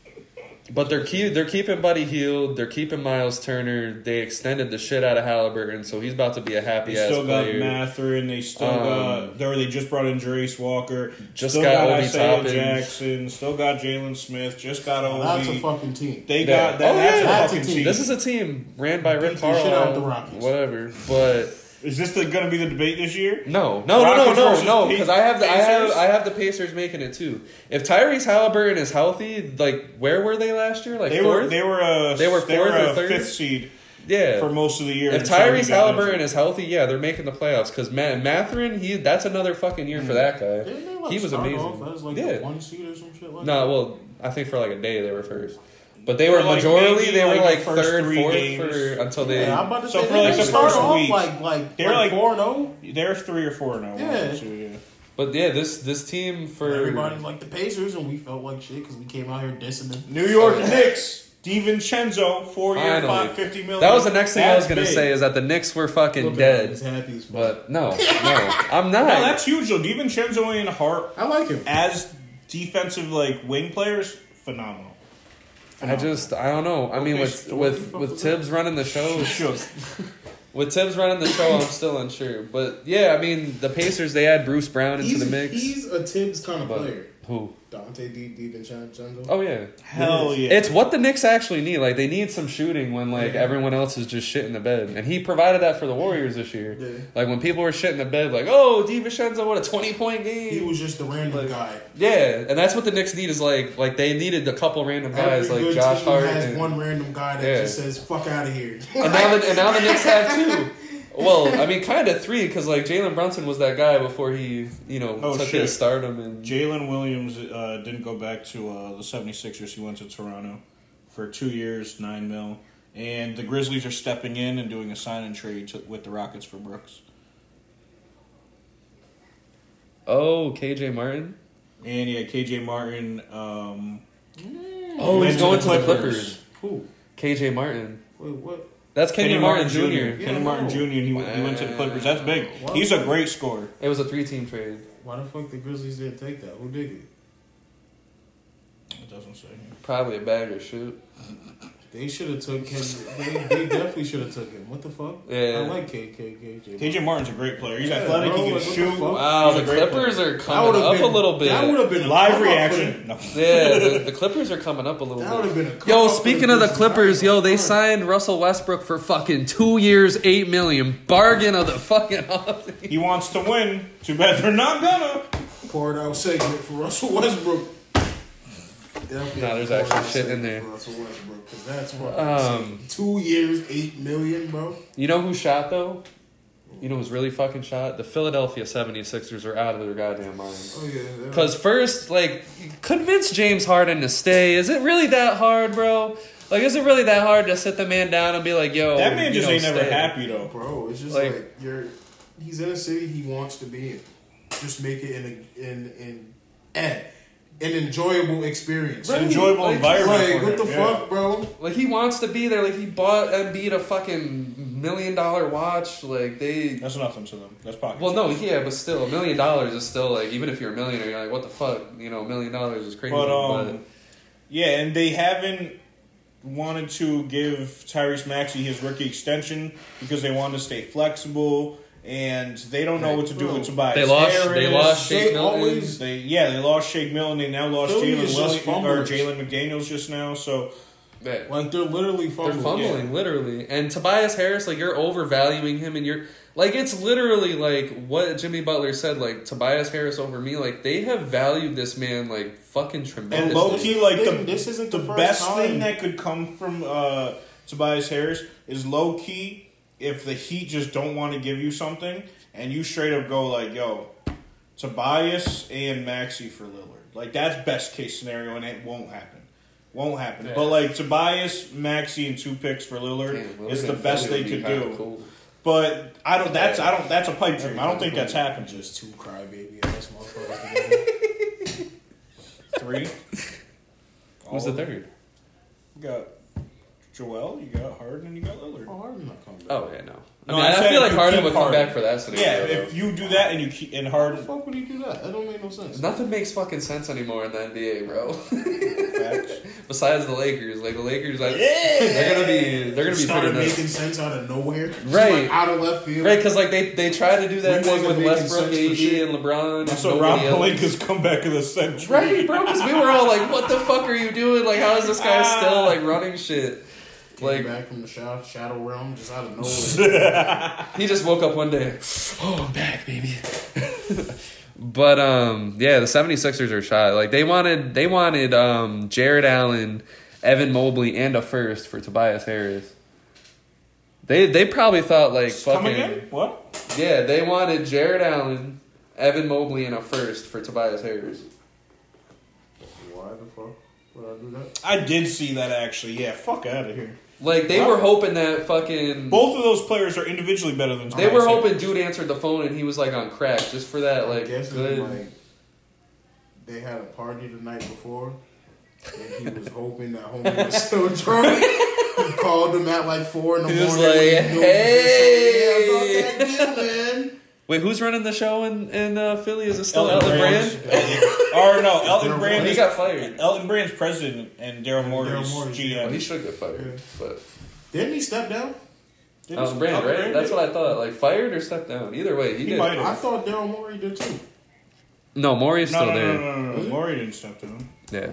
S1: But they're keep, they're keeping Buddy Heald. They're keeping Miles Turner. They extended the shit out of Halliburton, so he's about to be a happy
S3: They
S1: ass
S3: still got
S1: player.
S3: Matherin. They still
S1: Um,
S3: got. They, or they just brought in Jerace Walker.
S1: Just
S3: still
S1: got Obi
S3: Isaiah
S1: Toppin.
S3: Jackson. Still got Jalen Smith. Just got Obi.
S2: Oh, That's a fucking team.
S3: they
S1: Yeah.
S3: got
S1: Oh,
S3: that. that's
S1: yeah.
S3: a
S2: That's a
S3: fucking
S2: team.
S3: team.
S1: This is a team ran by Rick
S2: Beat the shit out of the
S1: Carlisle,
S2: Rockies.
S1: whatever. But
S3: is this the, gonna be the debate this year?
S1: no, no, no,
S3: Rockets
S1: no, no,
S3: versus
S1: no,
S3: Pa-
S1: because I have the, I have
S3: Pacers?
S1: I have the Pacers making it too. If Tyrese Halliburton is healthy, like where were they last year? Like
S3: They
S1: fourth.
S3: were they were uh,
S1: They were fourth or
S3: a
S1: third?
S3: fifth seed
S1: yeah.
S3: for most of the year.
S1: if
S3: until he
S1: Tyrese
S3: got
S1: Halliburton
S3: injured.
S1: is healthy, yeah, they're making the playoffs. Because man, Matherin, he that's another fucking year for
S3: Mm.
S1: that guy.
S2: Didn't they, like,
S1: he was
S2: start
S1: amazing.
S2: Off as, like,
S1: Yeah.
S2: a one seed or some shit like
S1: No,
S2: that?
S1: well, I think for like a day they were first, but they were
S3: For, like,
S1: majority.
S3: maybe,
S1: They were
S3: like, the
S1: like
S3: first
S1: third,
S3: three
S1: fourth
S3: games.
S1: for until they.
S2: Yeah, I'm about to
S3: So
S2: say
S3: for,
S2: they,
S3: like,
S2: they
S3: the
S2: started
S3: first
S2: off
S3: week,
S2: like like
S3: they were,
S2: like
S3: like-
S2: four and oh zero.
S3: They're three or four now.
S2: Yeah.
S3: So, yeah.
S1: But yeah, this this team for
S2: Everybody's like the Pacers, and we felt like shit because we came out here dissing them.
S3: New York Knicks. DiVincenzo, four year,
S1: Finally.
S3: five fifty million.
S1: That was the next thing I was
S3: That's
S1: gonna
S3: big.
S1: say is that the Knicks were fucking
S2: Look at him, He's
S1: dead.
S2: happy as fuck.
S1: But
S3: <laughs>
S1: no, no, I'm not.
S3: No, that's huge though. DiVincenzo and Hart
S2: I like him.
S3: as defensive like wing players, phenomenal.
S1: I just I don't know. I mean,
S3: Okay,
S1: with
S3: so
S1: with with Tibbs running the show,
S3: Shook.
S1: with Tibbs running the show, I'm still unsure. But yeah, I mean, the Pacers they add Bruce Brown into
S2: He's,
S1: the mix.
S2: he's a Tibbs kind of
S1: But-
S2: player.
S1: Who?
S2: Dante D. DiVincenzo.
S1: Oh yeah.
S3: Hell yeah.
S1: It's what the Knicks actually need. Like they need some shooting when like
S2: Yeah.
S1: everyone else is just shit in the bed, and he provided that for the Warriors this year.
S2: Yeah.
S1: Like when people were shit in the bed, like oh, DiVincenzo, what a twenty point game.
S2: He was just the random
S1: Like,
S2: guy.
S1: Yeah, and that's what the Knicks need is like like they needed a couple random guys
S2: Every
S1: like
S2: good
S1: Josh
S2: team
S1: Hart,
S2: has
S1: and,
S2: one random guy that
S1: Yeah.
S2: just says "fuck out of here."
S1: <laughs> and now the, and now the Knicks
S2: <laughs>
S1: have two. Well, I mean, kind of three because like Jalen Brunson was that guy before he you know
S3: Oh,
S1: took
S3: shit.
S1: his stardom and
S3: Jalen Williams uh, didn't go back to uh, the 76ers. He went to Toronto for two years, nine mil. And the Grizzlies are stepping in and doing a sign and trade to, with the Rockets for Brooks.
S1: oh KJ Martin.
S3: And yeah, KJ Martin. Um,
S1: <laughs> Oh,
S3: went
S1: he's going to the
S3: Clippers.
S1: Clippers.
S2: Who?
S1: KJ Martin.
S2: Wait, what?
S1: That's KJ
S3: Kenny
S1: Martin,
S3: Martin Jr.
S1: Jr.
S2: Yeah,
S3: Kenny Martin
S2: no.
S3: Jr. And he, went- he went to the Clippers. That's big.
S2: Wow.
S3: He's a great scorer.
S1: It was a three-team trade.
S2: Why the fuck the Grizzlies didn't take that? Who did it?
S3: It doesn't say. here.
S1: Probably a bag or shoot.
S2: They should have
S1: <laughs>
S2: took him. They, they definitely should have took him. What the fuck?
S1: Yeah.
S2: I like KKK.
S3: KJ Martin's a great player. He's
S2: Yeah,
S3: athletic.
S2: bro,
S3: he can
S2: like, what the
S3: shoot.
S2: fuck?
S1: Wow,
S3: He's a
S1: the
S3: great
S1: Clippers are coming up a little bit.
S2: That would have been a
S3: Live
S2: come up for
S3: reaction. No.
S1: <laughs> Yeah, the, the Clippers are coming up a
S2: the-
S1: little
S2: That
S1: bit.
S2: would have been a. come
S1: Yo,
S2: up for
S1: speaking of the
S2: Grizzlies.
S1: Clippers, yo, they
S2: Fine.
S1: signed Russell Westbrook for fucking two years, eight million. Bargain of the fucking <laughs> offseason.
S3: He wants to win. Too bad they're not gonna.
S1: Oh,
S2: poured out segment for Russell Westbrook. Definitely
S1: Nah, there's
S2: poured
S1: actually
S2: out
S1: shit
S2: segment
S1: in there.
S2: for Russell Westbrook, 'cause that's fucking
S1: Um,
S2: insane. two years, eight million, bro.
S1: You know who shot though? You know who's really fucking shot? The Philadelphia 76ers are out of their goddamn mind.
S2: Oh yeah, that-
S1: Cause first, like, convince James Harden to stay. Is it really that hard, bro? Like, is it really that hard to sit the man down and be like, yo,
S3: That man
S1: you
S3: just
S1: know,
S3: ain't never
S1: stay?
S3: happy though.
S2: bro. It's just
S1: Like-
S2: like, you're. He's in a city he wants to be in. Just make it in a, in in eh, an enjoyable experience.
S3: It's an enjoyable
S1: Like,
S3: environment.
S2: Like
S3: for
S2: what
S3: him,
S2: the
S3: yeah.
S2: fuck, bro?
S1: Like he wants to be there. Like he bought Embiid a fucking million dollar watch. Like they.
S3: That's nothing to them. That's pocket.
S1: Well, no, yeah, but still, a million dollars is still like even if you're a millionaire, you're like, what the fuck? You know, a million dollars is crazy.
S3: but um, yeah, and they haven't wanted to give Tyrese Maxey his rookie extension because they want to stay flexible, and they don't know what to do with Tobias.
S1: They lost-
S3: Harris.
S1: they lost Shake
S2: They
S1: Milton.
S2: always
S3: They yeah, they lost Shake Milton. They now lost
S2: Philly
S3: Jalen
S2: is just
S3: Williams or
S2: fumblers.
S3: Jalen McDaniels just now. So
S1: but yeah,
S2: like they're literally
S1: they're
S2: fumbling.
S1: fumbling literally. And Tobias Harris, like you're overvaluing him, and you're like it's literally like what Jimmy Butler said, like Tobias Harris over me. Like they have valued this man like fucking
S3: and
S1: tremendously.
S3: low key, like the
S2: Thing, this isn't
S3: the,
S2: the first
S3: best
S2: time.
S3: thing that could come from uh, Tobias Harris is low key. If the Heat just don't want to give you something, and you straight up go like, "Yo, Tobias and Maxi for Lillard," like that's best case scenario, and it won't happen. Won't happen.
S1: Yeah.
S3: But like Tobias, Maxi, and two picks for Lillard
S1: Damn, Lillard
S3: is the
S1: and
S3: best
S1: Philly
S3: they
S1: would be
S3: could
S1: kinda
S3: do.
S1: cool.
S3: But I don't. That's I don't. That's a pipe dream. I don't think that's happened. Just
S2: Just two crybaby ass motherfuckers.
S1: <laughs>
S2: together.
S3: three.
S1: Who's the third?
S3: You got Joel. You got Harden, and you got Lillard.
S2: oh, Harden not coming back.
S1: Oh yeah, no. I
S3: No,
S1: mean,
S3: I
S1: I,
S3: said
S1: feel like
S3: you
S1: Harden
S3: keep
S1: would come
S3: Harden.
S1: back for that scenario.
S3: Yeah,
S1: though.
S3: if you do that and you keep and
S2: Why the <laughs>
S3: Harden,
S2: fuck would he do that? That don't make no sense.
S1: nothing makes fucking sense anymore in the NBA, bro. <laughs>
S3: Facts.
S1: Besides the Lakers, like the Lakers, like
S3: Yeah.
S1: <laughs> they're gonna be they're gonna be
S2: started
S1: pretty
S2: making
S1: nice,
S2: sense out of nowhere. Just, like,
S1: Right.
S2: out of left field.
S1: right? Because like they they tried to do that
S2: We
S1: thing
S2: wasn't
S1: with
S2: making
S1: Westbrook,
S2: sense for
S1: AD,
S2: shit.
S1: and LeBron. and
S3: So Rob
S1: nobody else. <laughs>
S3: Palinka's comeback of the century.
S1: Right, bro, because we were all like, what the fuck are you doing? Like, how is this guy
S3: Ah.
S1: still, like, running shit?
S2: Came
S1: Like,
S2: back from the shadow, shadow realm,
S1: <laughs>
S2: just out of nowhere.
S1: he just woke up one day, oh, I'm back, baby. but, um, yeah, the 76ers are shot. Like, they wanted, they wanted, um, Jared Allen, Evan Mobley, and a first for Tobias Harris. They, they probably thought, like,
S3: Come
S1: fucking.
S3: again? What?
S1: Yeah, they wanted Jared Allen, Evan Mobley, and a first for Tobias Harris.
S2: Why the fuck would I do that?
S3: I did see that actually. Yeah, fuck out of here.
S1: Like, they
S3: Wow.
S1: were hoping that fucking.
S3: Both of those players are individually better than.
S1: They were
S3: Tobias
S1: hoping dude answered the phone and he was like on crack just for that
S2: I
S1: like
S2: guess it's
S1: good.
S2: like they had a party the night before, and he was hoping that homie
S1: <laughs>
S2: was still drunk. he called him at like four in the
S1: He was
S2: morning. when
S1: like,
S2: he knew he was
S1: "Hey."
S2: just like, yeah, about that deal, man.
S1: Wait, who's running the show in in uh, Philly? Is it still
S3: Elton
S1: Elton
S3: Brand?
S1: Brand?
S3: <laughs> Or no, Elton Brand.
S1: He
S3: Is,
S1: got fired.
S3: Elton Brand's president and Daryl Morey's
S1: Well,
S2: Morey.
S1: he
S3: GM.
S1: should get fired, but
S2: Didn't he step down?
S1: Elton Brand, right? That's what I thought. Like fired or stepped down. Either way, he,
S3: He
S1: did.
S3: might
S2: I
S3: have.
S2: thought Daryl Morey did too.
S1: No, Maury's
S3: No,
S1: still
S3: no,
S1: there.
S3: no, no, no, no. Morey didn't step down.
S1: Yeah,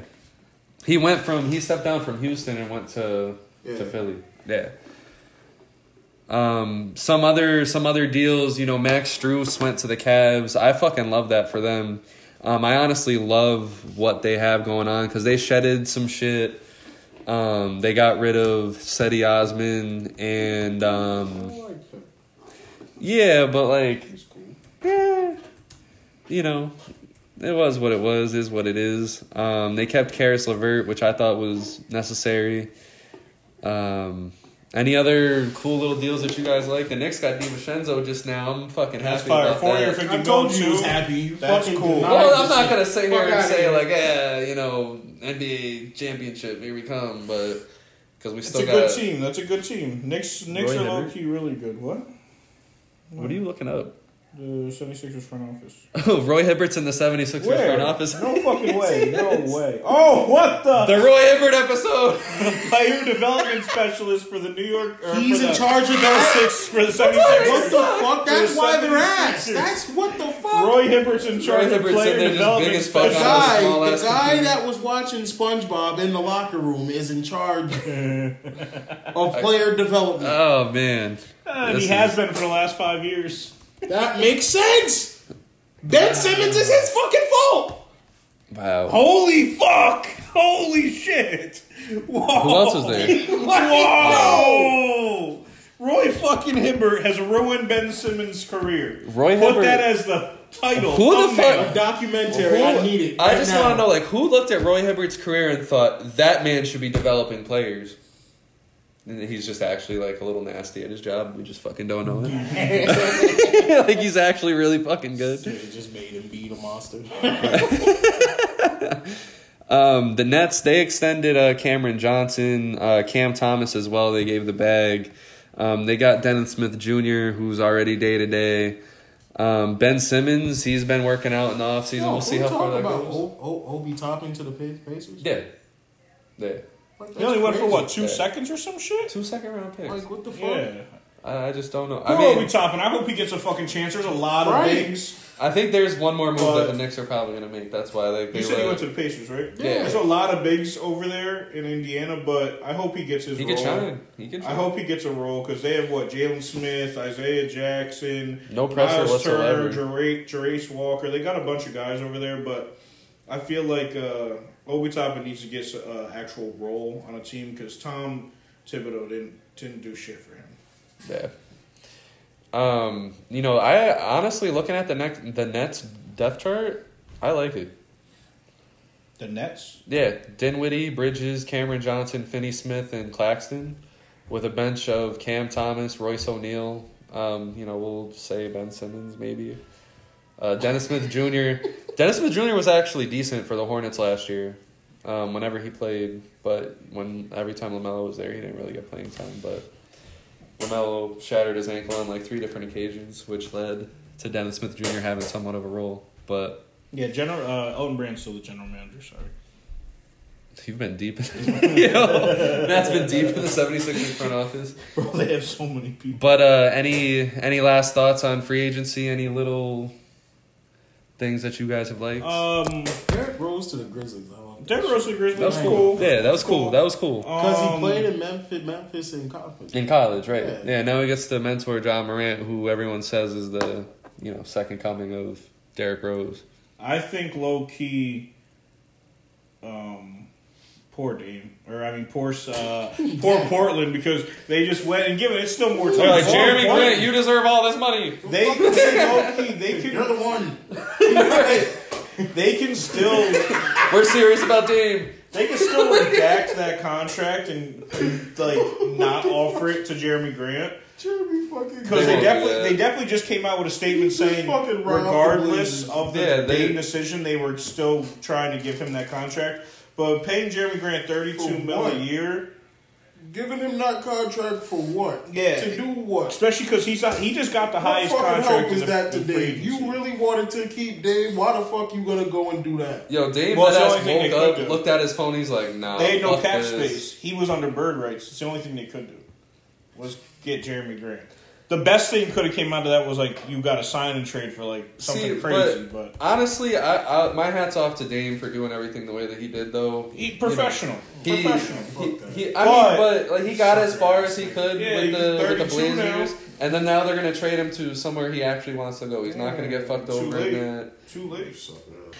S1: he went from he stepped down from Houston and went to
S2: Yeah.
S1: to Philly. Yeah. Um, some other some other deals, you know, Max Struess went to the Cavs. I fucking love that for them. Um, I honestly love what they have going on because they shedded some shit. Um, they got rid of Seti Osman and um, yeah, but like, eh, you know, it was what it was, is what it is. Um, they kept Karis Levert, which I thought was necessary. Um, any other cool little deals that you guys like? The Knicks got DiVincenzo just now. I'm fucking
S3: That's
S1: happy
S3: fire.
S1: about
S3: Four year
S1: that.
S3: fifty.
S2: I told you he was
S3: two.
S2: happy. You
S3: That's
S2: fucking
S3: cool.
S2: denied
S1: Well, I'm
S2: this
S1: not
S2: shit.
S1: gonna sit here
S2: Fuck
S1: and
S2: outta
S1: say
S2: here.
S1: like, yeah, you know, NBA championship, here we come, but because we
S3: It's
S1: still
S3: a good
S1: got.
S3: team. That's a good team. Knicks, Knicks
S1: Roy
S3: are low
S1: Hibbert?
S3: key really good. What?
S1: What are you looking up? <laughs>
S3: The 76ers front office.
S1: Oh, Roy Hibbert's in the 76ers
S3: Where?
S1: front office.
S3: No fucking
S1: <laughs>
S3: way. No way. Oh, what the?
S1: The Roy Hibbert episode. <laughs>
S3: player development specialist for the New York. Or
S2: He's
S3: for
S2: in
S3: the,
S2: charge of that.
S3: Six for the
S2: What the
S3: 76ers.
S2: fuck? That's why they're
S3: 76ers.
S2: ass. That's what the fuck.
S3: Roy Hibbert's in charge of
S1: Hibbert's in
S3: player
S1: there just
S3: development
S1: big as fuck on
S2: the
S1: a
S3: specialist.
S2: guy,
S1: small
S2: the
S1: ass
S2: guy
S1: computer.
S2: that was watching SpongeBob in the locker room is in <laughs> charge of player development.
S1: Oh man,
S3: And
S1: This is-
S3: he has been for the last five years.
S2: That makes sense. Ben Simmons is his fucking fault.
S1: Wow.
S3: Holy fuck! Holy shit! Whoa.
S1: Who else was there?
S3: Whoa! Roy fucking Hibbert has ruined Ben Simmons' career.
S1: Roy
S3: Put
S1: Hibbert-
S3: that as the title.
S1: Who the
S3: thumbnail.
S2: A documentary. I need it.
S1: I
S2: right
S1: just
S2: now.
S1: want to know, like, who looked at Roy Hibbert's career and thought that man should be developing players? And he's just actually like a little nasty at his job. We just fucking don't know him. <laughs>
S2: <laughs>
S1: like he's actually really fucking good.
S2: It just made him be the <laughs> monster.
S1: Um, the Nets they extended uh, Cameron Johnson, uh, Cam Thomas as well. They gave the bag. Um, they got Dennis Smith Jr., who's already day to day. Um, Ben Simmons, he's been working out in the offseason.
S2: Yo,
S1: we'll see
S2: who
S1: how
S2: talking
S1: far that
S2: about
S1: goes.
S2: O- O- Obi Toppin to the Pa- Pacers?
S1: Yeah. Yeah.
S2: Like, that's
S3: He only went for
S2: crazy.
S3: what two
S1: Yeah.
S3: seconds or some shit.
S1: Two second round picks.
S2: Like what the fuck?
S3: Yeah.
S1: I, I just don't know.
S3: Who
S1: I mean,
S3: are we topping? I hope he gets a fucking chance. There's a lot of
S2: Right.
S3: bigs.
S1: I think there's one more move
S3: But-
S1: that the Knicks are probably going to make. That's why they. they
S3: You said he
S1: let-
S3: went to the Pacers, right?
S1: Yeah.
S3: There's a lot of bigs over there in Indiana, but I hope he gets his
S1: He
S3: role.
S1: can shine. He can
S3: I
S1: shine.
S3: hope he gets a role because they have what Jalen Smith, Isaiah Jackson,
S1: No pressure
S3: Miles Turner,
S1: whatsoever.
S3: Jara- Jarace Walker. They got a bunch of guys over there, but I feel like uh, Obi Toppin needs to get an actual role on a team because Tom Thibodeau didn't didn't do shit for him.
S1: Yeah. Um, you know, I honestly looking at the next the Nets depth chart, I like it.
S3: The Nets.
S1: Yeah, Dinwiddie, Bridges, Cameron Johnson, Finney Smith, and Claxton, with a bench of Cam Thomas, Royce O'Neal. Um, you know, we'll say Ben Simmons maybe. Uh, Dennis Smith Jr. Dennis Smith Jr. was actually decent for the Hornets last year. Um, whenever he played, but when every time Lamelo was there, he didn't really get playing time. But Lamelo shattered his ankle on like three different occasions, which led to Dennis Smith Jr. having somewhat of a role. But <laughs>
S3: Yeah, General uh, Elton Brand's still the general manager. Sorry.
S1: You've been deep. In, <laughs> yo, Matt's been deep in the 76ers front office.
S3: Bro, they have so many people.
S1: But uh, any any last thoughts on free agency? Any little things that you guys have liked?
S3: Um,
S2: Derrick Rose to the Grizzlies. I love
S3: Derrick Rose to the Grizzlies
S1: that was
S3: was
S1: cool.
S3: cool.
S1: Yeah, that was cool. That was cool.
S2: because he
S3: Um,
S2: played in Memphis, Memphis and
S3: Uh,
S2: college.
S1: In college, right?
S2: Yeah.
S1: Yeah. Now he gets to mentor John Morant, who everyone says is the you know second coming of Derrick Rose.
S3: I think low key. Um, poor Dame, or I mean, poor uh, poor Portland because they just went and given it still more time.
S1: They're like
S3: Oh,
S1: Jeremy
S3: Portland.
S1: Grant, you deserve all this money.
S3: They, they low key they
S2: You're
S3: can
S2: the one.
S3: they can still
S1: We're serious about Dame.
S3: they can still redact that contract and like not offer it to Jeremy Grant.
S2: Jeremy fucking.
S3: Because
S1: They won't do that.
S3: they, definitely they definitely just came out with a statement
S2: Just
S3: saying,
S2: fucking run off the
S3: regardless
S2: Blazers.
S3: of the
S1: Yeah, they-
S3: Dame decision, they were still trying to give him that contract. But paying Jeremy Grant thirty
S2: For
S3: two mil a
S2: what?
S3: year,
S2: Giving him that contract for what?
S3: Yeah.
S2: To do what?
S3: especially because he's not, he just got the
S2: What
S3: highest
S2: fucking
S3: contract.
S2: help
S3: in
S2: is
S3: the,
S2: that
S3: in
S2: today?
S3: free agency.
S2: You really wanted to keep Dave. Why the fuck you gonna go and do that?
S1: Yo, Dave
S3: Well,
S1: well,
S3: it's the only thing
S1: woke
S3: they
S1: up,
S3: could do.
S1: looked at his phone. He's like, nah.
S3: they had no
S1: fuck
S3: cap
S1: this.
S3: space. He was under bird rights. It's the only thing they could do was get Jeremy Grant. The best thing could have came out of that was like you got a sign and trade for like something
S1: See,
S3: crazy, but,
S1: Honestly, I, I my hats off to Dame for doing everything the way that he did, though.
S3: he professional,
S1: He, he,
S3: professional.
S1: he- I
S3: But-
S1: mean, but like, he got as far as he could
S3: Yeah,
S1: with, the,
S3: he's
S1: with the
S3: 32 now.
S1: Blazers, and then now they're gonna trade him to somewhere he actually wants to go. He's not gonna get fucked
S3: Too
S1: over in
S3: late.
S1: that.
S3: Too late.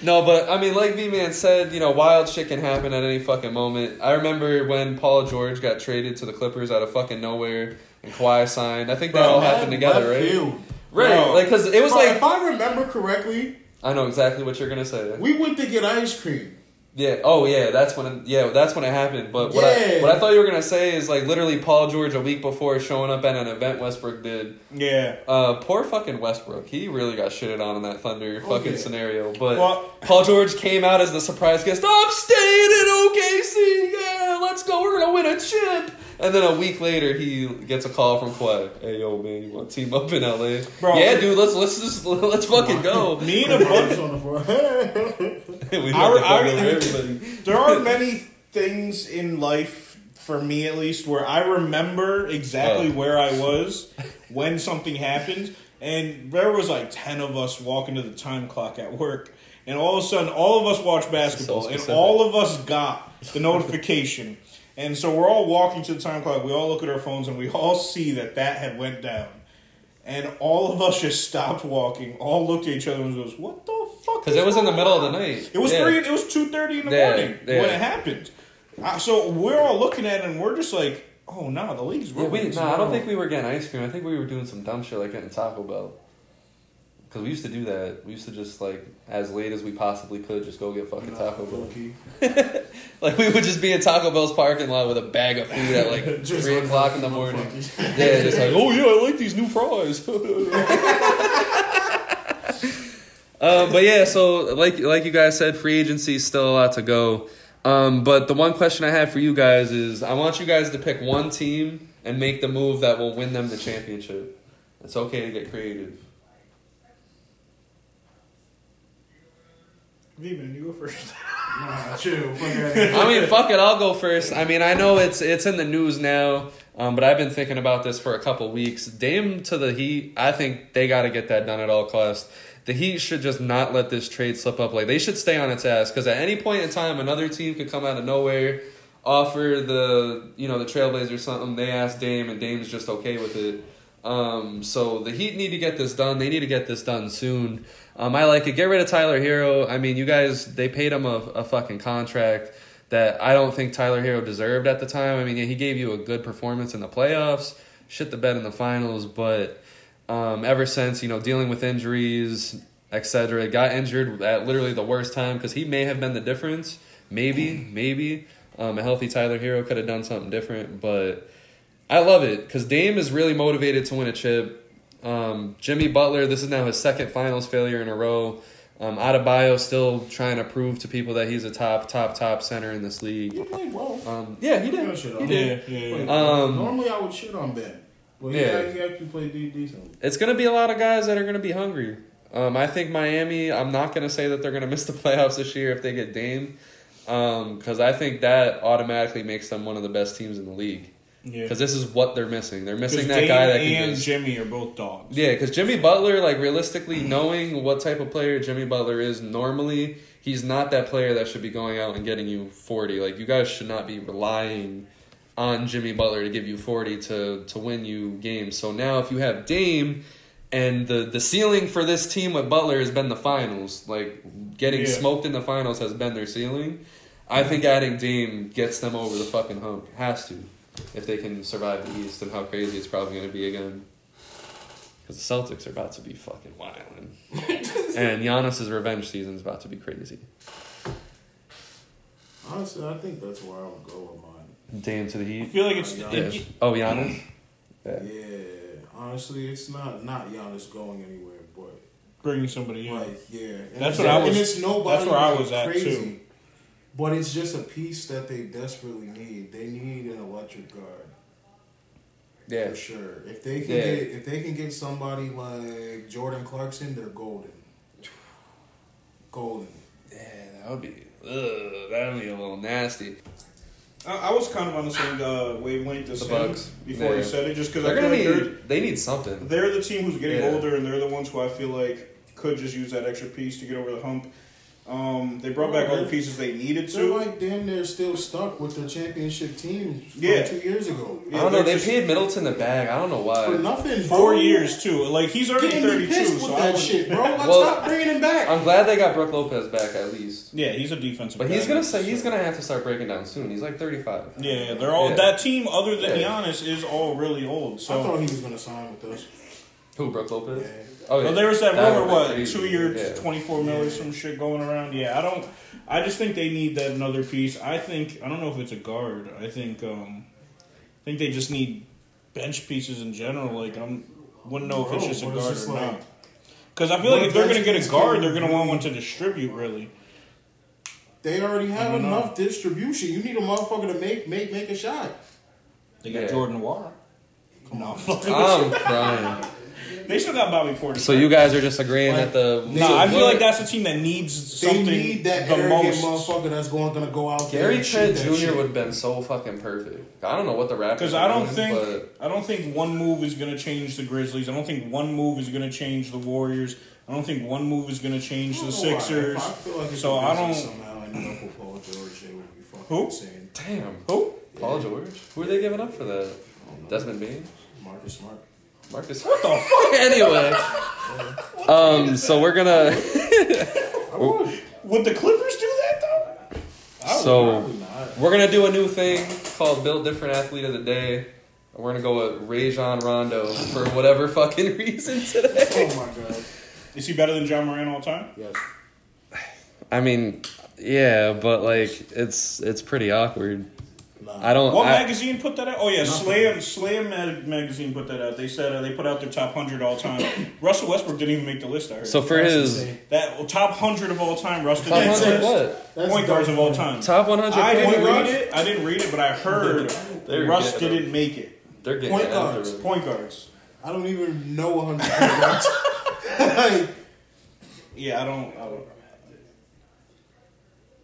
S1: No, but I mean, like V Man said, you know, wild shit can happen at any fucking moment. I remember when Paul George got traded to the Clippers out of fucking nowhere, and Kawhi signed. I think that all happened together, right?
S2: Field.
S1: Right,
S3: Bro.
S1: like because it was
S2: Bro,
S1: like
S2: if I remember correctly,
S1: I know exactly what you're gonna say.
S2: we went to get ice
S1: <laughs>
S2: cream.
S1: Yeah. Oh, yeah. That's when. It, yeah, that's when it happened. But what I
S2: Yeah.
S1: what I thought you were gonna say is like literally Paul George a week before showing up at an event Westbrook did.
S3: Yeah.
S1: Uh, poor fucking Westbrook. He really got shitted on in that Thunder
S2: Oh,
S1: fucking
S2: yeah.
S1: scenario. But
S3: Well-
S1: Paul George came out as the surprise guest. I'm staying in OKC. Yeah, let's go. We're gonna win a chip. And then a week later, he gets a call from Kawhi. Hey, yo, man, you want to team up in LA?
S3: Bro.
S1: Yeah, dude. Let's let's just <laughs> let's fucking
S3: <laughs>
S1: go. <laughs>
S3: Me and a bunch.
S2: on the floor.
S1: we love
S3: I-
S1: the fuck
S3: I-
S1: over everybody. <laughs>
S3: There are many things in life, for me at least, where I remember exactly
S1: Oh.
S3: where I was when something happened. And there was like ten of us walking to the time clock at work, and all of a sudden, all of us watched basketball, and
S1: specific.
S3: all of us got the notification. And so we're all walking to the time clock. We all look at our phones, and we all see that that had went down. And all of us just stopped walking. All looked at each other and goes, "What the fuck?"
S1: Because
S3: is
S1: it was in the
S3: going
S1: middle of
S3: on?"
S1: the night.
S3: It was
S1: Yeah.
S3: three. It was two thirty in the
S1: Yeah,
S3: morning
S1: yeah.
S3: when it happened. Uh, so we're all looking at it and we're just like, "Oh no, the league's
S1: Yeah, we,
S3: ruined
S1: nah, I don't
S3: tomorrow."
S1: think we were getting ice cream. I think we were doing some dumb shit like getting Taco Bell. Because we used to do that. We used to just, like, as late as we possibly could, just go get fucking Taco Bell.
S2: Low-key.
S1: Like, we would just be in Taco Bell's parking lot with a bag of food at, <laughs> like,
S2: Just
S1: 3
S2: like
S1: o'clock in the morning.
S2: <laughs>
S1: <laughs> Yeah, just like, oh, yeah, I like these new fries. <laughs> um, Uh, but, yeah, so, like, like you guys said, free agency is still a lot to go. Um, but the one question I have for you guys is I want you guys to pick one team and make the move that will win them the championship. It's okay to get creative.
S3: V-Man, you go <laughs> first.
S2: Nah, chill. Fuck outta
S1: I mean, fuck it, I'll go first. I mean, I know it's it's in the news now, um, but I've been thinking about this for a couple weeks. Dame to the Heat, I think they got to get that done at all costs. The Heat should just not let this trade slip up. Like they should stay on its ass because at any point in time, another team could come out of nowhere, offer the you know the Trailblazers something. They ask Dame, and Dame's just okay with it. Um, so the Heat need to get this done. They need to get this done soon. Um, I like it. Get rid of Tyler Hero. I mean, you guys, they paid him a, a fucking contract that I don't think Tyler Hero deserved at the time. I mean, yeah, he gave you a good performance in the playoffs, shit the bed in the finals, but um, ever since, you know, dealing with injuries, etc., got injured at literally the worst time because he may have been the difference. Maybe, maybe. Um, a healthy Tyler Hero could have done something different, but I love it because Dame is really motivated to win a chip. Um, Jimmy Butler, this is now his second finals failure in a row. Um, Adebayo still trying to prove to people that he's a top, top, top center in this league.
S2: here. He played well.
S1: Um, yeah, he
S2: Yeah,
S1: did.
S2: shit,
S1: He
S2: I'm-
S1: did.
S3: yeah, yeah, yeah.
S1: Um,
S2: normally I would shit on Ben. Well,
S1: Yeah.
S2: yeah, he actually played de- decently.
S1: It's going to be a lot of guys that are going to be hungry. <laughs> Um, I think Miami, I'm not going to say that they're going to miss the playoffs this year if they get Dame. because I think that automatically makes them one of the best teams in the league.
S3: Yeah.
S1: Because this is what they're missing. They're missing that
S3: Dame
S1: guy that can
S3: and
S1: just-
S3: Jimmy are both dogs.
S1: yeah, because Jimmy Butler, like
S3: Mm.
S1: realistically, knowing what type of player Jimmy Butler is normally, he's not that player that should be going out and getting you 40. Like, you guys should not be relying on Jimmy Butler to give you 40 to, to win you games. So now, if you have Dame, and the, the ceiling for this team with Butler has been the finals, like getting
S3: Yeah.
S1: smoked in the finals has been their ceiling. I think adding Dame gets them over the fucking hump. Has to. If they can survive the East and how crazy it's probably going to be again. Because the Celtics are about to be fucking wild. and Giannis's revenge season is about to be crazy.
S2: Honestly, I think that's where I would go with mine.
S1: Damn to the
S3: I
S1: Heat.
S3: feel like it's.
S2: Yeah.
S1: Yeah.
S3: It,
S1: Oh, Giannis? Yeah.
S2: Yeah, honestly, it's not not Giannis going anywhere, but
S3: bringing somebody in.
S2: like yeah, and it's-
S3: That's what I was-
S2: And it's nobody.
S3: that's where I was
S2: like,
S3: at,
S2: crazy,
S3: too.
S2: But it's just a piece that they desperately need. They need an electric guard
S1: Yeah.
S2: for sure. If they can
S1: Yeah.
S2: get if they can get somebody like Jordan Clarkson, they're golden. Golden.
S1: Yeah, that would be. Ugh, that would be a little nasty.
S3: I, I was kind of on the same uh, wavelength as
S1: The
S3: him
S1: Bucks.
S3: before
S1: Yeah.
S3: he said it, just because I
S1: They're
S3: feel
S1: gonna
S3: like they're,
S1: need. They need something.
S3: they're the team who's getting
S1: Yeah.
S3: older, and they're the ones who I feel like could just use that extra piece to get over the hump. Um, they brought back all the pieces they needed
S2: Oh, They're
S3: to.
S2: like damn near still stuck with their championship team from
S3: Yeah.
S2: two years ago.
S1: I
S3: Yeah,
S1: don't know.
S3: they're
S1: They
S3: just-
S1: paid Middleton the bag. I don't know
S2: For
S1: why.
S2: nothing.
S3: Four
S2: bro.
S3: years too. Like he's already
S2: Getting me
S3: thirty two.
S2: pissed with
S3: So I
S2: that
S3: would, <laughs>
S2: shit, bro. Let's
S1: Well-
S2: stop bringing him back.
S1: I'm glad they got Brooke Lopez back at least.
S3: Yeah, he's a defensive.
S1: But
S3: guy
S1: he's gonna
S3: now,
S1: say he's
S3: so-
S1: gonna have to start breaking down soon. He's like 35.
S3: Yeah, they're all
S1: Yeah.
S3: that team. Other than
S1: Yeah.
S3: Giannis, is all really old.
S2: I
S3: So
S2: thought he was gonna sign with us.
S1: Who Brooke Lopez?
S2: Yeah.
S1: Oh,
S3: Well, there was that rumor,
S1: would've
S3: what
S1: been crazy.
S3: two year,
S1: Yeah.
S3: twenty four mil or some shit going around. Yeah, I don't. I just think they need that another piece. I think I don't know if it's a guard. I think um, I think they just need bench pieces in general. Like I'm wouldn't know if it's
S2: Bro,
S3: just a
S2: what is
S3: guard
S2: this
S3: or
S2: like-
S3: not. Because I feel like
S2: What
S3: if they're
S2: bench
S3: gonna get a
S2: piece
S3: guard,
S2: can
S3: they're gonna
S2: you
S3: want
S2: do?
S3: one to distribute. Really,
S2: They already have
S3: don't know.
S2: enough distribution. You need a motherfucker to make make make a shot.
S3: they got
S1: Yeah.
S3: Jordan Noir. Come on, fuck.
S1: <laughs> I'm crying.
S3: they still got Bobby Porter.
S1: So you guys are just agreeing that the
S3: No, I feel
S1: What?
S3: like that's a team that needs
S2: They
S3: something
S2: need that
S3: the
S2: arrogant
S3: most.
S2: motherfucker that's going gonna go out there.
S1: Gary
S2: and
S1: Trent
S2: shoot that
S1: Jr.
S2: shit.
S1: would have been so fucking perfect. I don't know what the Raptors.
S3: Because
S1: are
S3: I don't
S1: doing,
S3: think
S1: but-
S3: I don't think one move is going to change the Grizzlies. I don't think one move is going to change the Warriors. I don't think one move is going to
S2: I
S3: change
S2: don't
S3: the
S2: know why. If
S3: Sixers.
S2: I feel like if
S3: So
S2: the
S3: I
S2: Wizards
S3: don't-
S2: Somehow ended up with Paul George. They would be fucking
S3: Who?
S2: insane.
S1: Damn.
S3: Who?
S1: Paul George. Who are they giving up for that? Desmond Bain?
S2: Marcus Smart.
S1: Marcus. <laughs> What the fuck? anyway. Um, so we're gonna.
S3: Would the Clippers do that though?
S1: so
S2: Probably not.
S1: we're gonna do a new thing called Build Different Athlete of the Day. We're gonna go with Rajon Rondo for whatever fucking <laughs> reason today.
S2: Oh my god.
S3: Is he better than John Moran all time?
S2: Yes.
S1: I mean, yeah, but like it's it's pretty awkward.
S2: Nah.
S1: I don't.
S3: What
S1: I-
S3: magazine put that out? Oh yeah, Slam Slam mag- magazine put that out. They said uh, they put out their top hundred all time. <coughs> Russell Westbrook didn't even make the list. I heard.
S1: so for
S2: That's
S1: his
S2: insane.
S3: that top hundred of all time, Russ didn't
S1: top
S3: make the
S1: 100
S3: list.
S1: what?
S2: That's
S3: Point guards
S2: dumb.
S3: of all time.
S1: Top 100
S3: I didn't
S1: point
S3: read
S1: guards?
S3: it. I didn't read it, but I heard
S1: They're
S3: Russ
S1: getting-
S3: didn't make it.
S1: They're getting
S2: Point
S1: after
S2: guards.
S1: it.
S3: Point guards.
S2: I don't even know 100. guards. <laughs> like,
S3: Yeah, I don't. I don't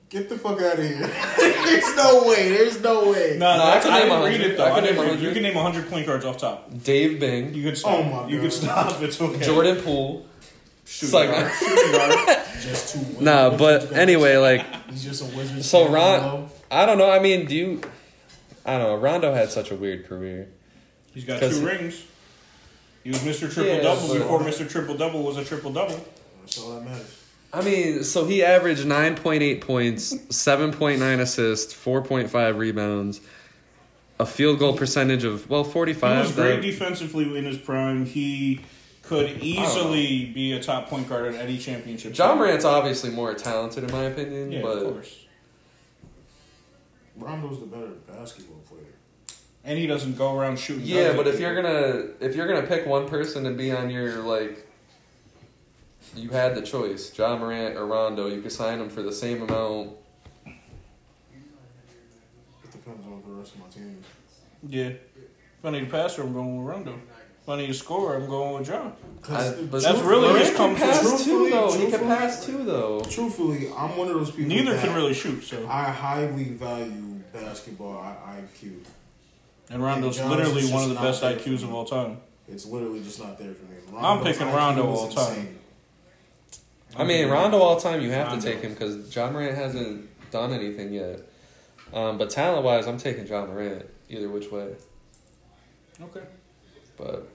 S2: get the fuck out of here. <laughs> there's no way. There's no way.
S3: no,
S1: I
S3: I,
S1: could
S3: I
S1: name
S3: didn't
S1: 100.
S3: read it though.
S1: I could
S3: I didn't
S1: name
S3: read-
S1: 100.
S3: You can name 100 point guards off top.
S1: Dave Bing,
S3: You could stop.
S2: Oh my
S3: You could
S2: God.
S3: stop. It's okay.
S1: Jordan Poole.
S3: Shooting
S1: Suck.
S3: guard. Shooting guard.
S2: Just two wins.
S1: Nah, but anyway, like
S2: He's just a wizard.
S1: so
S2: He's
S1: Ron
S2: low.
S1: I don't know, I mean, do you I don't know, Rondo had such a weird career.
S3: He's got
S1: 'Cause-
S3: two rings. He was Mr. Triple Double
S1: but-
S3: before Mr. Triple Double was a triple double.
S2: That's all that matters.
S1: I mean, so he averaged 9.8 points, 7.9 assists, 4.5 rebounds, a field goal percentage of well
S3: He
S1: 45.
S3: was great
S1: that-
S3: defensively in his prime. He could easily be a top point guard at any championship.
S1: John
S3: team.
S1: Morant's obviously more talented in my opinion,
S3: Yeah, of
S1: but
S3: course.
S2: Rondo's the better basketball player.
S3: And he doesn't go around shooting.
S1: yeah,
S3: guns
S1: but
S3: at
S1: if you're
S3: people.
S1: gonna if you're gonna pick one person to be on your like, you had the choice: John Morant or Rondo. You could sign them for the same amount.
S2: It depends on what the rest of my team. is.
S3: yeah, if I need a passer, I'm going with Rondo. plenty to score. I'm going with John.
S2: 'Cause
S1: I- but-
S2: truth-
S3: That's really
S1: But
S3: just
S1: he
S3: come
S1: can
S3: from-
S1: pass two
S2: truthfully-
S1: though. He can
S2: truthfully-
S1: pass two though.
S2: Truthfully, I'm one of those people.
S3: Neither
S2: that
S3: can really shoot, so
S2: I highly value basketball I- IQ.
S3: and Rondo's
S2: John's
S3: literally
S2: just
S3: one of the
S2: not
S3: best
S2: there.
S3: IQs of all time.
S2: It's literally just not there for me.
S3: I'm picking
S2: IQ
S3: Rondo
S2: is
S3: all time.
S2: insane.
S1: I mean, Rondo all time you have
S3: Rondo.
S1: to take him because John Morant hasn't done anything yet. Um, but talent wise, I'm taking John Morant either which way.
S3: Okay.
S1: But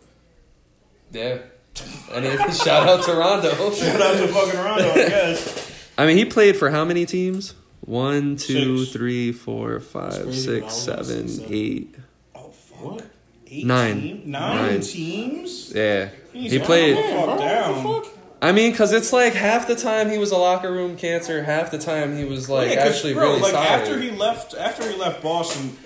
S1: yeah, <laughs> and it- shout out to <laughs> Rondo.
S3: Shout out to fucking Rondo, I guess.
S1: I mean, he played for how many teams? One, two,
S3: Six.
S1: three, four, five,
S2: crazy
S1: six,
S2: that I was
S1: seven, eight.
S2: six, seven.
S3: <laughs> Oh fuck.
S2: What?
S3: Eight
S1: Nine.
S3: team-
S1: Nine.
S3: Nine teams?
S1: Yeah,
S3: He's
S1: he
S3: down,
S1: played.
S3: fuck down.
S1: I mean, because it's like half the time he was a locker room cancer, half the time he was like
S3: Yeah, 'cause,
S1: actually
S3: bro,
S1: really
S3: like
S1: solid.
S3: after he left after he left Boston,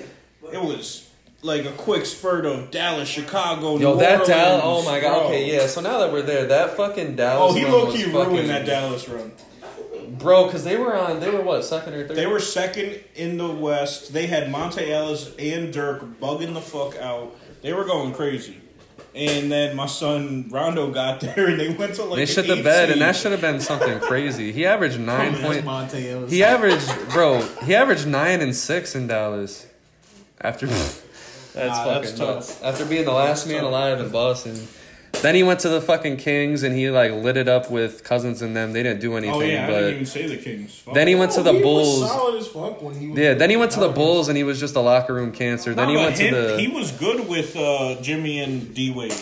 S3: it was like a quick spurt of Dallas, Chicago,
S1: Yo,
S3: New
S1: that
S3: Orleans,
S1: Dallas. Oh my god.
S3: bro.
S1: Okay, yeah. So now that we're there, that fucking Dallas.
S3: Oh, he
S1: run
S3: low
S1: was
S3: key
S1: fucking,
S3: ruined that Dallas run.
S1: bro. Because they were on. They were what second or third?
S3: They were second in the West. They had Monte Ellis and Dirk bugging the fuck out. They were going crazy. And then my son Rondo got <laughs> there, and they went to like.
S1: They
S3: an
S1: shit the
S3: eight
S1: bed, and
S3: seed.
S1: that should have been
S3: <laughs>
S1: something crazy. He averaged nine
S2: That's
S1: point.
S2: Monte Ellis.
S1: He averaged, bro. He averaged nine and six in Dallas. After <laughs> that's fucking
S3: that's tough.
S1: nuts. After being the last man
S3: tough.
S1: alive in Boston. Then he went to the fucking Kings and he like lit it up with Cousins and them. They didn't do anything,
S3: Oh yeah, I
S1: but
S3: didn't even Oh, say the Kings. Fuck.
S1: then he went to the
S2: Oh, he
S1: Bulls.
S2: Was solid as fuck when he was
S1: Yeah, then he went to the Bulls and he was just a locker room cancer. Then
S3: No,
S1: he
S3: but
S1: went to
S3: him-
S1: the
S3: He was good with uh, Jimmy and D Wade.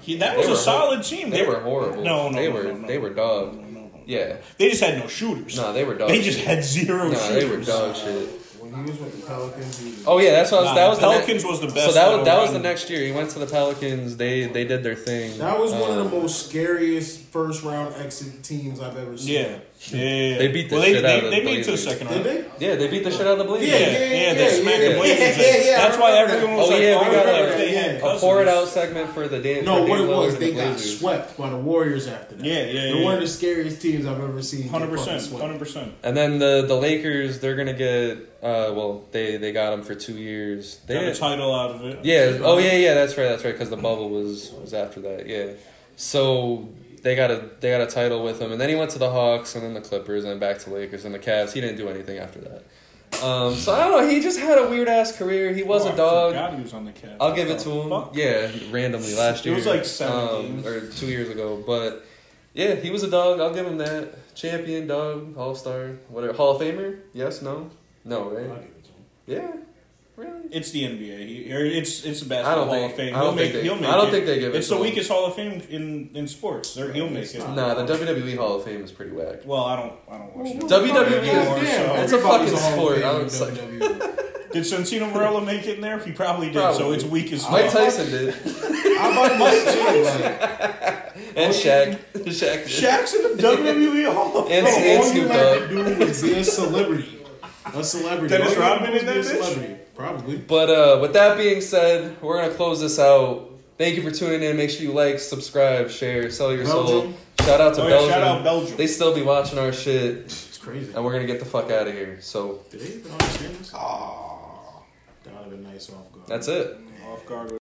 S3: He, that was
S1: They
S3: a
S1: were
S3: solid team.
S1: They were horrible.
S3: No, no,
S1: They
S3: no,
S1: were-
S3: no, no,
S1: they were
S3: no,
S1: dog.
S3: No, no, no, no.
S1: Yeah.
S3: They just had no shooters.
S1: No, they were dog.
S3: They just had zero
S1: No,
S3: shooters.
S1: they were dog shit.
S2: when he was with the Pelicans. He was
S1: Oh yeah, that's what I was,
S3: Nah,
S1: that was the
S3: Pelicans
S1: ne-
S3: was the
S1: So
S3: best
S1: that was
S3: out
S1: that
S3: of
S1: was the
S3: them.
S1: next year. He went to the Pelicans. They they did their thing.
S2: That was one of
S1: Um,
S2: the most scariest first round exit teams I've ever seen.
S3: Yeah. Yeah, yeah, yeah.
S1: They beat the
S3: well, they,
S1: shit
S3: they,
S1: out of
S3: they
S1: the
S3: made it to the
S1: Blazers.
S3: second
S2: Did
S3: round.
S2: they?
S1: Yeah, they beat the shit out of the Blazers.
S3: Yeah, yeah,
S2: Yeah, yeah,
S3: they
S2: yeah,
S3: smacked
S1: yeah.
S3: the Blazers.
S2: Yeah, yeah,
S3: That's
S2: I
S3: why
S2: remember
S3: everyone
S2: that.
S3: was
S1: Oh,
S3: like,
S1: yeah, we
S3: oh,
S1: got
S3: if
S1: that.
S3: they had
S2: Yeah.
S1: A
S3: cousins.
S1: pour it out segment for the Dan.
S2: No,
S1: for
S2: what
S1: Dan
S2: it was,
S1: Lillard and
S2: they
S1: the
S2: got
S1: Blazers.
S2: swept by the Warriors after that.
S3: Yeah, yeah,
S2: They're
S3: yeah.
S2: one of the scariest teams I've ever seen. get
S3: Hundred
S2: fucking
S3: percent,
S2: swept.
S3: hundred percent.
S1: And then the the Lakers, they're gonna get. Uh, well, they they got him for two years. They
S3: Got a
S1: didn't-
S3: title out of it.
S1: Yeah. Oh yeah, yeah. That's right. That's right. Because the bubble was was after that. Yeah. So they got a they got a title with him, and then he went to the Hawks, and then the Clippers, and back to Lakers and the Cavs. He didn't do anything after that. Um, so I don't know. He just had a weird ass career. He was
S3: Oh,
S1: a
S3: I
S1: dog.
S3: forgot he was on the Cavs.
S1: I'll give it to him.
S3: Fuck.
S1: Yeah, randomly last
S3: It
S1: year. um,
S3: was like seven games.
S1: or two years ago, but yeah, he was a dog. I'll give him that. Champion dog, All Star, whatever. Hall of Famer? Yes. No. No. Right. Yeah. Really.
S3: It's the NBA. He, or it's it's the
S1: I
S3: basketball
S1: don't
S3: Hall
S1: think-
S3: of Fame.
S1: I don't
S3: He'll make.
S1: think they-
S3: he'll make
S1: I don't
S3: it.
S1: think they give it
S3: It's
S1: to
S3: the
S1: him.
S3: weakest Hall of Fame in in sports. They're, he'll make
S2: It's
S3: it.
S2: not.
S1: Nah, the WWE Hall of Fame is pretty whack.
S3: Well, I don't. I don't watch it.
S1: WWE E is-
S2: Yeah,
S1: so-
S2: everybody's
S1: it's a fucking
S2: a Hall of
S1: sport.
S2: Famer
S1: I don't
S2: in
S1: suck.
S2: WWE.
S1: <laughs>
S3: Did Santino Morella make it in there? He probably did. So
S1: Probably.
S3: it's weak as fuck.
S1: Mike Tyson did.
S2: I might just say, like,
S1: And
S2: <laughs>
S1: Shaq. Shaq did.
S3: Shaq's in the WWE Hall of
S1: And,
S3: Fame.
S1: and
S2: all you
S1: Snoop
S2: have to
S1: Dogg.
S2: do is be a celebrity. A celebrity.
S3: Dennis
S2: All you have to
S3: Rodman
S2: do is
S3: in that
S2: be a
S3: bitch?
S2: celebrity. Probably.
S1: But uh, with that being said, we're going to close this out. Thank you for tuning in. Make sure you like, subscribe, share, sell your
S2: Belgium.
S1: soul. Shout out to
S3: Oh, yeah,
S1: Belgium.
S3: shout out Belgium.
S1: They still be watching our shit,
S2: It's crazy.
S1: and we're going to get the fuck out of here. So
S2: Did they even understand this? That would have been nice off guard.
S1: that's it.
S3: Off guard.